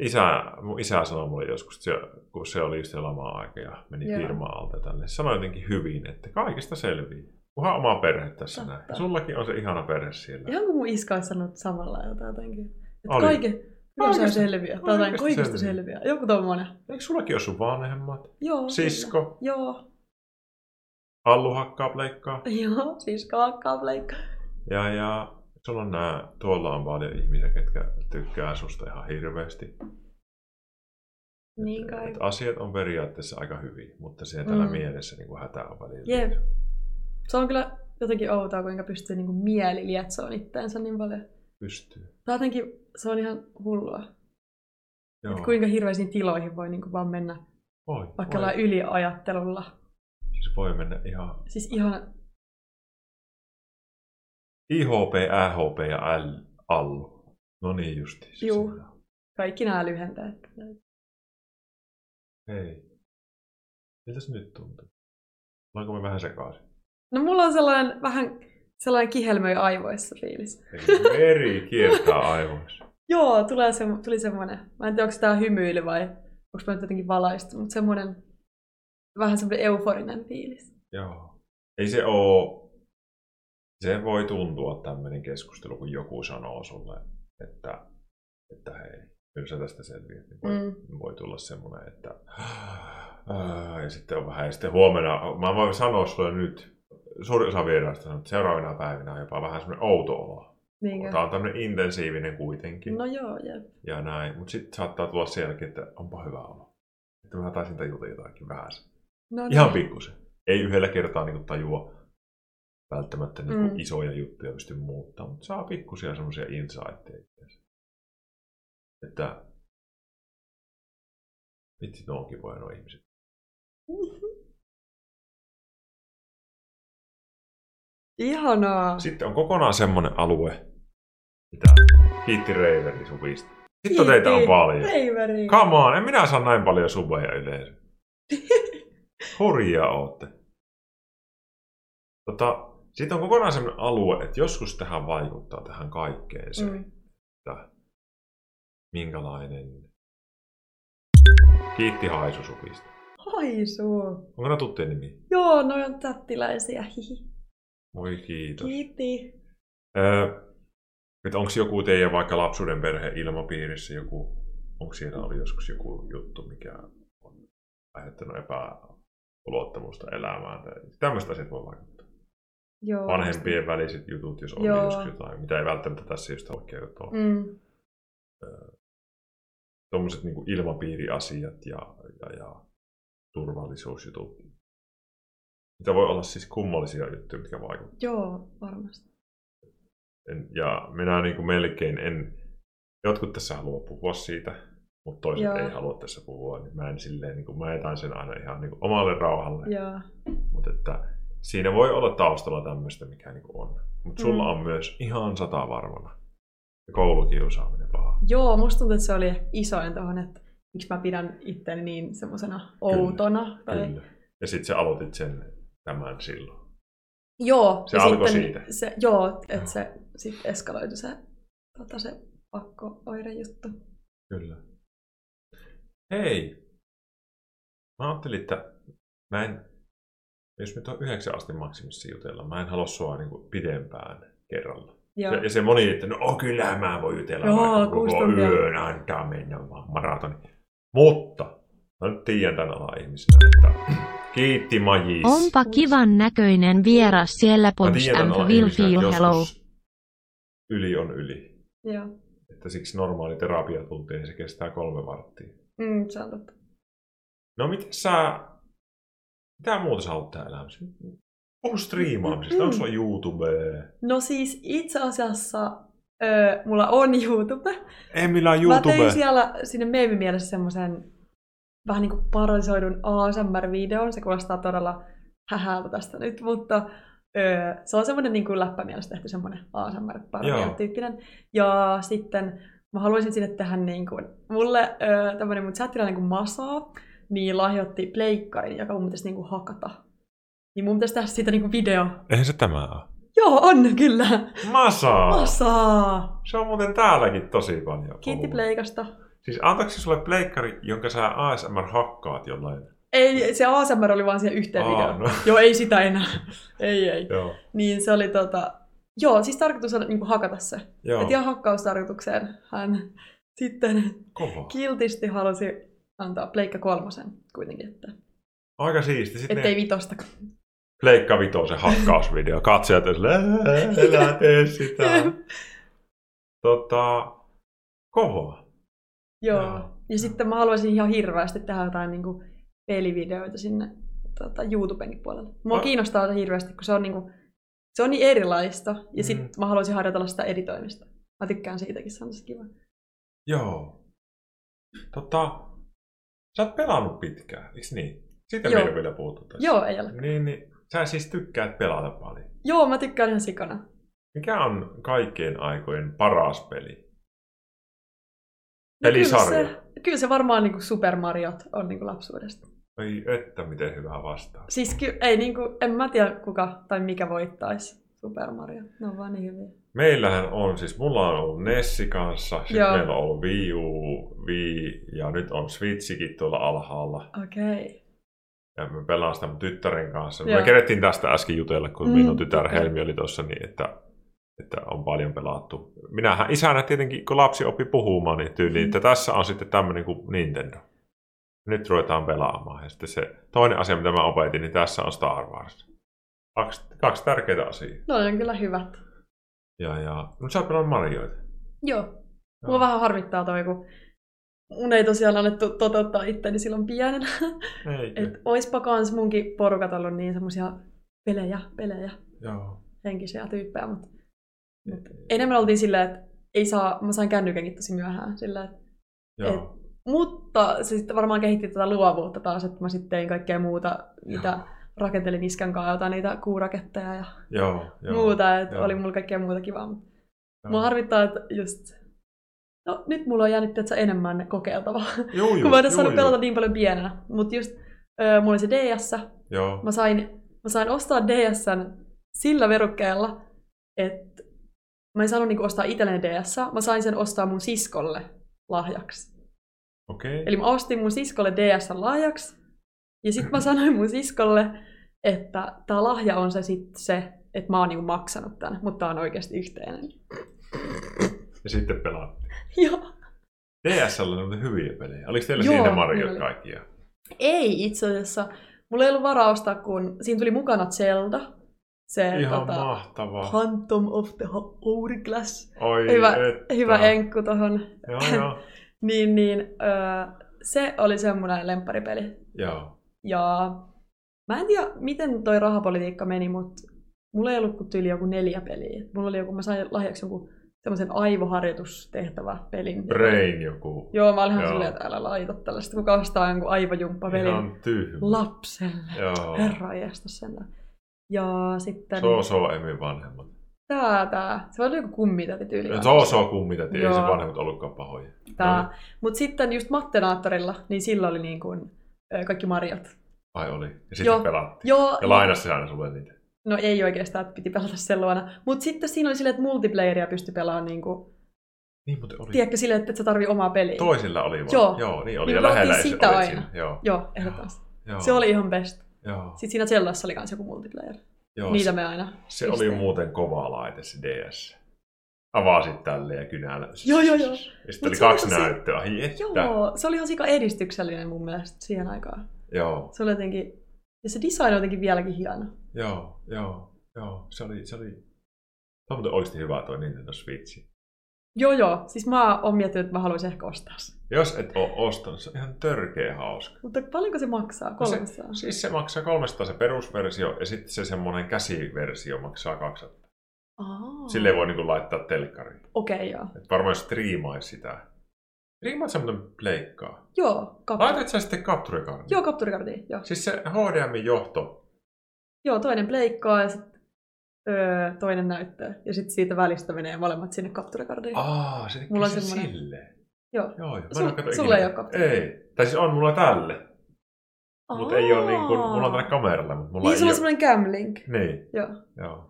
[SPEAKER 1] isä, mun isä sanoi mulle joskus, että se, kun se oli just se lama-aika ja meni
[SPEAKER 2] Joo.
[SPEAKER 1] firmaan alta ja tänne, se sanoi jotenkin hyvin, että kaikesta selvii. Kunhan oma perhe tässä
[SPEAKER 2] Totta.
[SPEAKER 1] näin. Ja Sullakin on se ihana perhe siellä.
[SPEAKER 2] Ihan kuin mun iska olisi sanonut samalla jotakin. Että
[SPEAKER 1] Oli.
[SPEAKER 2] kaiken, kyllä
[SPEAKER 1] Kaikesta-
[SPEAKER 2] saa selviä. Tai jotain,
[SPEAKER 1] kaikesta
[SPEAKER 2] kaikesta
[SPEAKER 1] selviää.
[SPEAKER 2] selviä. Joku tommonen.
[SPEAKER 1] Eikö sullakin ole sun vanhemmat?
[SPEAKER 2] Joo.
[SPEAKER 1] Sisko?
[SPEAKER 2] kyllä. Joo.
[SPEAKER 1] Allu hakkaa pleikkaa.
[SPEAKER 2] Joo, sisko hakkaa leikkaa.
[SPEAKER 1] Ja, ja sulla on nää, tuolla on paljon ihmisiä, ketkä tykkää susta ihan hirveästi.
[SPEAKER 2] Niin
[SPEAKER 1] Et
[SPEAKER 2] kai.
[SPEAKER 1] asiat on periaatteessa aika hyvin, mutta siellä tällä
[SPEAKER 2] Mm.
[SPEAKER 1] mielessä niin kuin hätä on välillä.
[SPEAKER 2] Jep. Se on kyllä jotenkin outoa, kuinka pystyy niinku mieli lietsoon itteensä niin paljon.
[SPEAKER 1] Pystyy.
[SPEAKER 2] Tai jotenkin se on ihan hullua.
[SPEAKER 1] Joo.
[SPEAKER 2] Että kuinka hirveisiin tiloihin voi niinku vaan mennä
[SPEAKER 1] Voi,
[SPEAKER 2] vaikka
[SPEAKER 1] voi.
[SPEAKER 2] jollain yliajattelulla.
[SPEAKER 1] Siis voi mennä ihan
[SPEAKER 2] Siis ihan,
[SPEAKER 1] IHP, AHP ja L, allu. No niin justiinsa.
[SPEAKER 2] Juu.
[SPEAKER 1] siinä on.
[SPEAKER 2] kaikki nämä lyhenteet.
[SPEAKER 1] Hei. Miltä se nyt tuntuu? Ollaanko me vähän sekaisin?
[SPEAKER 2] No mulla on sellainen vähän sellainen kihelmöi aivoissa fiilis.
[SPEAKER 1] Eli Meri kiertää aivoissa.
[SPEAKER 2] Joo, tulee se, tuli semmoinen, mä en tiedä onko tämä hymyily vai onko mä nyt jotenkin valaistu, mutta semmoinen vähän semmoinen euforinen fiilis.
[SPEAKER 1] Joo. Ei se oo... Se voi tuntua tämmöinen keskustelu, kun joku sanoo sulle, että, että hei, kyllä sä tästä selviät. Niin voi,
[SPEAKER 2] Mm.
[SPEAKER 1] voi tulla semmoinen, että... "Ah", Ja sitten on vähän, ja sitten huomenna, mä voin sanoa sulle nyt, suurin osa vieraista sanoo, että seuraavina päivinä on jopa vähän semmoinen outo olo.
[SPEAKER 2] Niinkö?
[SPEAKER 1] Tämä on tämmöinen intensiivinen kuitenkin
[SPEAKER 2] No joo, jep.
[SPEAKER 1] ja näin, mutta sitten saattaa tulla sen jälkeen, että onpa hyvä olo. Että mä taisin tajuta jotakin vähän.
[SPEAKER 2] No,
[SPEAKER 1] Ihan pikkusen. Ei yhdellä kertaa niin tajua välttämättä niin
[SPEAKER 2] Mm.
[SPEAKER 1] isoja juttuja pysty muuttamaan, mutta saa pikkusia semmoisia insightteja. itseensä. Että vitsi, ne onkin voi nuo ihmiset.
[SPEAKER 2] Mm-hmm. Ihanaa.
[SPEAKER 1] Sitten on kokonaan semmoinen alue, mitä kiitti Reiveri subista. Sitten teitä on paljon.
[SPEAKER 2] Leiveriin.
[SPEAKER 1] Come on, en minä saa näin paljon subeja yleensä. Hurjaa ootte. Tota, siitä on kokonaan sellainen alue, että joskus tähän vaikuttaa tähän kaikkeen se, mm.
[SPEAKER 2] Mm.
[SPEAKER 1] että minkälainen kiitti haisu supista.
[SPEAKER 2] Haisuu.
[SPEAKER 1] Onko ne tuttuja nimi?
[SPEAKER 2] Joo, noi on tättiläisiä. Hihi.
[SPEAKER 1] Voi kiitos.
[SPEAKER 2] Kiitti.
[SPEAKER 1] Öö, onko joku teidän vaikka lapsuuden perhe ilmapiirissä joku, onko siellä ollut joskus joku juttu, mikä on aiheuttanut epäluottamusta elämään? Tai tämmöistä asiat voi vaikuttaa.
[SPEAKER 2] Joo. niin.
[SPEAKER 1] Vanhempien väliset jutut, jos on Joo.
[SPEAKER 2] Joo.
[SPEAKER 1] joskus jotain, mitä ei välttämättä tässä just ole kertoa. Mm.
[SPEAKER 2] Mm.
[SPEAKER 1] Tuommoiset niin ilmapiiriasiat ja, ja, ja turvallisuusjutut. Niitä voi olla siis kummallisia juttuja, mitkä vaikuttaa.
[SPEAKER 2] Joo, varmasti.
[SPEAKER 1] En- ja minä niin kuin melkein en, jotkut tässä haluaa puhua siitä, mutta toiset Joo.
[SPEAKER 2] Joo.
[SPEAKER 1] ei halua tässä puhua, niin mä en silleen, niin kuin, mä jätän sen aina ihan niin kuin omalle rauhalle,
[SPEAKER 2] Joo.
[SPEAKER 1] mutta että siinä voi olla taustalla tämmöistä, mikä niin kuin on. Mutta sulla
[SPEAKER 2] Mm.
[SPEAKER 1] on myös ihan sata varmana Ja koulukiusaaminen paha.
[SPEAKER 2] Joo, musta tuntuu, että se oli ehkä isoin tuohon, että miksi mä pidän itteni niin semmosena outona. Tai...
[SPEAKER 1] Kyllä. Ja sitten sä aloitit sen tämän silloin.
[SPEAKER 2] Joo.
[SPEAKER 1] Se
[SPEAKER 2] ja
[SPEAKER 1] alkoi
[SPEAKER 2] sitten
[SPEAKER 1] siitä.
[SPEAKER 2] Se, joo,
[SPEAKER 1] Joo.
[SPEAKER 2] että se sitten eskaloitu se, tota, se pakko oirejuttu.
[SPEAKER 1] Kyllä. Hei! Mä ajattelin, että mä en, jos me tuon yhdeksän asti maksimissa jutella, mä en halua sua niinku pidempään kerralla.
[SPEAKER 2] Joo.
[SPEAKER 1] Ja, ja se moni, että no oh, kyllähän mä voin jutella
[SPEAKER 2] Joo,
[SPEAKER 1] vaikka
[SPEAKER 2] kuusi
[SPEAKER 1] koko
[SPEAKER 2] tuntia.
[SPEAKER 1] yön, antaa mennä vaan maratoni. Mutta, mä nyt tiedän tämän alan ihmisenä, että kiitti Majis.
[SPEAKER 3] Onpa kivan näköinen vieras siellä
[SPEAKER 1] Mä
[SPEAKER 3] Pops
[SPEAKER 1] tiedän
[SPEAKER 3] and
[SPEAKER 1] alan
[SPEAKER 3] Will
[SPEAKER 1] ihmisenä,
[SPEAKER 3] Feel
[SPEAKER 1] että
[SPEAKER 3] Hello.
[SPEAKER 1] joskus Yli on yli.
[SPEAKER 2] Joo.
[SPEAKER 1] Että siksi normaali terapiatunti, niin se kestää kolme varttia.
[SPEAKER 2] Mm, se on totta.
[SPEAKER 1] No miten sä... Mitä muuta sä haluat täällä elämässä? Onko striimaamisesta?
[SPEAKER 2] Mm.
[SPEAKER 1] Onko sulla YouTube?
[SPEAKER 2] No siis itse asiassa öö, mulla on YouTube.
[SPEAKER 1] Ei millään
[SPEAKER 2] Mä tein
[SPEAKER 1] YouTube.
[SPEAKER 2] siellä sinne meemimielessä semmoisen vähän niin kuin parodisoidun ASMR-videon. Se kuulostaa todella hähältä tästä nyt, mutta öö, se on semmoinen niin kuin läppämielessä tehty semmoinen
[SPEAKER 1] Joo.
[SPEAKER 2] ASMR-parodia-tyyppinen. Ja niinku, sitten mä haluaisin sinne tehdä niin kuin, mulle öö, tämmöinen mun chatilla niin kuin niinku masaa. niin lahjoitti pleikkarin, joka mun pitäisi niinku hakata. Niin mun pitäisi tehdä siitä niinku video.
[SPEAKER 1] Eihän se tämä ole.
[SPEAKER 2] Joo, on kyllä.
[SPEAKER 1] Masaa!
[SPEAKER 2] Masaa.
[SPEAKER 1] Se on muuten täälläkin tosi paljon.
[SPEAKER 2] Kiitti
[SPEAKER 1] ollut.
[SPEAKER 2] pleikasta.
[SPEAKER 1] Siis antaako se sulle pleikkari, jonka sä ASMR hakkaat jollain?
[SPEAKER 2] Ei, se ASMR oli vaan siihen yhteen
[SPEAKER 1] Aa,
[SPEAKER 2] videoon.
[SPEAKER 1] no.
[SPEAKER 2] Joo, ei sitä enää. ei, ei.
[SPEAKER 1] Joo.
[SPEAKER 2] Niin se oli tota... Joo, siis tarkoitus on niinku hakata se.
[SPEAKER 1] Joo.
[SPEAKER 2] Et ihan hakkaustarkoitukseen hän sitten
[SPEAKER 1] Kova.
[SPEAKER 2] kiltisti halusi antaa pleikka kolmosen kuitenkin, että
[SPEAKER 1] Aika siisti. Sitten
[SPEAKER 2] ettei
[SPEAKER 1] Ettei...
[SPEAKER 2] vitosta.
[SPEAKER 1] pleikka vitosen hakkausvideo. Katsojat on silleen, "Ää, älä tee sitä. tota, kova.
[SPEAKER 2] Joo.
[SPEAKER 1] Joo.
[SPEAKER 2] Ja sitten mä haluaisin ihan hirveästi tehdä jotain niin kuin, pelivideoita sinne tota, YouTubenkin puolelle. Mua
[SPEAKER 1] Ah.
[SPEAKER 2] kiinnostaa se hirveästi, kun se on, niin kuin, se on niin erilaista. Ja sitten
[SPEAKER 1] Mm.
[SPEAKER 2] mä haluaisin harjoitella sitä editoimista. Mä tykkään siitäkin, se on tosi kiva.
[SPEAKER 1] Joo. Tota, sä oot pelannut pitkään, eiks niin? Siitä
[SPEAKER 2] Joo.
[SPEAKER 1] meidän on vielä puhuttu tässä.
[SPEAKER 2] Joo, ei ole.
[SPEAKER 1] Niin, niin. Sä siis tykkäät pelata paljon.
[SPEAKER 2] Joo, mä tykkään ihan sikana.
[SPEAKER 1] Mikä on kaikkien aikojen paras peli?
[SPEAKER 2] No kyllä
[SPEAKER 1] Pelisarja.
[SPEAKER 2] se, kyllä se varmaan niin kuin Super Mariot on niin kuin lapsuudesta.
[SPEAKER 1] Ei että miten hyvä vastaus.
[SPEAKER 2] Siis ky- ei niin kuin, en mä tiedä kuka tai mikä voittaisi Super Mario. Ne on vaan niin hyviä.
[SPEAKER 1] Meillähän on, siis mulla on ollut Nessi kanssa, sitten
[SPEAKER 2] Joo.
[SPEAKER 1] meillä on ollut Wii U, Wii, ja nyt on Switchikin tuolla alhaalla.
[SPEAKER 2] Okei. Okay.
[SPEAKER 1] Ja me pelaan sitä mun tyttären kanssa. Me
[SPEAKER 2] Joo.
[SPEAKER 1] kerettiin tästä äsken jutella, kun
[SPEAKER 2] Mm,
[SPEAKER 1] minun tytär
[SPEAKER 2] okei.
[SPEAKER 1] Helmi oli tuossa, niin että, että on paljon pelattu. Minähän isänä tietenkin, kun lapsi oppi puhumaan, niin tyyliin,
[SPEAKER 2] Mm.
[SPEAKER 1] että tässä on sitten tämmöinen kuin Nintendo. Nyt ruvetaan pelaamaan. Ja sitten se toinen asia, mitä mä opetin, niin tässä on Star Wars. Kaksi, kaksi tärkeää asiaa.
[SPEAKER 2] No ne on kyllä hyvät.
[SPEAKER 1] Ja, ja... Mutta sä oot pelannut Marioita.
[SPEAKER 2] Joo. Mua vähän harmittaa toi, kun mun ei tosiaan annettu toteuttaa itteeni silloin pienenä.
[SPEAKER 1] Eikö?
[SPEAKER 2] Et oispa kans munkin porukat ollut niin semmosia pelejä, pelejä,
[SPEAKER 1] Joo.
[SPEAKER 2] henkisiä tyyppejä, mutta enemmän oltiin silleen, että ei saa, mä sain kännykänkin tosi myöhään silleen, että
[SPEAKER 1] Joo.
[SPEAKER 2] mutta se sitten varmaan kehitti tätä luovuutta taas, että mä sitten tein kaikkea muuta, mitä
[SPEAKER 1] Joo.
[SPEAKER 2] rakentelin iskan kanssa jotain niitä kuuraketteja ja
[SPEAKER 1] Joo. Joo.
[SPEAKER 2] muuta, että
[SPEAKER 1] Joo.
[SPEAKER 2] oli mulla kaikkea muuta kivaa. Mut
[SPEAKER 1] Joo.
[SPEAKER 2] Mua harvittaa, että just... No nyt mulla on jäänyt tietysti enemmän kokeiltavaa,
[SPEAKER 1] Juu, juu,
[SPEAKER 2] kun mä en ole
[SPEAKER 1] juu,
[SPEAKER 2] saanut
[SPEAKER 1] juu.
[SPEAKER 2] pelata niin paljon pienenä. Mutta just öö, mulla oli se DS,
[SPEAKER 1] Joo.
[SPEAKER 2] niin- mä sain, mä sain ostaa DSn sillä verukkeella, että mä en saanut niinku ostaa itselleni DS, mä sain sen ostaa mun siskolle lahjaksi.
[SPEAKER 1] Okei.
[SPEAKER 2] Eli mä ostin mun siskolle DS lahjaksi. Ja sitten mä sanoin mun siskolle, että tämä lahja on se sitten se, että mä oon niinku maksanut tän, mutta tää on oikeasti yhteinen.
[SPEAKER 1] Ja sitten pelaat.
[SPEAKER 2] Joo.
[SPEAKER 1] DSL on niitä hyviä pelejä. Oliko teillä
[SPEAKER 2] Joo,
[SPEAKER 1] siinä ne Mariot
[SPEAKER 2] meillä oli.
[SPEAKER 1] kaikkia?
[SPEAKER 2] Ei itse asiassa. Mulla ei ollut varaa ostaa, kun siinä tuli mukana Zelda. Se
[SPEAKER 1] Ihan
[SPEAKER 2] tota,
[SPEAKER 1] mahtavaa.
[SPEAKER 2] Phantom of the Hourglass.
[SPEAKER 1] Oi
[SPEAKER 2] Hyvä,
[SPEAKER 1] että.
[SPEAKER 2] hyvä enkku tohon.
[SPEAKER 1] Joo, joo.
[SPEAKER 2] Niin, niin öö, se oli semmoinen lempparipeli.
[SPEAKER 1] joo.
[SPEAKER 2] Ja mä en tiedä, miten toi rahapolitiikka meni, mutta mulla ei ollut kuin tyyli joku neljä peliä. Mulla oli joku, mä sain lahjaksi joku semmoisen aivoharjoitustehtävä pelin.
[SPEAKER 1] Brain joku.
[SPEAKER 2] Joo, mä olin ihan
[SPEAKER 1] Joo.
[SPEAKER 2] silleen, että älä laita tällaista, kuka ostaa jonkun aivojumppapelin
[SPEAKER 1] Ihan tyhmä.
[SPEAKER 2] lapselle.
[SPEAKER 1] Joo.
[SPEAKER 2] Herra sen. Ja sitten
[SPEAKER 1] Soo soo emi vanhemmat.
[SPEAKER 2] tää, tää. Se oli joku kummitäti tyyli.
[SPEAKER 1] Soo soo kummitat, ei
[SPEAKER 2] Joo.
[SPEAKER 1] se vanhemmat ollutkaan pahoja.
[SPEAKER 2] Tää.
[SPEAKER 1] No niin.
[SPEAKER 2] Mut sitten just Mattenaattorilla, niin sillä oli niin kuin, ö, kaikki marjat.
[SPEAKER 1] Ai oli. Ja
[SPEAKER 2] Joo.
[SPEAKER 1] sitten pelaat.
[SPEAKER 2] Joo,
[SPEAKER 1] Ja lainassa se aina sulle niitä.
[SPEAKER 2] No ei oikeastaan, että piti pelata sen luona. Mutta sitten siinä oli silleen, että multiplayeria pystyi pelaamaan, niin kuin,
[SPEAKER 1] Niin muuten oli.
[SPEAKER 2] tiedätkö silleen, että et sä tarvii omaa peliä.
[SPEAKER 1] Toisilla oli vaan.
[SPEAKER 2] Joo.
[SPEAKER 1] joo niin oli.
[SPEAKER 2] Niin
[SPEAKER 1] Ja
[SPEAKER 2] me
[SPEAKER 1] lähellä
[SPEAKER 2] oltiin
[SPEAKER 1] ei se-
[SPEAKER 2] sitä
[SPEAKER 1] olit
[SPEAKER 2] aina.
[SPEAKER 1] siinä. Joo.
[SPEAKER 2] Joo, ehdottomasti.
[SPEAKER 1] joo.
[SPEAKER 2] Se oli ihan best.
[SPEAKER 1] Joo.
[SPEAKER 2] Sitten siinä Zeldassa oli myös joku multiplayer.
[SPEAKER 1] joo.
[SPEAKER 2] Niitä me aina.
[SPEAKER 1] Se oli muuten kova laite se DS. Avasit tälle ja kynällä.
[SPEAKER 2] Joo, joo, joo.
[SPEAKER 1] Ja
[SPEAKER 2] Mut
[SPEAKER 1] sitten oli
[SPEAKER 2] se oli
[SPEAKER 1] kaksi
[SPEAKER 2] tosi-
[SPEAKER 1] näyttöä. Ai että.
[SPEAKER 2] Joo, se oli ihan sika edistyksellinen mun mielestä siihen aikaan.
[SPEAKER 1] Joo,
[SPEAKER 2] Se oli jotenkin, ja se design on jotenkin vieläkin hieno.
[SPEAKER 1] joo, joo, joo. Se oli, se oli... Tämä on muuten oikeasti hyvä toi Nintendo Switch.
[SPEAKER 2] Joo, joo. Siis mä oon miettinyt, että mä haluaisin ehkä ostaa sen.
[SPEAKER 1] Jos et ole ostanut, se on ihan törkeä hauska.
[SPEAKER 2] Mutta paljonko se maksaa?
[SPEAKER 1] No se-
[SPEAKER 2] 300.
[SPEAKER 1] Siis se maksaa 300 se perusversio ja sitten se semmoinen käsiversio maksaa 200.
[SPEAKER 2] Aa.
[SPEAKER 1] Sille voi niinku laittaa telkkariin.
[SPEAKER 2] Okei, okay, joo.
[SPEAKER 1] Et varmaan striimaisi sitä. Striimaat sä muuten pleikkaa.
[SPEAKER 2] Joo, kapturi.
[SPEAKER 1] Laitat sä sitten capture cardin?
[SPEAKER 2] Joo, kapturikartiin. Joo.
[SPEAKER 1] Siis se HDMI-johto
[SPEAKER 2] Joo, toinen pleikkaa ja sitten öö, toinen näyttää. Ja sitten siitä välistä menee molemmat sinne capture cardiin.
[SPEAKER 1] Aa, se
[SPEAKER 2] Mulla
[SPEAKER 1] mulla
[SPEAKER 2] on
[SPEAKER 1] se
[SPEAKER 2] semmonen-
[SPEAKER 1] silleen.
[SPEAKER 2] Joo.
[SPEAKER 1] Joo, joo. Mä en
[SPEAKER 2] Sul-
[SPEAKER 1] oo kato
[SPEAKER 2] sulla
[SPEAKER 1] ikinä-
[SPEAKER 2] ei oo kapteeni.
[SPEAKER 1] Ei. Tai siis on mulla tälle. Mutta ei ole niin kuin,
[SPEAKER 2] Aa.
[SPEAKER 1] mulla on tällä kameralla, mutta mulla
[SPEAKER 2] Niin,
[SPEAKER 1] ei
[SPEAKER 2] sulla
[SPEAKER 1] ole.
[SPEAKER 2] on semmoinen gambling.
[SPEAKER 1] Niin,
[SPEAKER 2] Joo.
[SPEAKER 1] joo.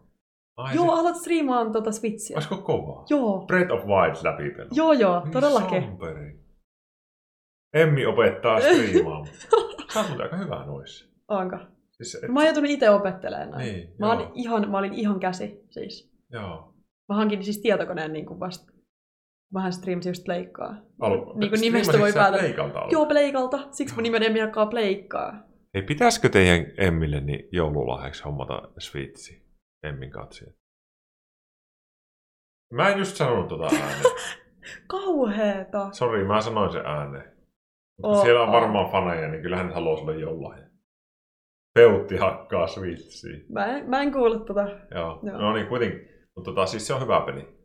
[SPEAKER 1] Ai,
[SPEAKER 2] Joo,
[SPEAKER 1] joo.
[SPEAKER 2] alat striimaan tuota Switchiä.
[SPEAKER 1] Olisiko kovaa?
[SPEAKER 2] Joo.
[SPEAKER 1] Breath of Wild läpipelu.
[SPEAKER 2] Joo, joo,
[SPEAKER 1] Niin
[SPEAKER 2] todellakin.
[SPEAKER 1] samperi. Emmi opettaa striimaamaan. Sä oot muuten aika hyvä noissa.
[SPEAKER 2] Onko?
[SPEAKER 1] Siis et,
[SPEAKER 2] Mä oon joutunut itse opettelemaan näin.
[SPEAKER 1] niin,
[SPEAKER 2] Mä,
[SPEAKER 1] joo,
[SPEAKER 2] oon ihan, mä olin ihan käsi siis.
[SPEAKER 1] joo.
[SPEAKER 2] Mä hankin siis tietokoneen niin kuin vasta. Vähän streams just leikkaa.
[SPEAKER 1] Alu,
[SPEAKER 2] niin kuin nimestä voi päätellä.
[SPEAKER 1] Leikalta
[SPEAKER 2] Joo, pleikalta. Siksi mun nimen Emmi alkaa pleikkaa.
[SPEAKER 1] Ei, pitäisikö teidän Emmille niin joululahjaksi hommata Switchi Emmin katsia? Mä en just sanonut tota ääneen.
[SPEAKER 2] Kauheeta.
[SPEAKER 1] Sori, mä sanoin sen ääneen. Mut kun
[SPEAKER 2] Oo.
[SPEAKER 1] Siellä on varmaan faneja, niin kyllähän ne haluaa sulle joululahja. Peutti hakkaa Switchiä.
[SPEAKER 2] Mä en, mä en kuullut tota.
[SPEAKER 1] Joo.
[SPEAKER 2] Joo.
[SPEAKER 1] No niin, kuitenkin. Mutta tota, siis se on hyvä peli.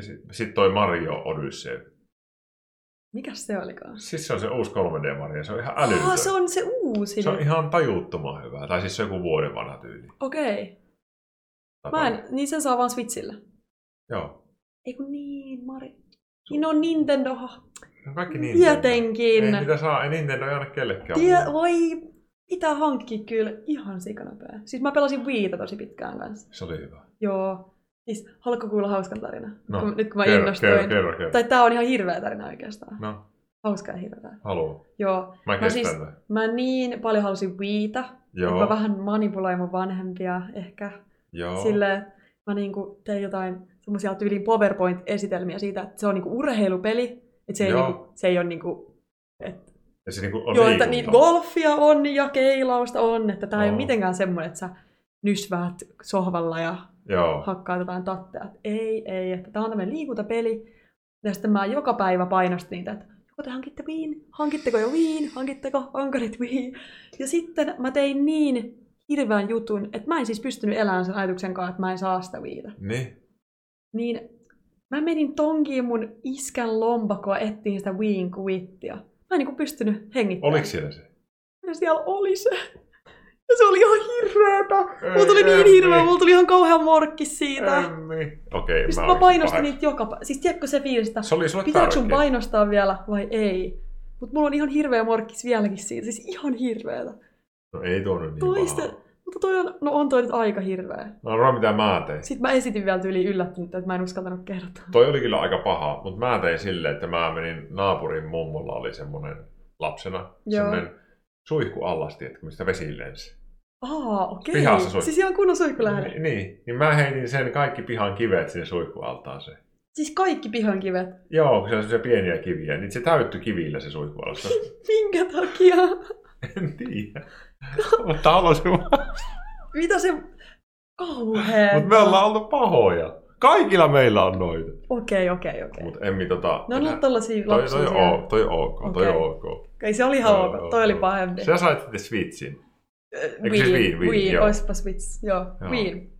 [SPEAKER 1] Sitten sit toi Mario Odyssey.
[SPEAKER 2] Mikäs se olikaan?
[SPEAKER 1] Siis se on se uusi 3D-Mario, se on ihan älytön.
[SPEAKER 2] Ah, se on se uusi.
[SPEAKER 1] se on
[SPEAKER 2] nyt.
[SPEAKER 1] ihan tajuttoman hyvä. Tai siis se on joku vuoden vanha tyyli.
[SPEAKER 2] Okei.
[SPEAKER 1] Tai
[SPEAKER 2] Mä en,
[SPEAKER 1] tai-
[SPEAKER 2] niin sen saa vaan Switchillä.
[SPEAKER 1] Joo.
[SPEAKER 2] Ei kun niin, Mari. Niin on Nintendo. ha.
[SPEAKER 1] No Kaikki niin.
[SPEAKER 2] Tietenkin.
[SPEAKER 1] Ei niitä saa, niin ei Nintendo ei anna kellekään.
[SPEAKER 2] Tie,
[SPEAKER 1] muulle.
[SPEAKER 2] voi, pitää hankkia kyllä ihan sikanopea. Siis mä pelasin Wiita tosi pitkään kanssa.
[SPEAKER 1] Se oli hyvä.
[SPEAKER 2] Joo. Siis, haluatko kuulla hauskan tarina?
[SPEAKER 1] No,
[SPEAKER 2] Kun- nyt kun mä
[SPEAKER 1] kerro,
[SPEAKER 2] innostuin.
[SPEAKER 1] Kerro, kerro, kerro.
[SPEAKER 2] Tai tää on ihan hirveä tarina oikeastaan.
[SPEAKER 1] No,
[SPEAKER 2] Hauska ja hirveä.
[SPEAKER 1] haluu.
[SPEAKER 2] Joo.
[SPEAKER 1] Mä
[SPEAKER 2] No siis-
[SPEAKER 1] kestän no siis...
[SPEAKER 2] Mä niin paljon halusin Wiita, että
[SPEAKER 1] Joo,
[SPEAKER 2] mä vähän manipuloin mun vanhempia ehkä.
[SPEAKER 1] joo.
[SPEAKER 2] Joo. Silleen, että mä niinku tein jotain semmoisia tyyliin PowerPoint-esitelmiä siitä, että se on niinku urheilupeli, että se ei,
[SPEAKER 1] Joo.
[SPEAKER 2] niinku, se ei ole niinku, että,
[SPEAKER 1] Ja se niinku on
[SPEAKER 2] joo, että niin
[SPEAKER 1] liikunta.
[SPEAKER 2] golfia on ja keilausta on, että tämä ei
[SPEAKER 1] Joo.
[SPEAKER 2] ole mitenkään semmoinen, että sä nysväät sohvalla ja
[SPEAKER 1] Joo,
[SPEAKER 2] hakkaa jotain tatteja. Et ei, ei, että tämä on tämmöinen liikuntapeli. Ja sitten mä joka päivä painostin niitä, että joko te hankitte viin, hankitteko jo viin, hankitteko ankarit viin. Ja sitten mä tein niin hirveän jutun, että mä en siis pystynyt elämään sen ajatuksen kanssa, että mä en saa sitä viitä.
[SPEAKER 1] niin.
[SPEAKER 2] Niin mä menin tonkiin mun iskän lompakoa ettiin sitä viin kuittia. Mä en niinku pystynyt hengittämään.
[SPEAKER 1] Oliko siellä se?
[SPEAKER 2] Ja siellä oli se. Ja se oli ihan hirveetä. Mulla tuli
[SPEAKER 1] Ei,
[SPEAKER 2] niin
[SPEAKER 1] ei,
[SPEAKER 2] hirveä,
[SPEAKER 1] ei.
[SPEAKER 2] mulla tuli ihan kauhea morkki siitä.
[SPEAKER 1] Emmi. niin. Okei,
[SPEAKER 2] Just
[SPEAKER 1] mä,
[SPEAKER 2] mä,
[SPEAKER 1] oikeesti
[SPEAKER 2] painostin
[SPEAKER 1] pahoin.
[SPEAKER 2] niitä joka päivä. Siis tiedätkö se fiilis, että
[SPEAKER 1] Se oli sulle
[SPEAKER 2] pitääkö sun
[SPEAKER 1] tärkeä.
[SPEAKER 2] painostaa vielä vai ei? Mut mulla on ihan hirveä morkkis vieläkin siitä, siis ihan hirveetä.
[SPEAKER 1] No ei tuo nyt niin
[SPEAKER 2] Toista,
[SPEAKER 1] pahaa.
[SPEAKER 2] mutta toi on, no on toi nyt aika hirveä.
[SPEAKER 1] No arvaa mitä mä tein.
[SPEAKER 2] Sitten mä esitin vielä tyyli yllättynyt, että mä en uskaltanut kertoa.
[SPEAKER 1] Toi oli kyllä aika paha, mutta mä tein silleen, että mä menin naapurin mummolla oli semmonen lapsena,
[SPEAKER 2] Joo.
[SPEAKER 1] semmonen suihku allasti, että mistä vesi lensi.
[SPEAKER 2] Aa, okei.
[SPEAKER 1] Pihassa suihku.
[SPEAKER 2] Siis ihan kunnon suihkulähde.
[SPEAKER 1] Ni- Niin, niin mä heitin sen kaikki pihan kivet sinne suihkualtaaseen.
[SPEAKER 2] Siis kaikki pihan kivet.
[SPEAKER 1] Joo, kun siellä on semmoisia pieniä kiviä, niin se täyttyi kivillä se suihkualasta.
[SPEAKER 2] Minkä takia?
[SPEAKER 1] en tiedä. Mutta halusin vaan.
[SPEAKER 2] Mitä se... Kauhea.
[SPEAKER 1] Mutta me ollaan oltu pahoja. Kaikilla meillä on noita.
[SPEAKER 2] Okei, okei, okei.
[SPEAKER 1] Mutta emmi tota...
[SPEAKER 2] No no tollasia
[SPEAKER 1] toi, toi,
[SPEAKER 2] lapsia.
[SPEAKER 1] on, toi on ok, toi on
[SPEAKER 2] Okei.
[SPEAKER 1] ok.
[SPEAKER 2] Ei se oli ihan
[SPEAKER 1] Joo,
[SPEAKER 2] ok,
[SPEAKER 1] joo,
[SPEAKER 2] toi oli
[SPEAKER 1] joo.
[SPEAKER 2] pahempi. Äh,
[SPEAKER 1] Sä sait sitten Switchin.
[SPEAKER 2] Wii,
[SPEAKER 1] Eikö siis Wii, Wii,
[SPEAKER 2] Wii,
[SPEAKER 1] joo.
[SPEAKER 2] oispa Switch, joo,
[SPEAKER 1] Joo.
[SPEAKER 2] joo. Wii.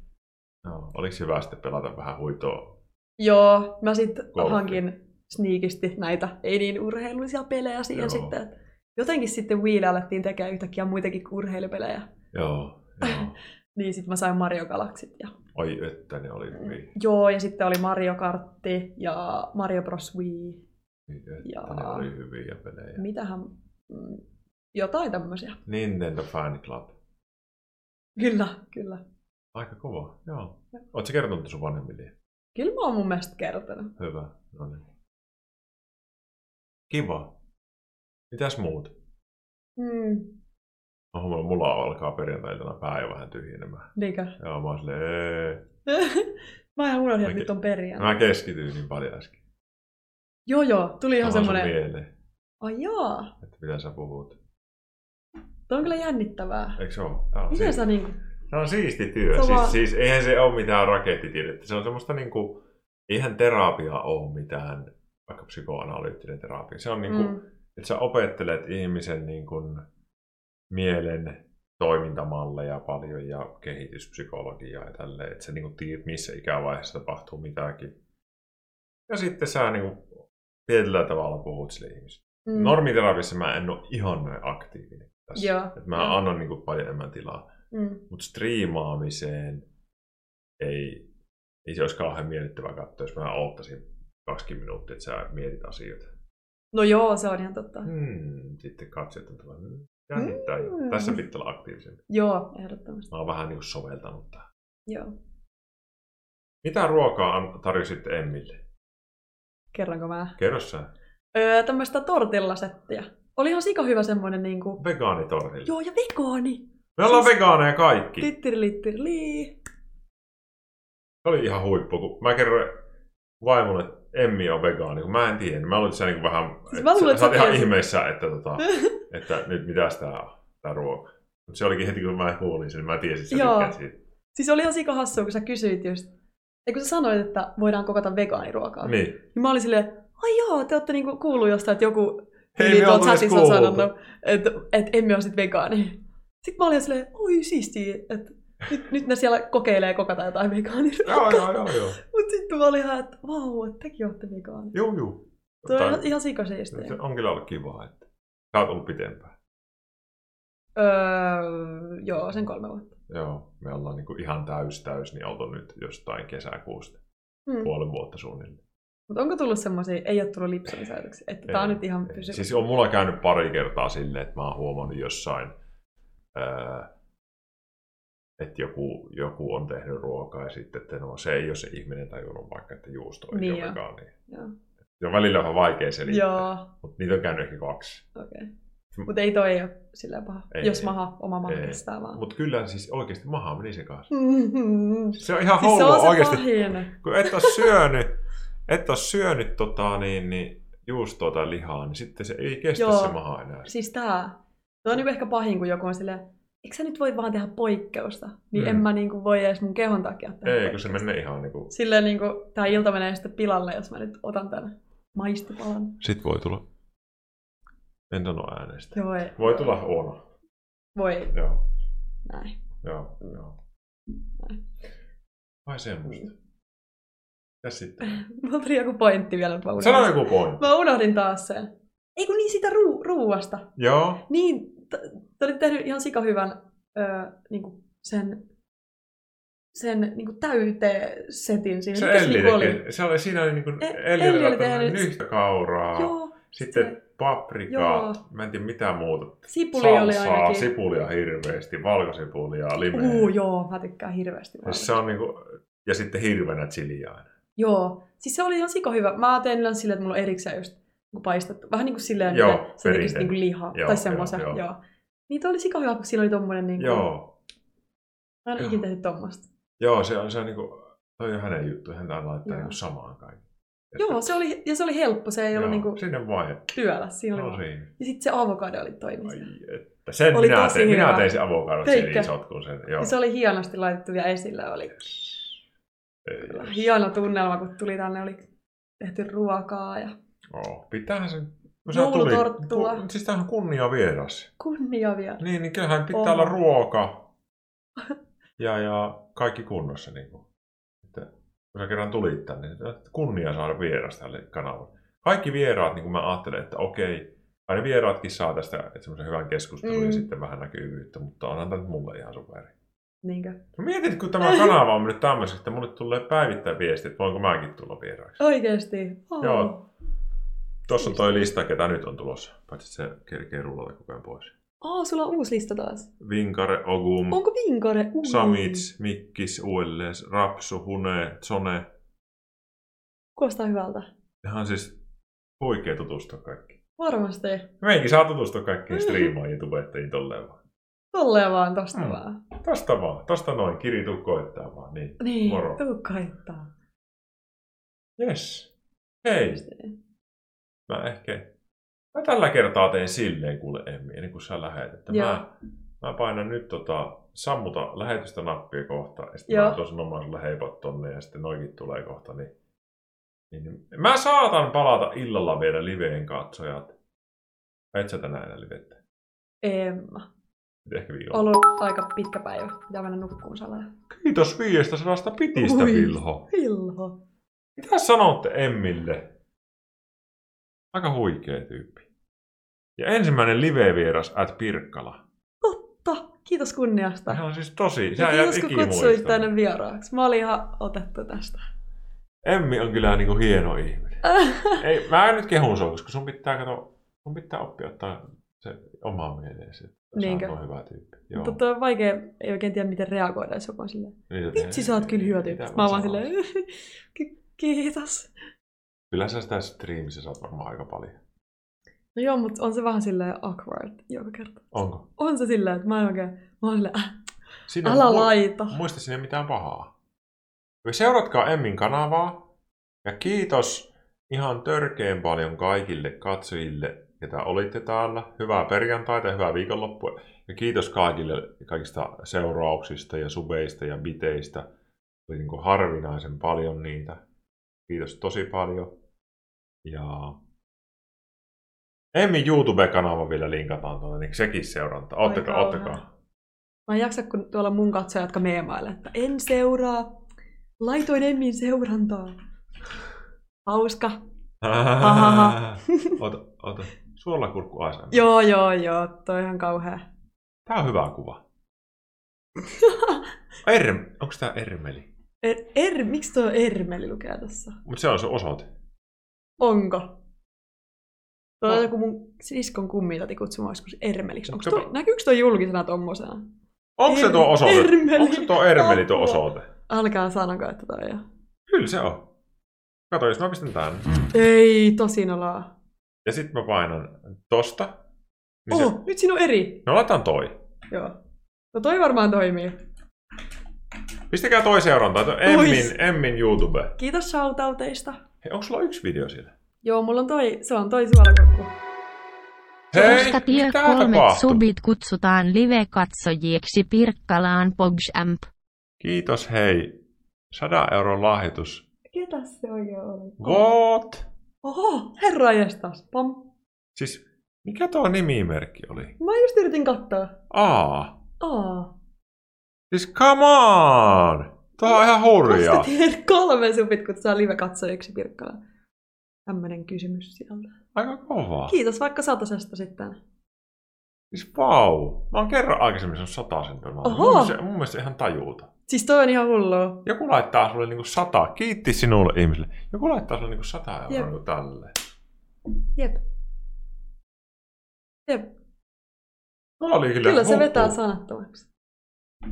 [SPEAKER 1] Joo, oliko hyvä sitten pelata vähän huitoa?
[SPEAKER 2] Joo, mä sitten
[SPEAKER 1] Golfi.
[SPEAKER 2] hankin sniikisti näitä ei niin urheiluisia pelejä siihen
[SPEAKER 1] Joo.
[SPEAKER 2] joo. sitten. että Jotenkin sitten Wiillä alettiin tekemään yhtäkkiä muitakin kuin urheilupelejä.
[SPEAKER 1] Joo, joo.
[SPEAKER 2] Niin sitten mä sain Mario Galaxit. Ja...
[SPEAKER 1] Oi että ne oli hyvin.
[SPEAKER 2] Joo, ja sitten oli Mario Kartti ja Mario Bros. Wii.
[SPEAKER 1] Oi Että
[SPEAKER 2] Jaa.
[SPEAKER 1] ne oli hyviä pelejä.
[SPEAKER 2] Mitähän... mm, Jotain tämmöisiä.
[SPEAKER 1] Nintendo Fan Club.
[SPEAKER 2] Kyllä, kyllä.
[SPEAKER 1] Aika kova, joo. Oletko kertonut sun vanhemmille?
[SPEAKER 2] Kyllä mä oon mun mielestä kertonut.
[SPEAKER 1] Hyvä, no niin. Kiva. Mitäs muut?
[SPEAKER 2] Mm,
[SPEAKER 1] No, mulla- mulla alkaa perjantailtana pää jo vähän tyhjenemään.
[SPEAKER 2] niinkö?
[SPEAKER 1] Joo, mä oon silleen, "Ee."
[SPEAKER 2] mä ihan unohdin,
[SPEAKER 1] Mäkin-
[SPEAKER 2] että nyt on perjantai.
[SPEAKER 1] Mä keskityin niin paljon äsken.
[SPEAKER 2] Joo, joo, tuli
[SPEAKER 1] Tuli sun
[SPEAKER 2] ihan semmoinen...
[SPEAKER 1] mieleen,
[SPEAKER 2] Ai joo,
[SPEAKER 1] että mitä sä puhut.
[SPEAKER 2] toi on kyllä jännittävää.
[SPEAKER 1] Eikö se oo? Tää on
[SPEAKER 2] Miten
[SPEAKER 1] siisti.
[SPEAKER 2] sä niinku...
[SPEAKER 1] Tämä on siisti työ.
[SPEAKER 2] Se on
[SPEAKER 1] Siis,
[SPEAKER 2] vaan-
[SPEAKER 1] siis eihän se ole mitään rakettitiedettä. Se on semmoista niinku, eihän terapia ole mitään, vaikka psykoanalyyttinen terapia. Se on niinku, mm.
[SPEAKER 2] Mm,
[SPEAKER 1] että sä opettelet ihmisen niinku mielen toimintamalleja paljon ja kehityspsykologiaa ja tälleen, että sä niinku tiedät, missä ikävaiheessa tapahtuu mitäkin. Ja sitten sä niinku tietyllä tavalla puhut sille ihmiselle.
[SPEAKER 2] mm.
[SPEAKER 1] Mm. Normiterapiassa mä en ole ihan näin aktiivinen tässä.
[SPEAKER 2] Joo,
[SPEAKER 1] Et mä
[SPEAKER 2] joo.
[SPEAKER 1] annan niinku paljon enemmän tilaa.
[SPEAKER 2] Mm.
[SPEAKER 1] Mutta striimaamiseen ei, ei se olisi kauhean miellyttävää katsoa, jos mä oottaisin 20 minuuttia, että sä mietit asioita. Mm.
[SPEAKER 2] No joo, se on ihan totta.
[SPEAKER 1] Hmm, sitten katsojat on tullut, Jännittää.
[SPEAKER 2] Mm.
[SPEAKER 1] Mm. Tässä pitää olla aktiivisempi.
[SPEAKER 2] Joo, ehdottomasti.
[SPEAKER 1] Mä oon vähän niin kuin soveltanut tähän.
[SPEAKER 2] Joo.
[SPEAKER 1] Mitä ruokaa an- tarjosit Emmille?
[SPEAKER 2] Kerranko mä?
[SPEAKER 1] Kerro sä.
[SPEAKER 2] Öö, tämmöistä tortillasettia. Oli ihan sika hyvä semmoinen niinku...
[SPEAKER 1] Vegaanitornille.
[SPEAKER 2] Joo, ja vegaani!
[SPEAKER 1] Me ollaan
[SPEAKER 2] siis-
[SPEAKER 1] vegaaneja kaikki.
[SPEAKER 2] Tittirilittirili.
[SPEAKER 1] Se oli ihan huippu, kun mä kerroin vaimolle, että Emmi on vegaani, kun mä en tiedä. Mä olin siellä niin vähän,
[SPEAKER 2] Siis mä luulen,
[SPEAKER 1] sä, sä oot
[SPEAKER 2] että sä Hmm?
[SPEAKER 1] ihan
[SPEAKER 2] tiesit.
[SPEAKER 1] ihmeessä, että, tota, että nyt mitäs tää on, tää ruoka. Mut se olikin heti, kun mä kuulin sen, mä tiesin, että sä
[SPEAKER 2] Joo.
[SPEAKER 1] tykkäät siitä.
[SPEAKER 2] Siis oli ihan sika hassua, kun sä kysyit just... Ei kun sä sanoit, että voidaan kokata vegaaniruokaa.
[SPEAKER 1] Niin.
[SPEAKER 2] Niin mä olin silleen, ai joo, te ootte niinku kuullut jostain, että joku
[SPEAKER 1] Hei,
[SPEAKER 2] tyyli
[SPEAKER 1] me
[SPEAKER 2] tuolla
[SPEAKER 1] oltu edes
[SPEAKER 2] chatissa on
[SPEAKER 1] kuultu.
[SPEAKER 2] sanonut, että et emme ole sit vegaani. Sitten mä olin ihan silleen, oi siistiä, että nyt, nyt ne siellä kokeilee kokata jotain
[SPEAKER 1] Joo,
[SPEAKER 2] vegaaniruokaa.
[SPEAKER 1] joo, joo, joo.
[SPEAKER 2] Mutta sitten mä olin ihan, että vau, että tekin ootte vegaani.
[SPEAKER 1] Joo, joo.
[SPEAKER 2] Tuo on
[SPEAKER 1] Tai-
[SPEAKER 2] ihan, ihan sikaseistiä.
[SPEAKER 1] Se on kyllä ollut kivaa, että sä oot ollut pitempään.
[SPEAKER 2] Öö, joo, sen kolme vuotta.
[SPEAKER 1] Joo, me ollaan niinku ihan täys täys, niin oltu nyt jostain kesäkuusta,
[SPEAKER 2] Mm.
[SPEAKER 1] puolen vuotta suunnilleen.
[SPEAKER 2] Mutta onko tullut semmoisia, ei ole tullut lipsumisäätöksiä, että tää on
[SPEAKER 1] Ei,
[SPEAKER 2] nyt ihan
[SPEAKER 1] Ei.
[SPEAKER 2] pysyvä.
[SPEAKER 1] Siis on mulla käynyt pari kertaa silleen, että mä oon huomannut jossain, ää, että joku, joku on tehnyt ruokaa ja sitten, että no, se ei ole se ihminen tajunnut vaikka, että juusto ei
[SPEAKER 2] Niin
[SPEAKER 1] niin ole
[SPEAKER 2] joo.
[SPEAKER 1] vegaani.
[SPEAKER 2] Joo.
[SPEAKER 1] Se on välillä vähän vaikea selittää,
[SPEAKER 2] Joo,
[SPEAKER 1] mutta niitä on käynyt ehkä kaksi.
[SPEAKER 2] okei. Okay. Mutta ei toi ole silleen paha,
[SPEAKER 1] Mm. Ei,
[SPEAKER 2] jos
[SPEAKER 1] ei.
[SPEAKER 2] maha, oma maha
[SPEAKER 1] Ei.
[SPEAKER 2] kestää vaan.
[SPEAKER 1] Mutta kyllä siis oikeasti maha meni sekaisin.
[SPEAKER 2] Mhm.
[SPEAKER 1] Se on ihan
[SPEAKER 2] Siis se
[SPEAKER 1] hullua
[SPEAKER 2] on se
[SPEAKER 1] oikeasti.
[SPEAKER 2] pahin.
[SPEAKER 1] kun et ole syönyt, et ole syönyt tota, niin, niin juustoa tai lihaa, niin sitten se ei kestä
[SPEAKER 2] Joo.
[SPEAKER 1] Joo. se maha enää.
[SPEAKER 2] Siis tää, se on niinku ehkä pahin, kun joku on silleen, eikö sä nyt voi vaan tehdä poikkeusta? Niin
[SPEAKER 1] Mm.
[SPEAKER 2] en mä niinku voi edes mun kehon takia tehdä
[SPEAKER 1] Ei, kun se
[SPEAKER 2] poikkeusta.
[SPEAKER 1] menee ihan niinku...
[SPEAKER 2] Silleen niinku, tää ilta menee sitten pilalle, jos mä nyt otan tän maistopalan.
[SPEAKER 1] Sit voi tulla. En sano äänestä.
[SPEAKER 2] Se voi,
[SPEAKER 1] Voi tulla huono.
[SPEAKER 2] voi
[SPEAKER 1] Joo,
[SPEAKER 2] näin.
[SPEAKER 1] joo, joo. Vai semmoista. Ja sitten.
[SPEAKER 2] Mulla tuli joku pointti vielä, mutta mä unohdin.
[SPEAKER 1] Sano
[SPEAKER 2] sen.
[SPEAKER 1] joku pointti.
[SPEAKER 2] Äh. Mä unohdin taas sen. Ei kun niin sitä ruu- ruuasta.
[SPEAKER 1] Joo.
[SPEAKER 2] Niin, t- te olitte tehnyt ihan sikahyvän öö, niinku sen, sen niinku täyteen setin siihen.
[SPEAKER 1] Se
[SPEAKER 2] Mikäs
[SPEAKER 1] Elli
[SPEAKER 2] niinku oli?
[SPEAKER 1] teki. Se oli, siinä oli niinku...
[SPEAKER 2] E-
[SPEAKER 1] Elli
[SPEAKER 2] Elli oli
[SPEAKER 1] oli tehnyt
[SPEAKER 2] tehnyt-
[SPEAKER 1] nyhtä kauraa.
[SPEAKER 2] Joo,
[SPEAKER 1] Sitten
[SPEAKER 2] Joo.
[SPEAKER 1] paprikaa. Mä en tiedä mitään muuta.
[SPEAKER 2] sipuli oli
[SPEAKER 1] salsaa,
[SPEAKER 2] ainakin.
[SPEAKER 1] sipulia hirveästi, valkosipulia, limeä.
[SPEAKER 2] Uu, joo, mä tykkään hirveästi.
[SPEAKER 1] siis se on niinku, ja sitten hirveänä chiliä aina.
[SPEAKER 2] Joo, siis se oli ihan sikahyvä. Mä tein yleensä silleen, että mulla on erikseen just niinku paistettu. Vähän niin kuin silleen,
[SPEAKER 1] Joo,
[SPEAKER 2] että se tekisi
[SPEAKER 1] perinteinen.
[SPEAKER 2] niinku lihaa
[SPEAKER 1] Joo,
[SPEAKER 2] tai semmoisen. Joo,
[SPEAKER 1] joo, joo.
[SPEAKER 2] joo. Niin toi oli sikahyvä, kun siinä oli tommonen niinku...
[SPEAKER 1] Joo,
[SPEAKER 2] Mä en ole
[SPEAKER 1] Joo.
[SPEAKER 2] ikinä tehnyt tommosta.
[SPEAKER 1] joo se on, se on niinku, toi on hänen juttu, hän tää laittaa
[SPEAKER 2] Joo.
[SPEAKER 1] niinku samaan kaikki.
[SPEAKER 2] Joo, se oli, ja se oli helppo, se ei ollut niinku
[SPEAKER 1] Sinne vaihe,
[SPEAKER 2] työläs. Siinä oli
[SPEAKER 1] no
[SPEAKER 2] vaan-
[SPEAKER 1] siinä.
[SPEAKER 2] Ja sitten se avokado oli toimissa.
[SPEAKER 1] Ai että, sen
[SPEAKER 2] Oli
[SPEAKER 1] minä
[SPEAKER 2] tosi
[SPEAKER 1] tein,
[SPEAKER 2] hyvä.
[SPEAKER 1] minä tein sen avokadot
[SPEAKER 2] Teitkö?
[SPEAKER 1] chili sotkun sen, joo.
[SPEAKER 2] Ja se oli hienosti laitettu vielä esille. Oli
[SPEAKER 1] Ei,
[SPEAKER 2] hieno tunnelma, kun tuli tänne, oli tehty ruokaa ja
[SPEAKER 1] joo. Pitäähän se, kun
[SPEAKER 2] Joulutorttula.
[SPEAKER 1] kun- siis tämähän on kunnia vieras.
[SPEAKER 2] kunnia vielä.
[SPEAKER 1] Niin, niin kyllähän pitää
[SPEAKER 2] On.
[SPEAKER 1] olla ruoka ja, ja kaikki kunnossa. Niin kuin. Että, kun sä kerran tulit tänne, niin että kunnia saada vieras tälle kanavalle. Kaikki vieraat, niin kuin mä ajattelen, että okei, aina vieraatkin saa tästä semmoisen hyvän keskustelun mm.
[SPEAKER 2] Mm.
[SPEAKER 1] ja sitten vähän näkyvyyttä, mutta onhan tämä nyt mulle ihan superi.
[SPEAKER 2] Niinkö?
[SPEAKER 1] Mä mietin, kun tämä kanava on mennyt tämmöiseksi, että mulle tulee päivittäin viesti, että voinko mäkin tulla vieraaksi.
[SPEAKER 2] Oikeesti. Oh.
[SPEAKER 1] Joo. Tuossa on toi lista, ketä nyt on tulossa, paitsi se kerkee rullata koko ajan pois.
[SPEAKER 2] Oh, sulla on uusi lista taas.
[SPEAKER 1] Vinkare, Ogum,
[SPEAKER 2] Onko vinkare? Ui.
[SPEAKER 1] Samits, Mikkis, Uelles, Rapsu, Hune, Zone.
[SPEAKER 2] Kuulostaa hyvältä.
[SPEAKER 1] Ihan siis huikea tutustua kaikki.
[SPEAKER 2] Varmasti.
[SPEAKER 1] Meikin saa tutustua kaikkiin
[SPEAKER 2] Mm.
[SPEAKER 1] striimaan YouTubettajiin tolleen vaan.
[SPEAKER 2] Tolleen vaan tosta mm.
[SPEAKER 1] Mm.
[SPEAKER 2] vaan.
[SPEAKER 1] Tosta vaan, tosta noin, kiritu koittaa vaan, niin.
[SPEAKER 2] Niin,
[SPEAKER 1] Moro.
[SPEAKER 2] tuu koittaa.
[SPEAKER 1] Yes. Hei, mä ehkä... Mä tällä kertaa teen silleen kuule Emmi, ennen kuin sä lähet. Että
[SPEAKER 2] Joo.
[SPEAKER 1] mä, mä painan nyt tota, sammuta lähetystä nappia kohta. Ja sitten
[SPEAKER 2] Joo.
[SPEAKER 1] mä tuon sanomaan sulle heipat tonne ja sitten noikin tulee kohta. Niin, niin, niin. Mä saatan palata illalla vielä liveen katsojat. Et sä tänään enää livettä.
[SPEAKER 2] Emma.
[SPEAKER 1] Nyt Ehkä viikolla.
[SPEAKER 2] Ollut aika pitkä päivä. Pitää mennä nukkuun salaa.
[SPEAKER 1] Kiitos 500 pitistä,
[SPEAKER 2] Ui.
[SPEAKER 1] Vilho.
[SPEAKER 2] Vilho.
[SPEAKER 1] Mitä sanotte Emmille? Aika huikea tyyppi. Ja ensimmäinen live-vieras at Pirkkala.
[SPEAKER 2] Totta. Kiitos kunniasta.
[SPEAKER 1] Tämä on siis tosi.
[SPEAKER 2] Ja
[SPEAKER 1] Sä jäät
[SPEAKER 2] kiitos, kun kutsuit
[SPEAKER 1] ikimuistamaan.
[SPEAKER 2] tänne vieraaksi. Mä olin ihan otettu tästä.
[SPEAKER 1] Emmi on kyllä niinku hieno ihminen. Ei, mä en nyt kehun sua, koska sun pitää, kato, sun pitää oppia ottaa se omaa mieleesi.
[SPEAKER 2] Niinkö? No
[SPEAKER 1] Sä oot hyvä tyyppi. Joo.
[SPEAKER 2] Mutta on vaikea, ei oikein tiedä miten reagoida, jos joku on silleen,
[SPEAKER 1] Niin se
[SPEAKER 2] vitsi sä oot kyllä hyvä tyyppi.
[SPEAKER 1] Mitä
[SPEAKER 2] Mä oon vaan
[SPEAKER 1] sanoa?
[SPEAKER 2] silleen, "Ki- kiitos.
[SPEAKER 1] Kyllä sä sitä striimissä saat varmaan aika paljon.
[SPEAKER 2] No joo, mutta on se vähän silleen awkward joka kerta.
[SPEAKER 1] Onko?
[SPEAKER 2] On se silleen, että mä en oikein, mä oon silleen, äh,
[SPEAKER 1] Siinä
[SPEAKER 2] älä
[SPEAKER 1] on-
[SPEAKER 2] laita.
[SPEAKER 1] Muista sinne mitään pahaa. Ja Seuratkaa Emmin kanavaa. Ja kiitos ihan törkeen paljon kaikille katsojille, ketä olitte täällä. Hyvää perjantaita, hyvää viikonloppua. Ja kiitos kaikille kaikista seurauksista ja subeista ja biteistä. Oli niin kuin harvinaisen paljon niitä. Kiitos tosi paljon. Ja Emmin YouTube-kanava vielä linkataan tuonne, niin sekin seuranta. Ottakaa,
[SPEAKER 2] kauhean.
[SPEAKER 1] ottakaa.
[SPEAKER 2] Mä en jaksa, kun tuolla mun katsoja, jotka meemailee, että en seuraa, laitoin Emmin seurantaa. Hauska. Ahaha.
[SPEAKER 1] ota, ota. Suolakurkku ASMR.
[SPEAKER 2] Joo, joo, joo, toi on ihan kauhea.
[SPEAKER 1] Tää on hyvä kuva. Erm, onko tää Ermeli?
[SPEAKER 2] Er, er, miksi tuo Ermeli lukee tässä?
[SPEAKER 1] Mut se on se osoite.
[SPEAKER 2] Onko? Tuo
[SPEAKER 1] No.
[SPEAKER 2] on joku mun siskon kummitati kutsumaan joskus Ermeliksi. Onko
[SPEAKER 1] Onko se-
[SPEAKER 2] toi, näkyykö toi julkisena tommosena?
[SPEAKER 1] Onko se
[SPEAKER 2] Er-
[SPEAKER 1] tuo osoite?
[SPEAKER 2] Ermeli.
[SPEAKER 1] Onko se tuo Ermeli tuo
[SPEAKER 2] Apua.
[SPEAKER 1] osoite?
[SPEAKER 2] Älkää sanoko, että toi on.
[SPEAKER 1] Kyllä se on. Kato, jos mä pistän tän.
[SPEAKER 2] Ei, tosi noloa.
[SPEAKER 1] Ja sit mä painan tosta. Niin se...
[SPEAKER 2] Oh, nyt siinä on eri.
[SPEAKER 1] No laitan toi.
[SPEAKER 2] Joo. No toi varmaan toimii.
[SPEAKER 1] Pistäkää toi seurantaa. Tuo
[SPEAKER 2] Ois.
[SPEAKER 1] Emmin, Emmin YouTube.
[SPEAKER 2] Kiitos shoutouteista.
[SPEAKER 1] Hei, onko sulla yksi video siellä?
[SPEAKER 2] Joo, mulla on toi, se on toi suolakurkku.
[SPEAKER 3] Koska tie
[SPEAKER 1] mitä
[SPEAKER 3] kolmet
[SPEAKER 1] tapahtui?
[SPEAKER 3] subit kutsutaan live-katsojiksi Pirkkalaan Pogshamp.
[SPEAKER 1] Kiitos, hei. 100 euron lahjoitus.
[SPEAKER 2] Ketä se oikein oli?
[SPEAKER 1] What?
[SPEAKER 2] Oho, herra jestas. Pam.
[SPEAKER 1] Siis, mikä tuo nimimerkki oli?
[SPEAKER 2] Mä just yritin katsoa.
[SPEAKER 1] Aa.
[SPEAKER 2] Aa.
[SPEAKER 1] Siis come on! Tää on ihan hurjaa.
[SPEAKER 2] Koska tiedät kolme supit, kun saa live katsojiksi Pirkkala? Tämmönen kysymys sieltä.
[SPEAKER 1] Aika kovaa.
[SPEAKER 2] Kiitos vaikka satasesta sitten.
[SPEAKER 1] Siis vau. Mä oon kerran aikaisemmin sanonut sataisen tämän.
[SPEAKER 2] Oho.
[SPEAKER 1] Mun mielestä, mun mielestä ihan tajuuta.
[SPEAKER 2] Siis toi on ihan hullua.
[SPEAKER 1] Joku laittaa sulle niinku sata. Kiitti sinulle ihmisille. Joku laittaa sulle niinku sata euroa
[SPEAKER 2] Jep.
[SPEAKER 1] niinku tälle.
[SPEAKER 2] Jep. Jep.
[SPEAKER 1] No oli kyllä.
[SPEAKER 2] Kyllä se
[SPEAKER 1] huhhuh.
[SPEAKER 2] vetää sanattomaksi.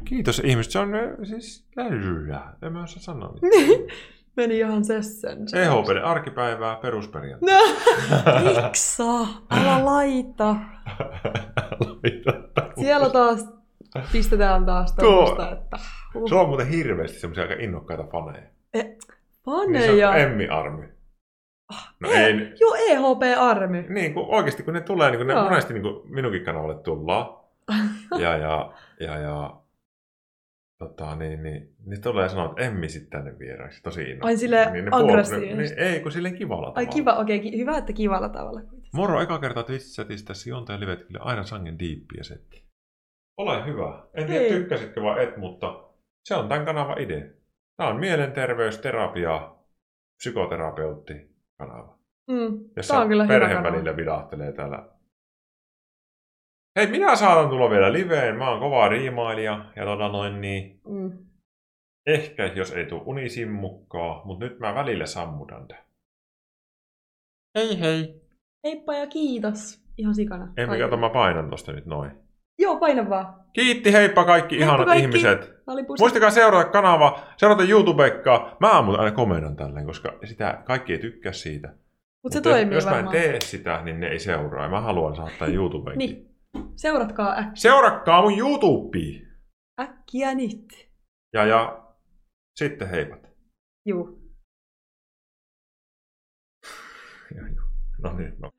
[SPEAKER 1] Kiitos ihmiset. Se on ö, siis täydellä. En mä osaa sanoa mitään.
[SPEAKER 2] Meni ihan sessen.
[SPEAKER 1] EHPD arkipäivää perusperjantai.
[SPEAKER 2] No, miksa? Älä laita.
[SPEAKER 1] Laita
[SPEAKER 2] Siellä taas pistetään taas
[SPEAKER 1] Tuo-
[SPEAKER 2] tuommoista, että... Uh,
[SPEAKER 1] Sulla on muuten hirveästi semmoisia aika innokkaita faneja. Niin se
[SPEAKER 2] Paneja.
[SPEAKER 1] on Emmi-armi. No
[SPEAKER 2] Eh,
[SPEAKER 1] ei,
[SPEAKER 2] Joo, EHP-army.
[SPEAKER 1] Niin, kun oikeasti kun ne tulee, niin kun ne
[SPEAKER 2] Joo.
[SPEAKER 1] monesti niin kun minunkin kanavalle tullaan. Ja, ja, ja, ja tota, niin, niin, niin tulee sanoa, että emmi sitten tänne vieraaksi. Tosi innolla.
[SPEAKER 2] Ai silleen
[SPEAKER 1] niin, ne
[SPEAKER 2] aggressiivisesti.
[SPEAKER 1] niin, ei, kun silleen kivalla
[SPEAKER 2] Ai
[SPEAKER 1] tavalla.
[SPEAKER 2] kiva, okei, ki- hyvä, että kivalla tavalla.
[SPEAKER 1] Moro eka kertaa Twitch-chatista sijointaja livet kyllä aina sangen diippiä setti. Ole hyvä. En tiedä
[SPEAKER 2] Hei.
[SPEAKER 1] tykkäsitkö vai et, mutta se on tämän kanavan idea. Tämä on mielenterveysterapia, psykoterapeutti kanava.
[SPEAKER 2] Mm.
[SPEAKER 1] Jos
[SPEAKER 2] Tää on kyllä hyvä
[SPEAKER 1] perheen
[SPEAKER 2] kanava.
[SPEAKER 1] välillä vilahtelee täällä. Hei, minä saatan tulla vielä liveen. Mä oon kova riimailija ja tota noin niin.
[SPEAKER 2] Mm.
[SPEAKER 1] Ehkä, jos ei tule unisimmukkaa, mutta nyt mä välillä sammutan tän. Hei hei.
[SPEAKER 2] Heippa ja kiitos. Ihan sikana.
[SPEAKER 1] En mä
[SPEAKER 2] Kaikille.
[SPEAKER 1] kato, mä painan tosta nyt noin.
[SPEAKER 2] Joo, paina vaan.
[SPEAKER 1] Kiitti, heippa kaikki
[SPEAKER 2] Heippa
[SPEAKER 1] ihanat
[SPEAKER 2] kaikki.
[SPEAKER 1] ihmiset.
[SPEAKER 2] Mä olin pussissa.
[SPEAKER 1] Muistakaa seurata kanava, seurata YouTubekkaa. Mä muuten aina komennon tälleen, koska sitä kaikki ei tykkää siitä.
[SPEAKER 2] Mut se
[SPEAKER 1] Mut jos-
[SPEAKER 2] toimii
[SPEAKER 1] Jos mä en
[SPEAKER 2] varmaan.
[SPEAKER 1] tee sitä, niin ne ei seuraa. Ja Mä haluan saattaa YouTubeenkin.
[SPEAKER 2] Niin. Seuratkaa äk-
[SPEAKER 1] Seurakkaa mun YouTubea.
[SPEAKER 2] äkkiä nyt.
[SPEAKER 1] Ja, ja sitten heipat.
[SPEAKER 2] Juu.
[SPEAKER 1] No niin, no.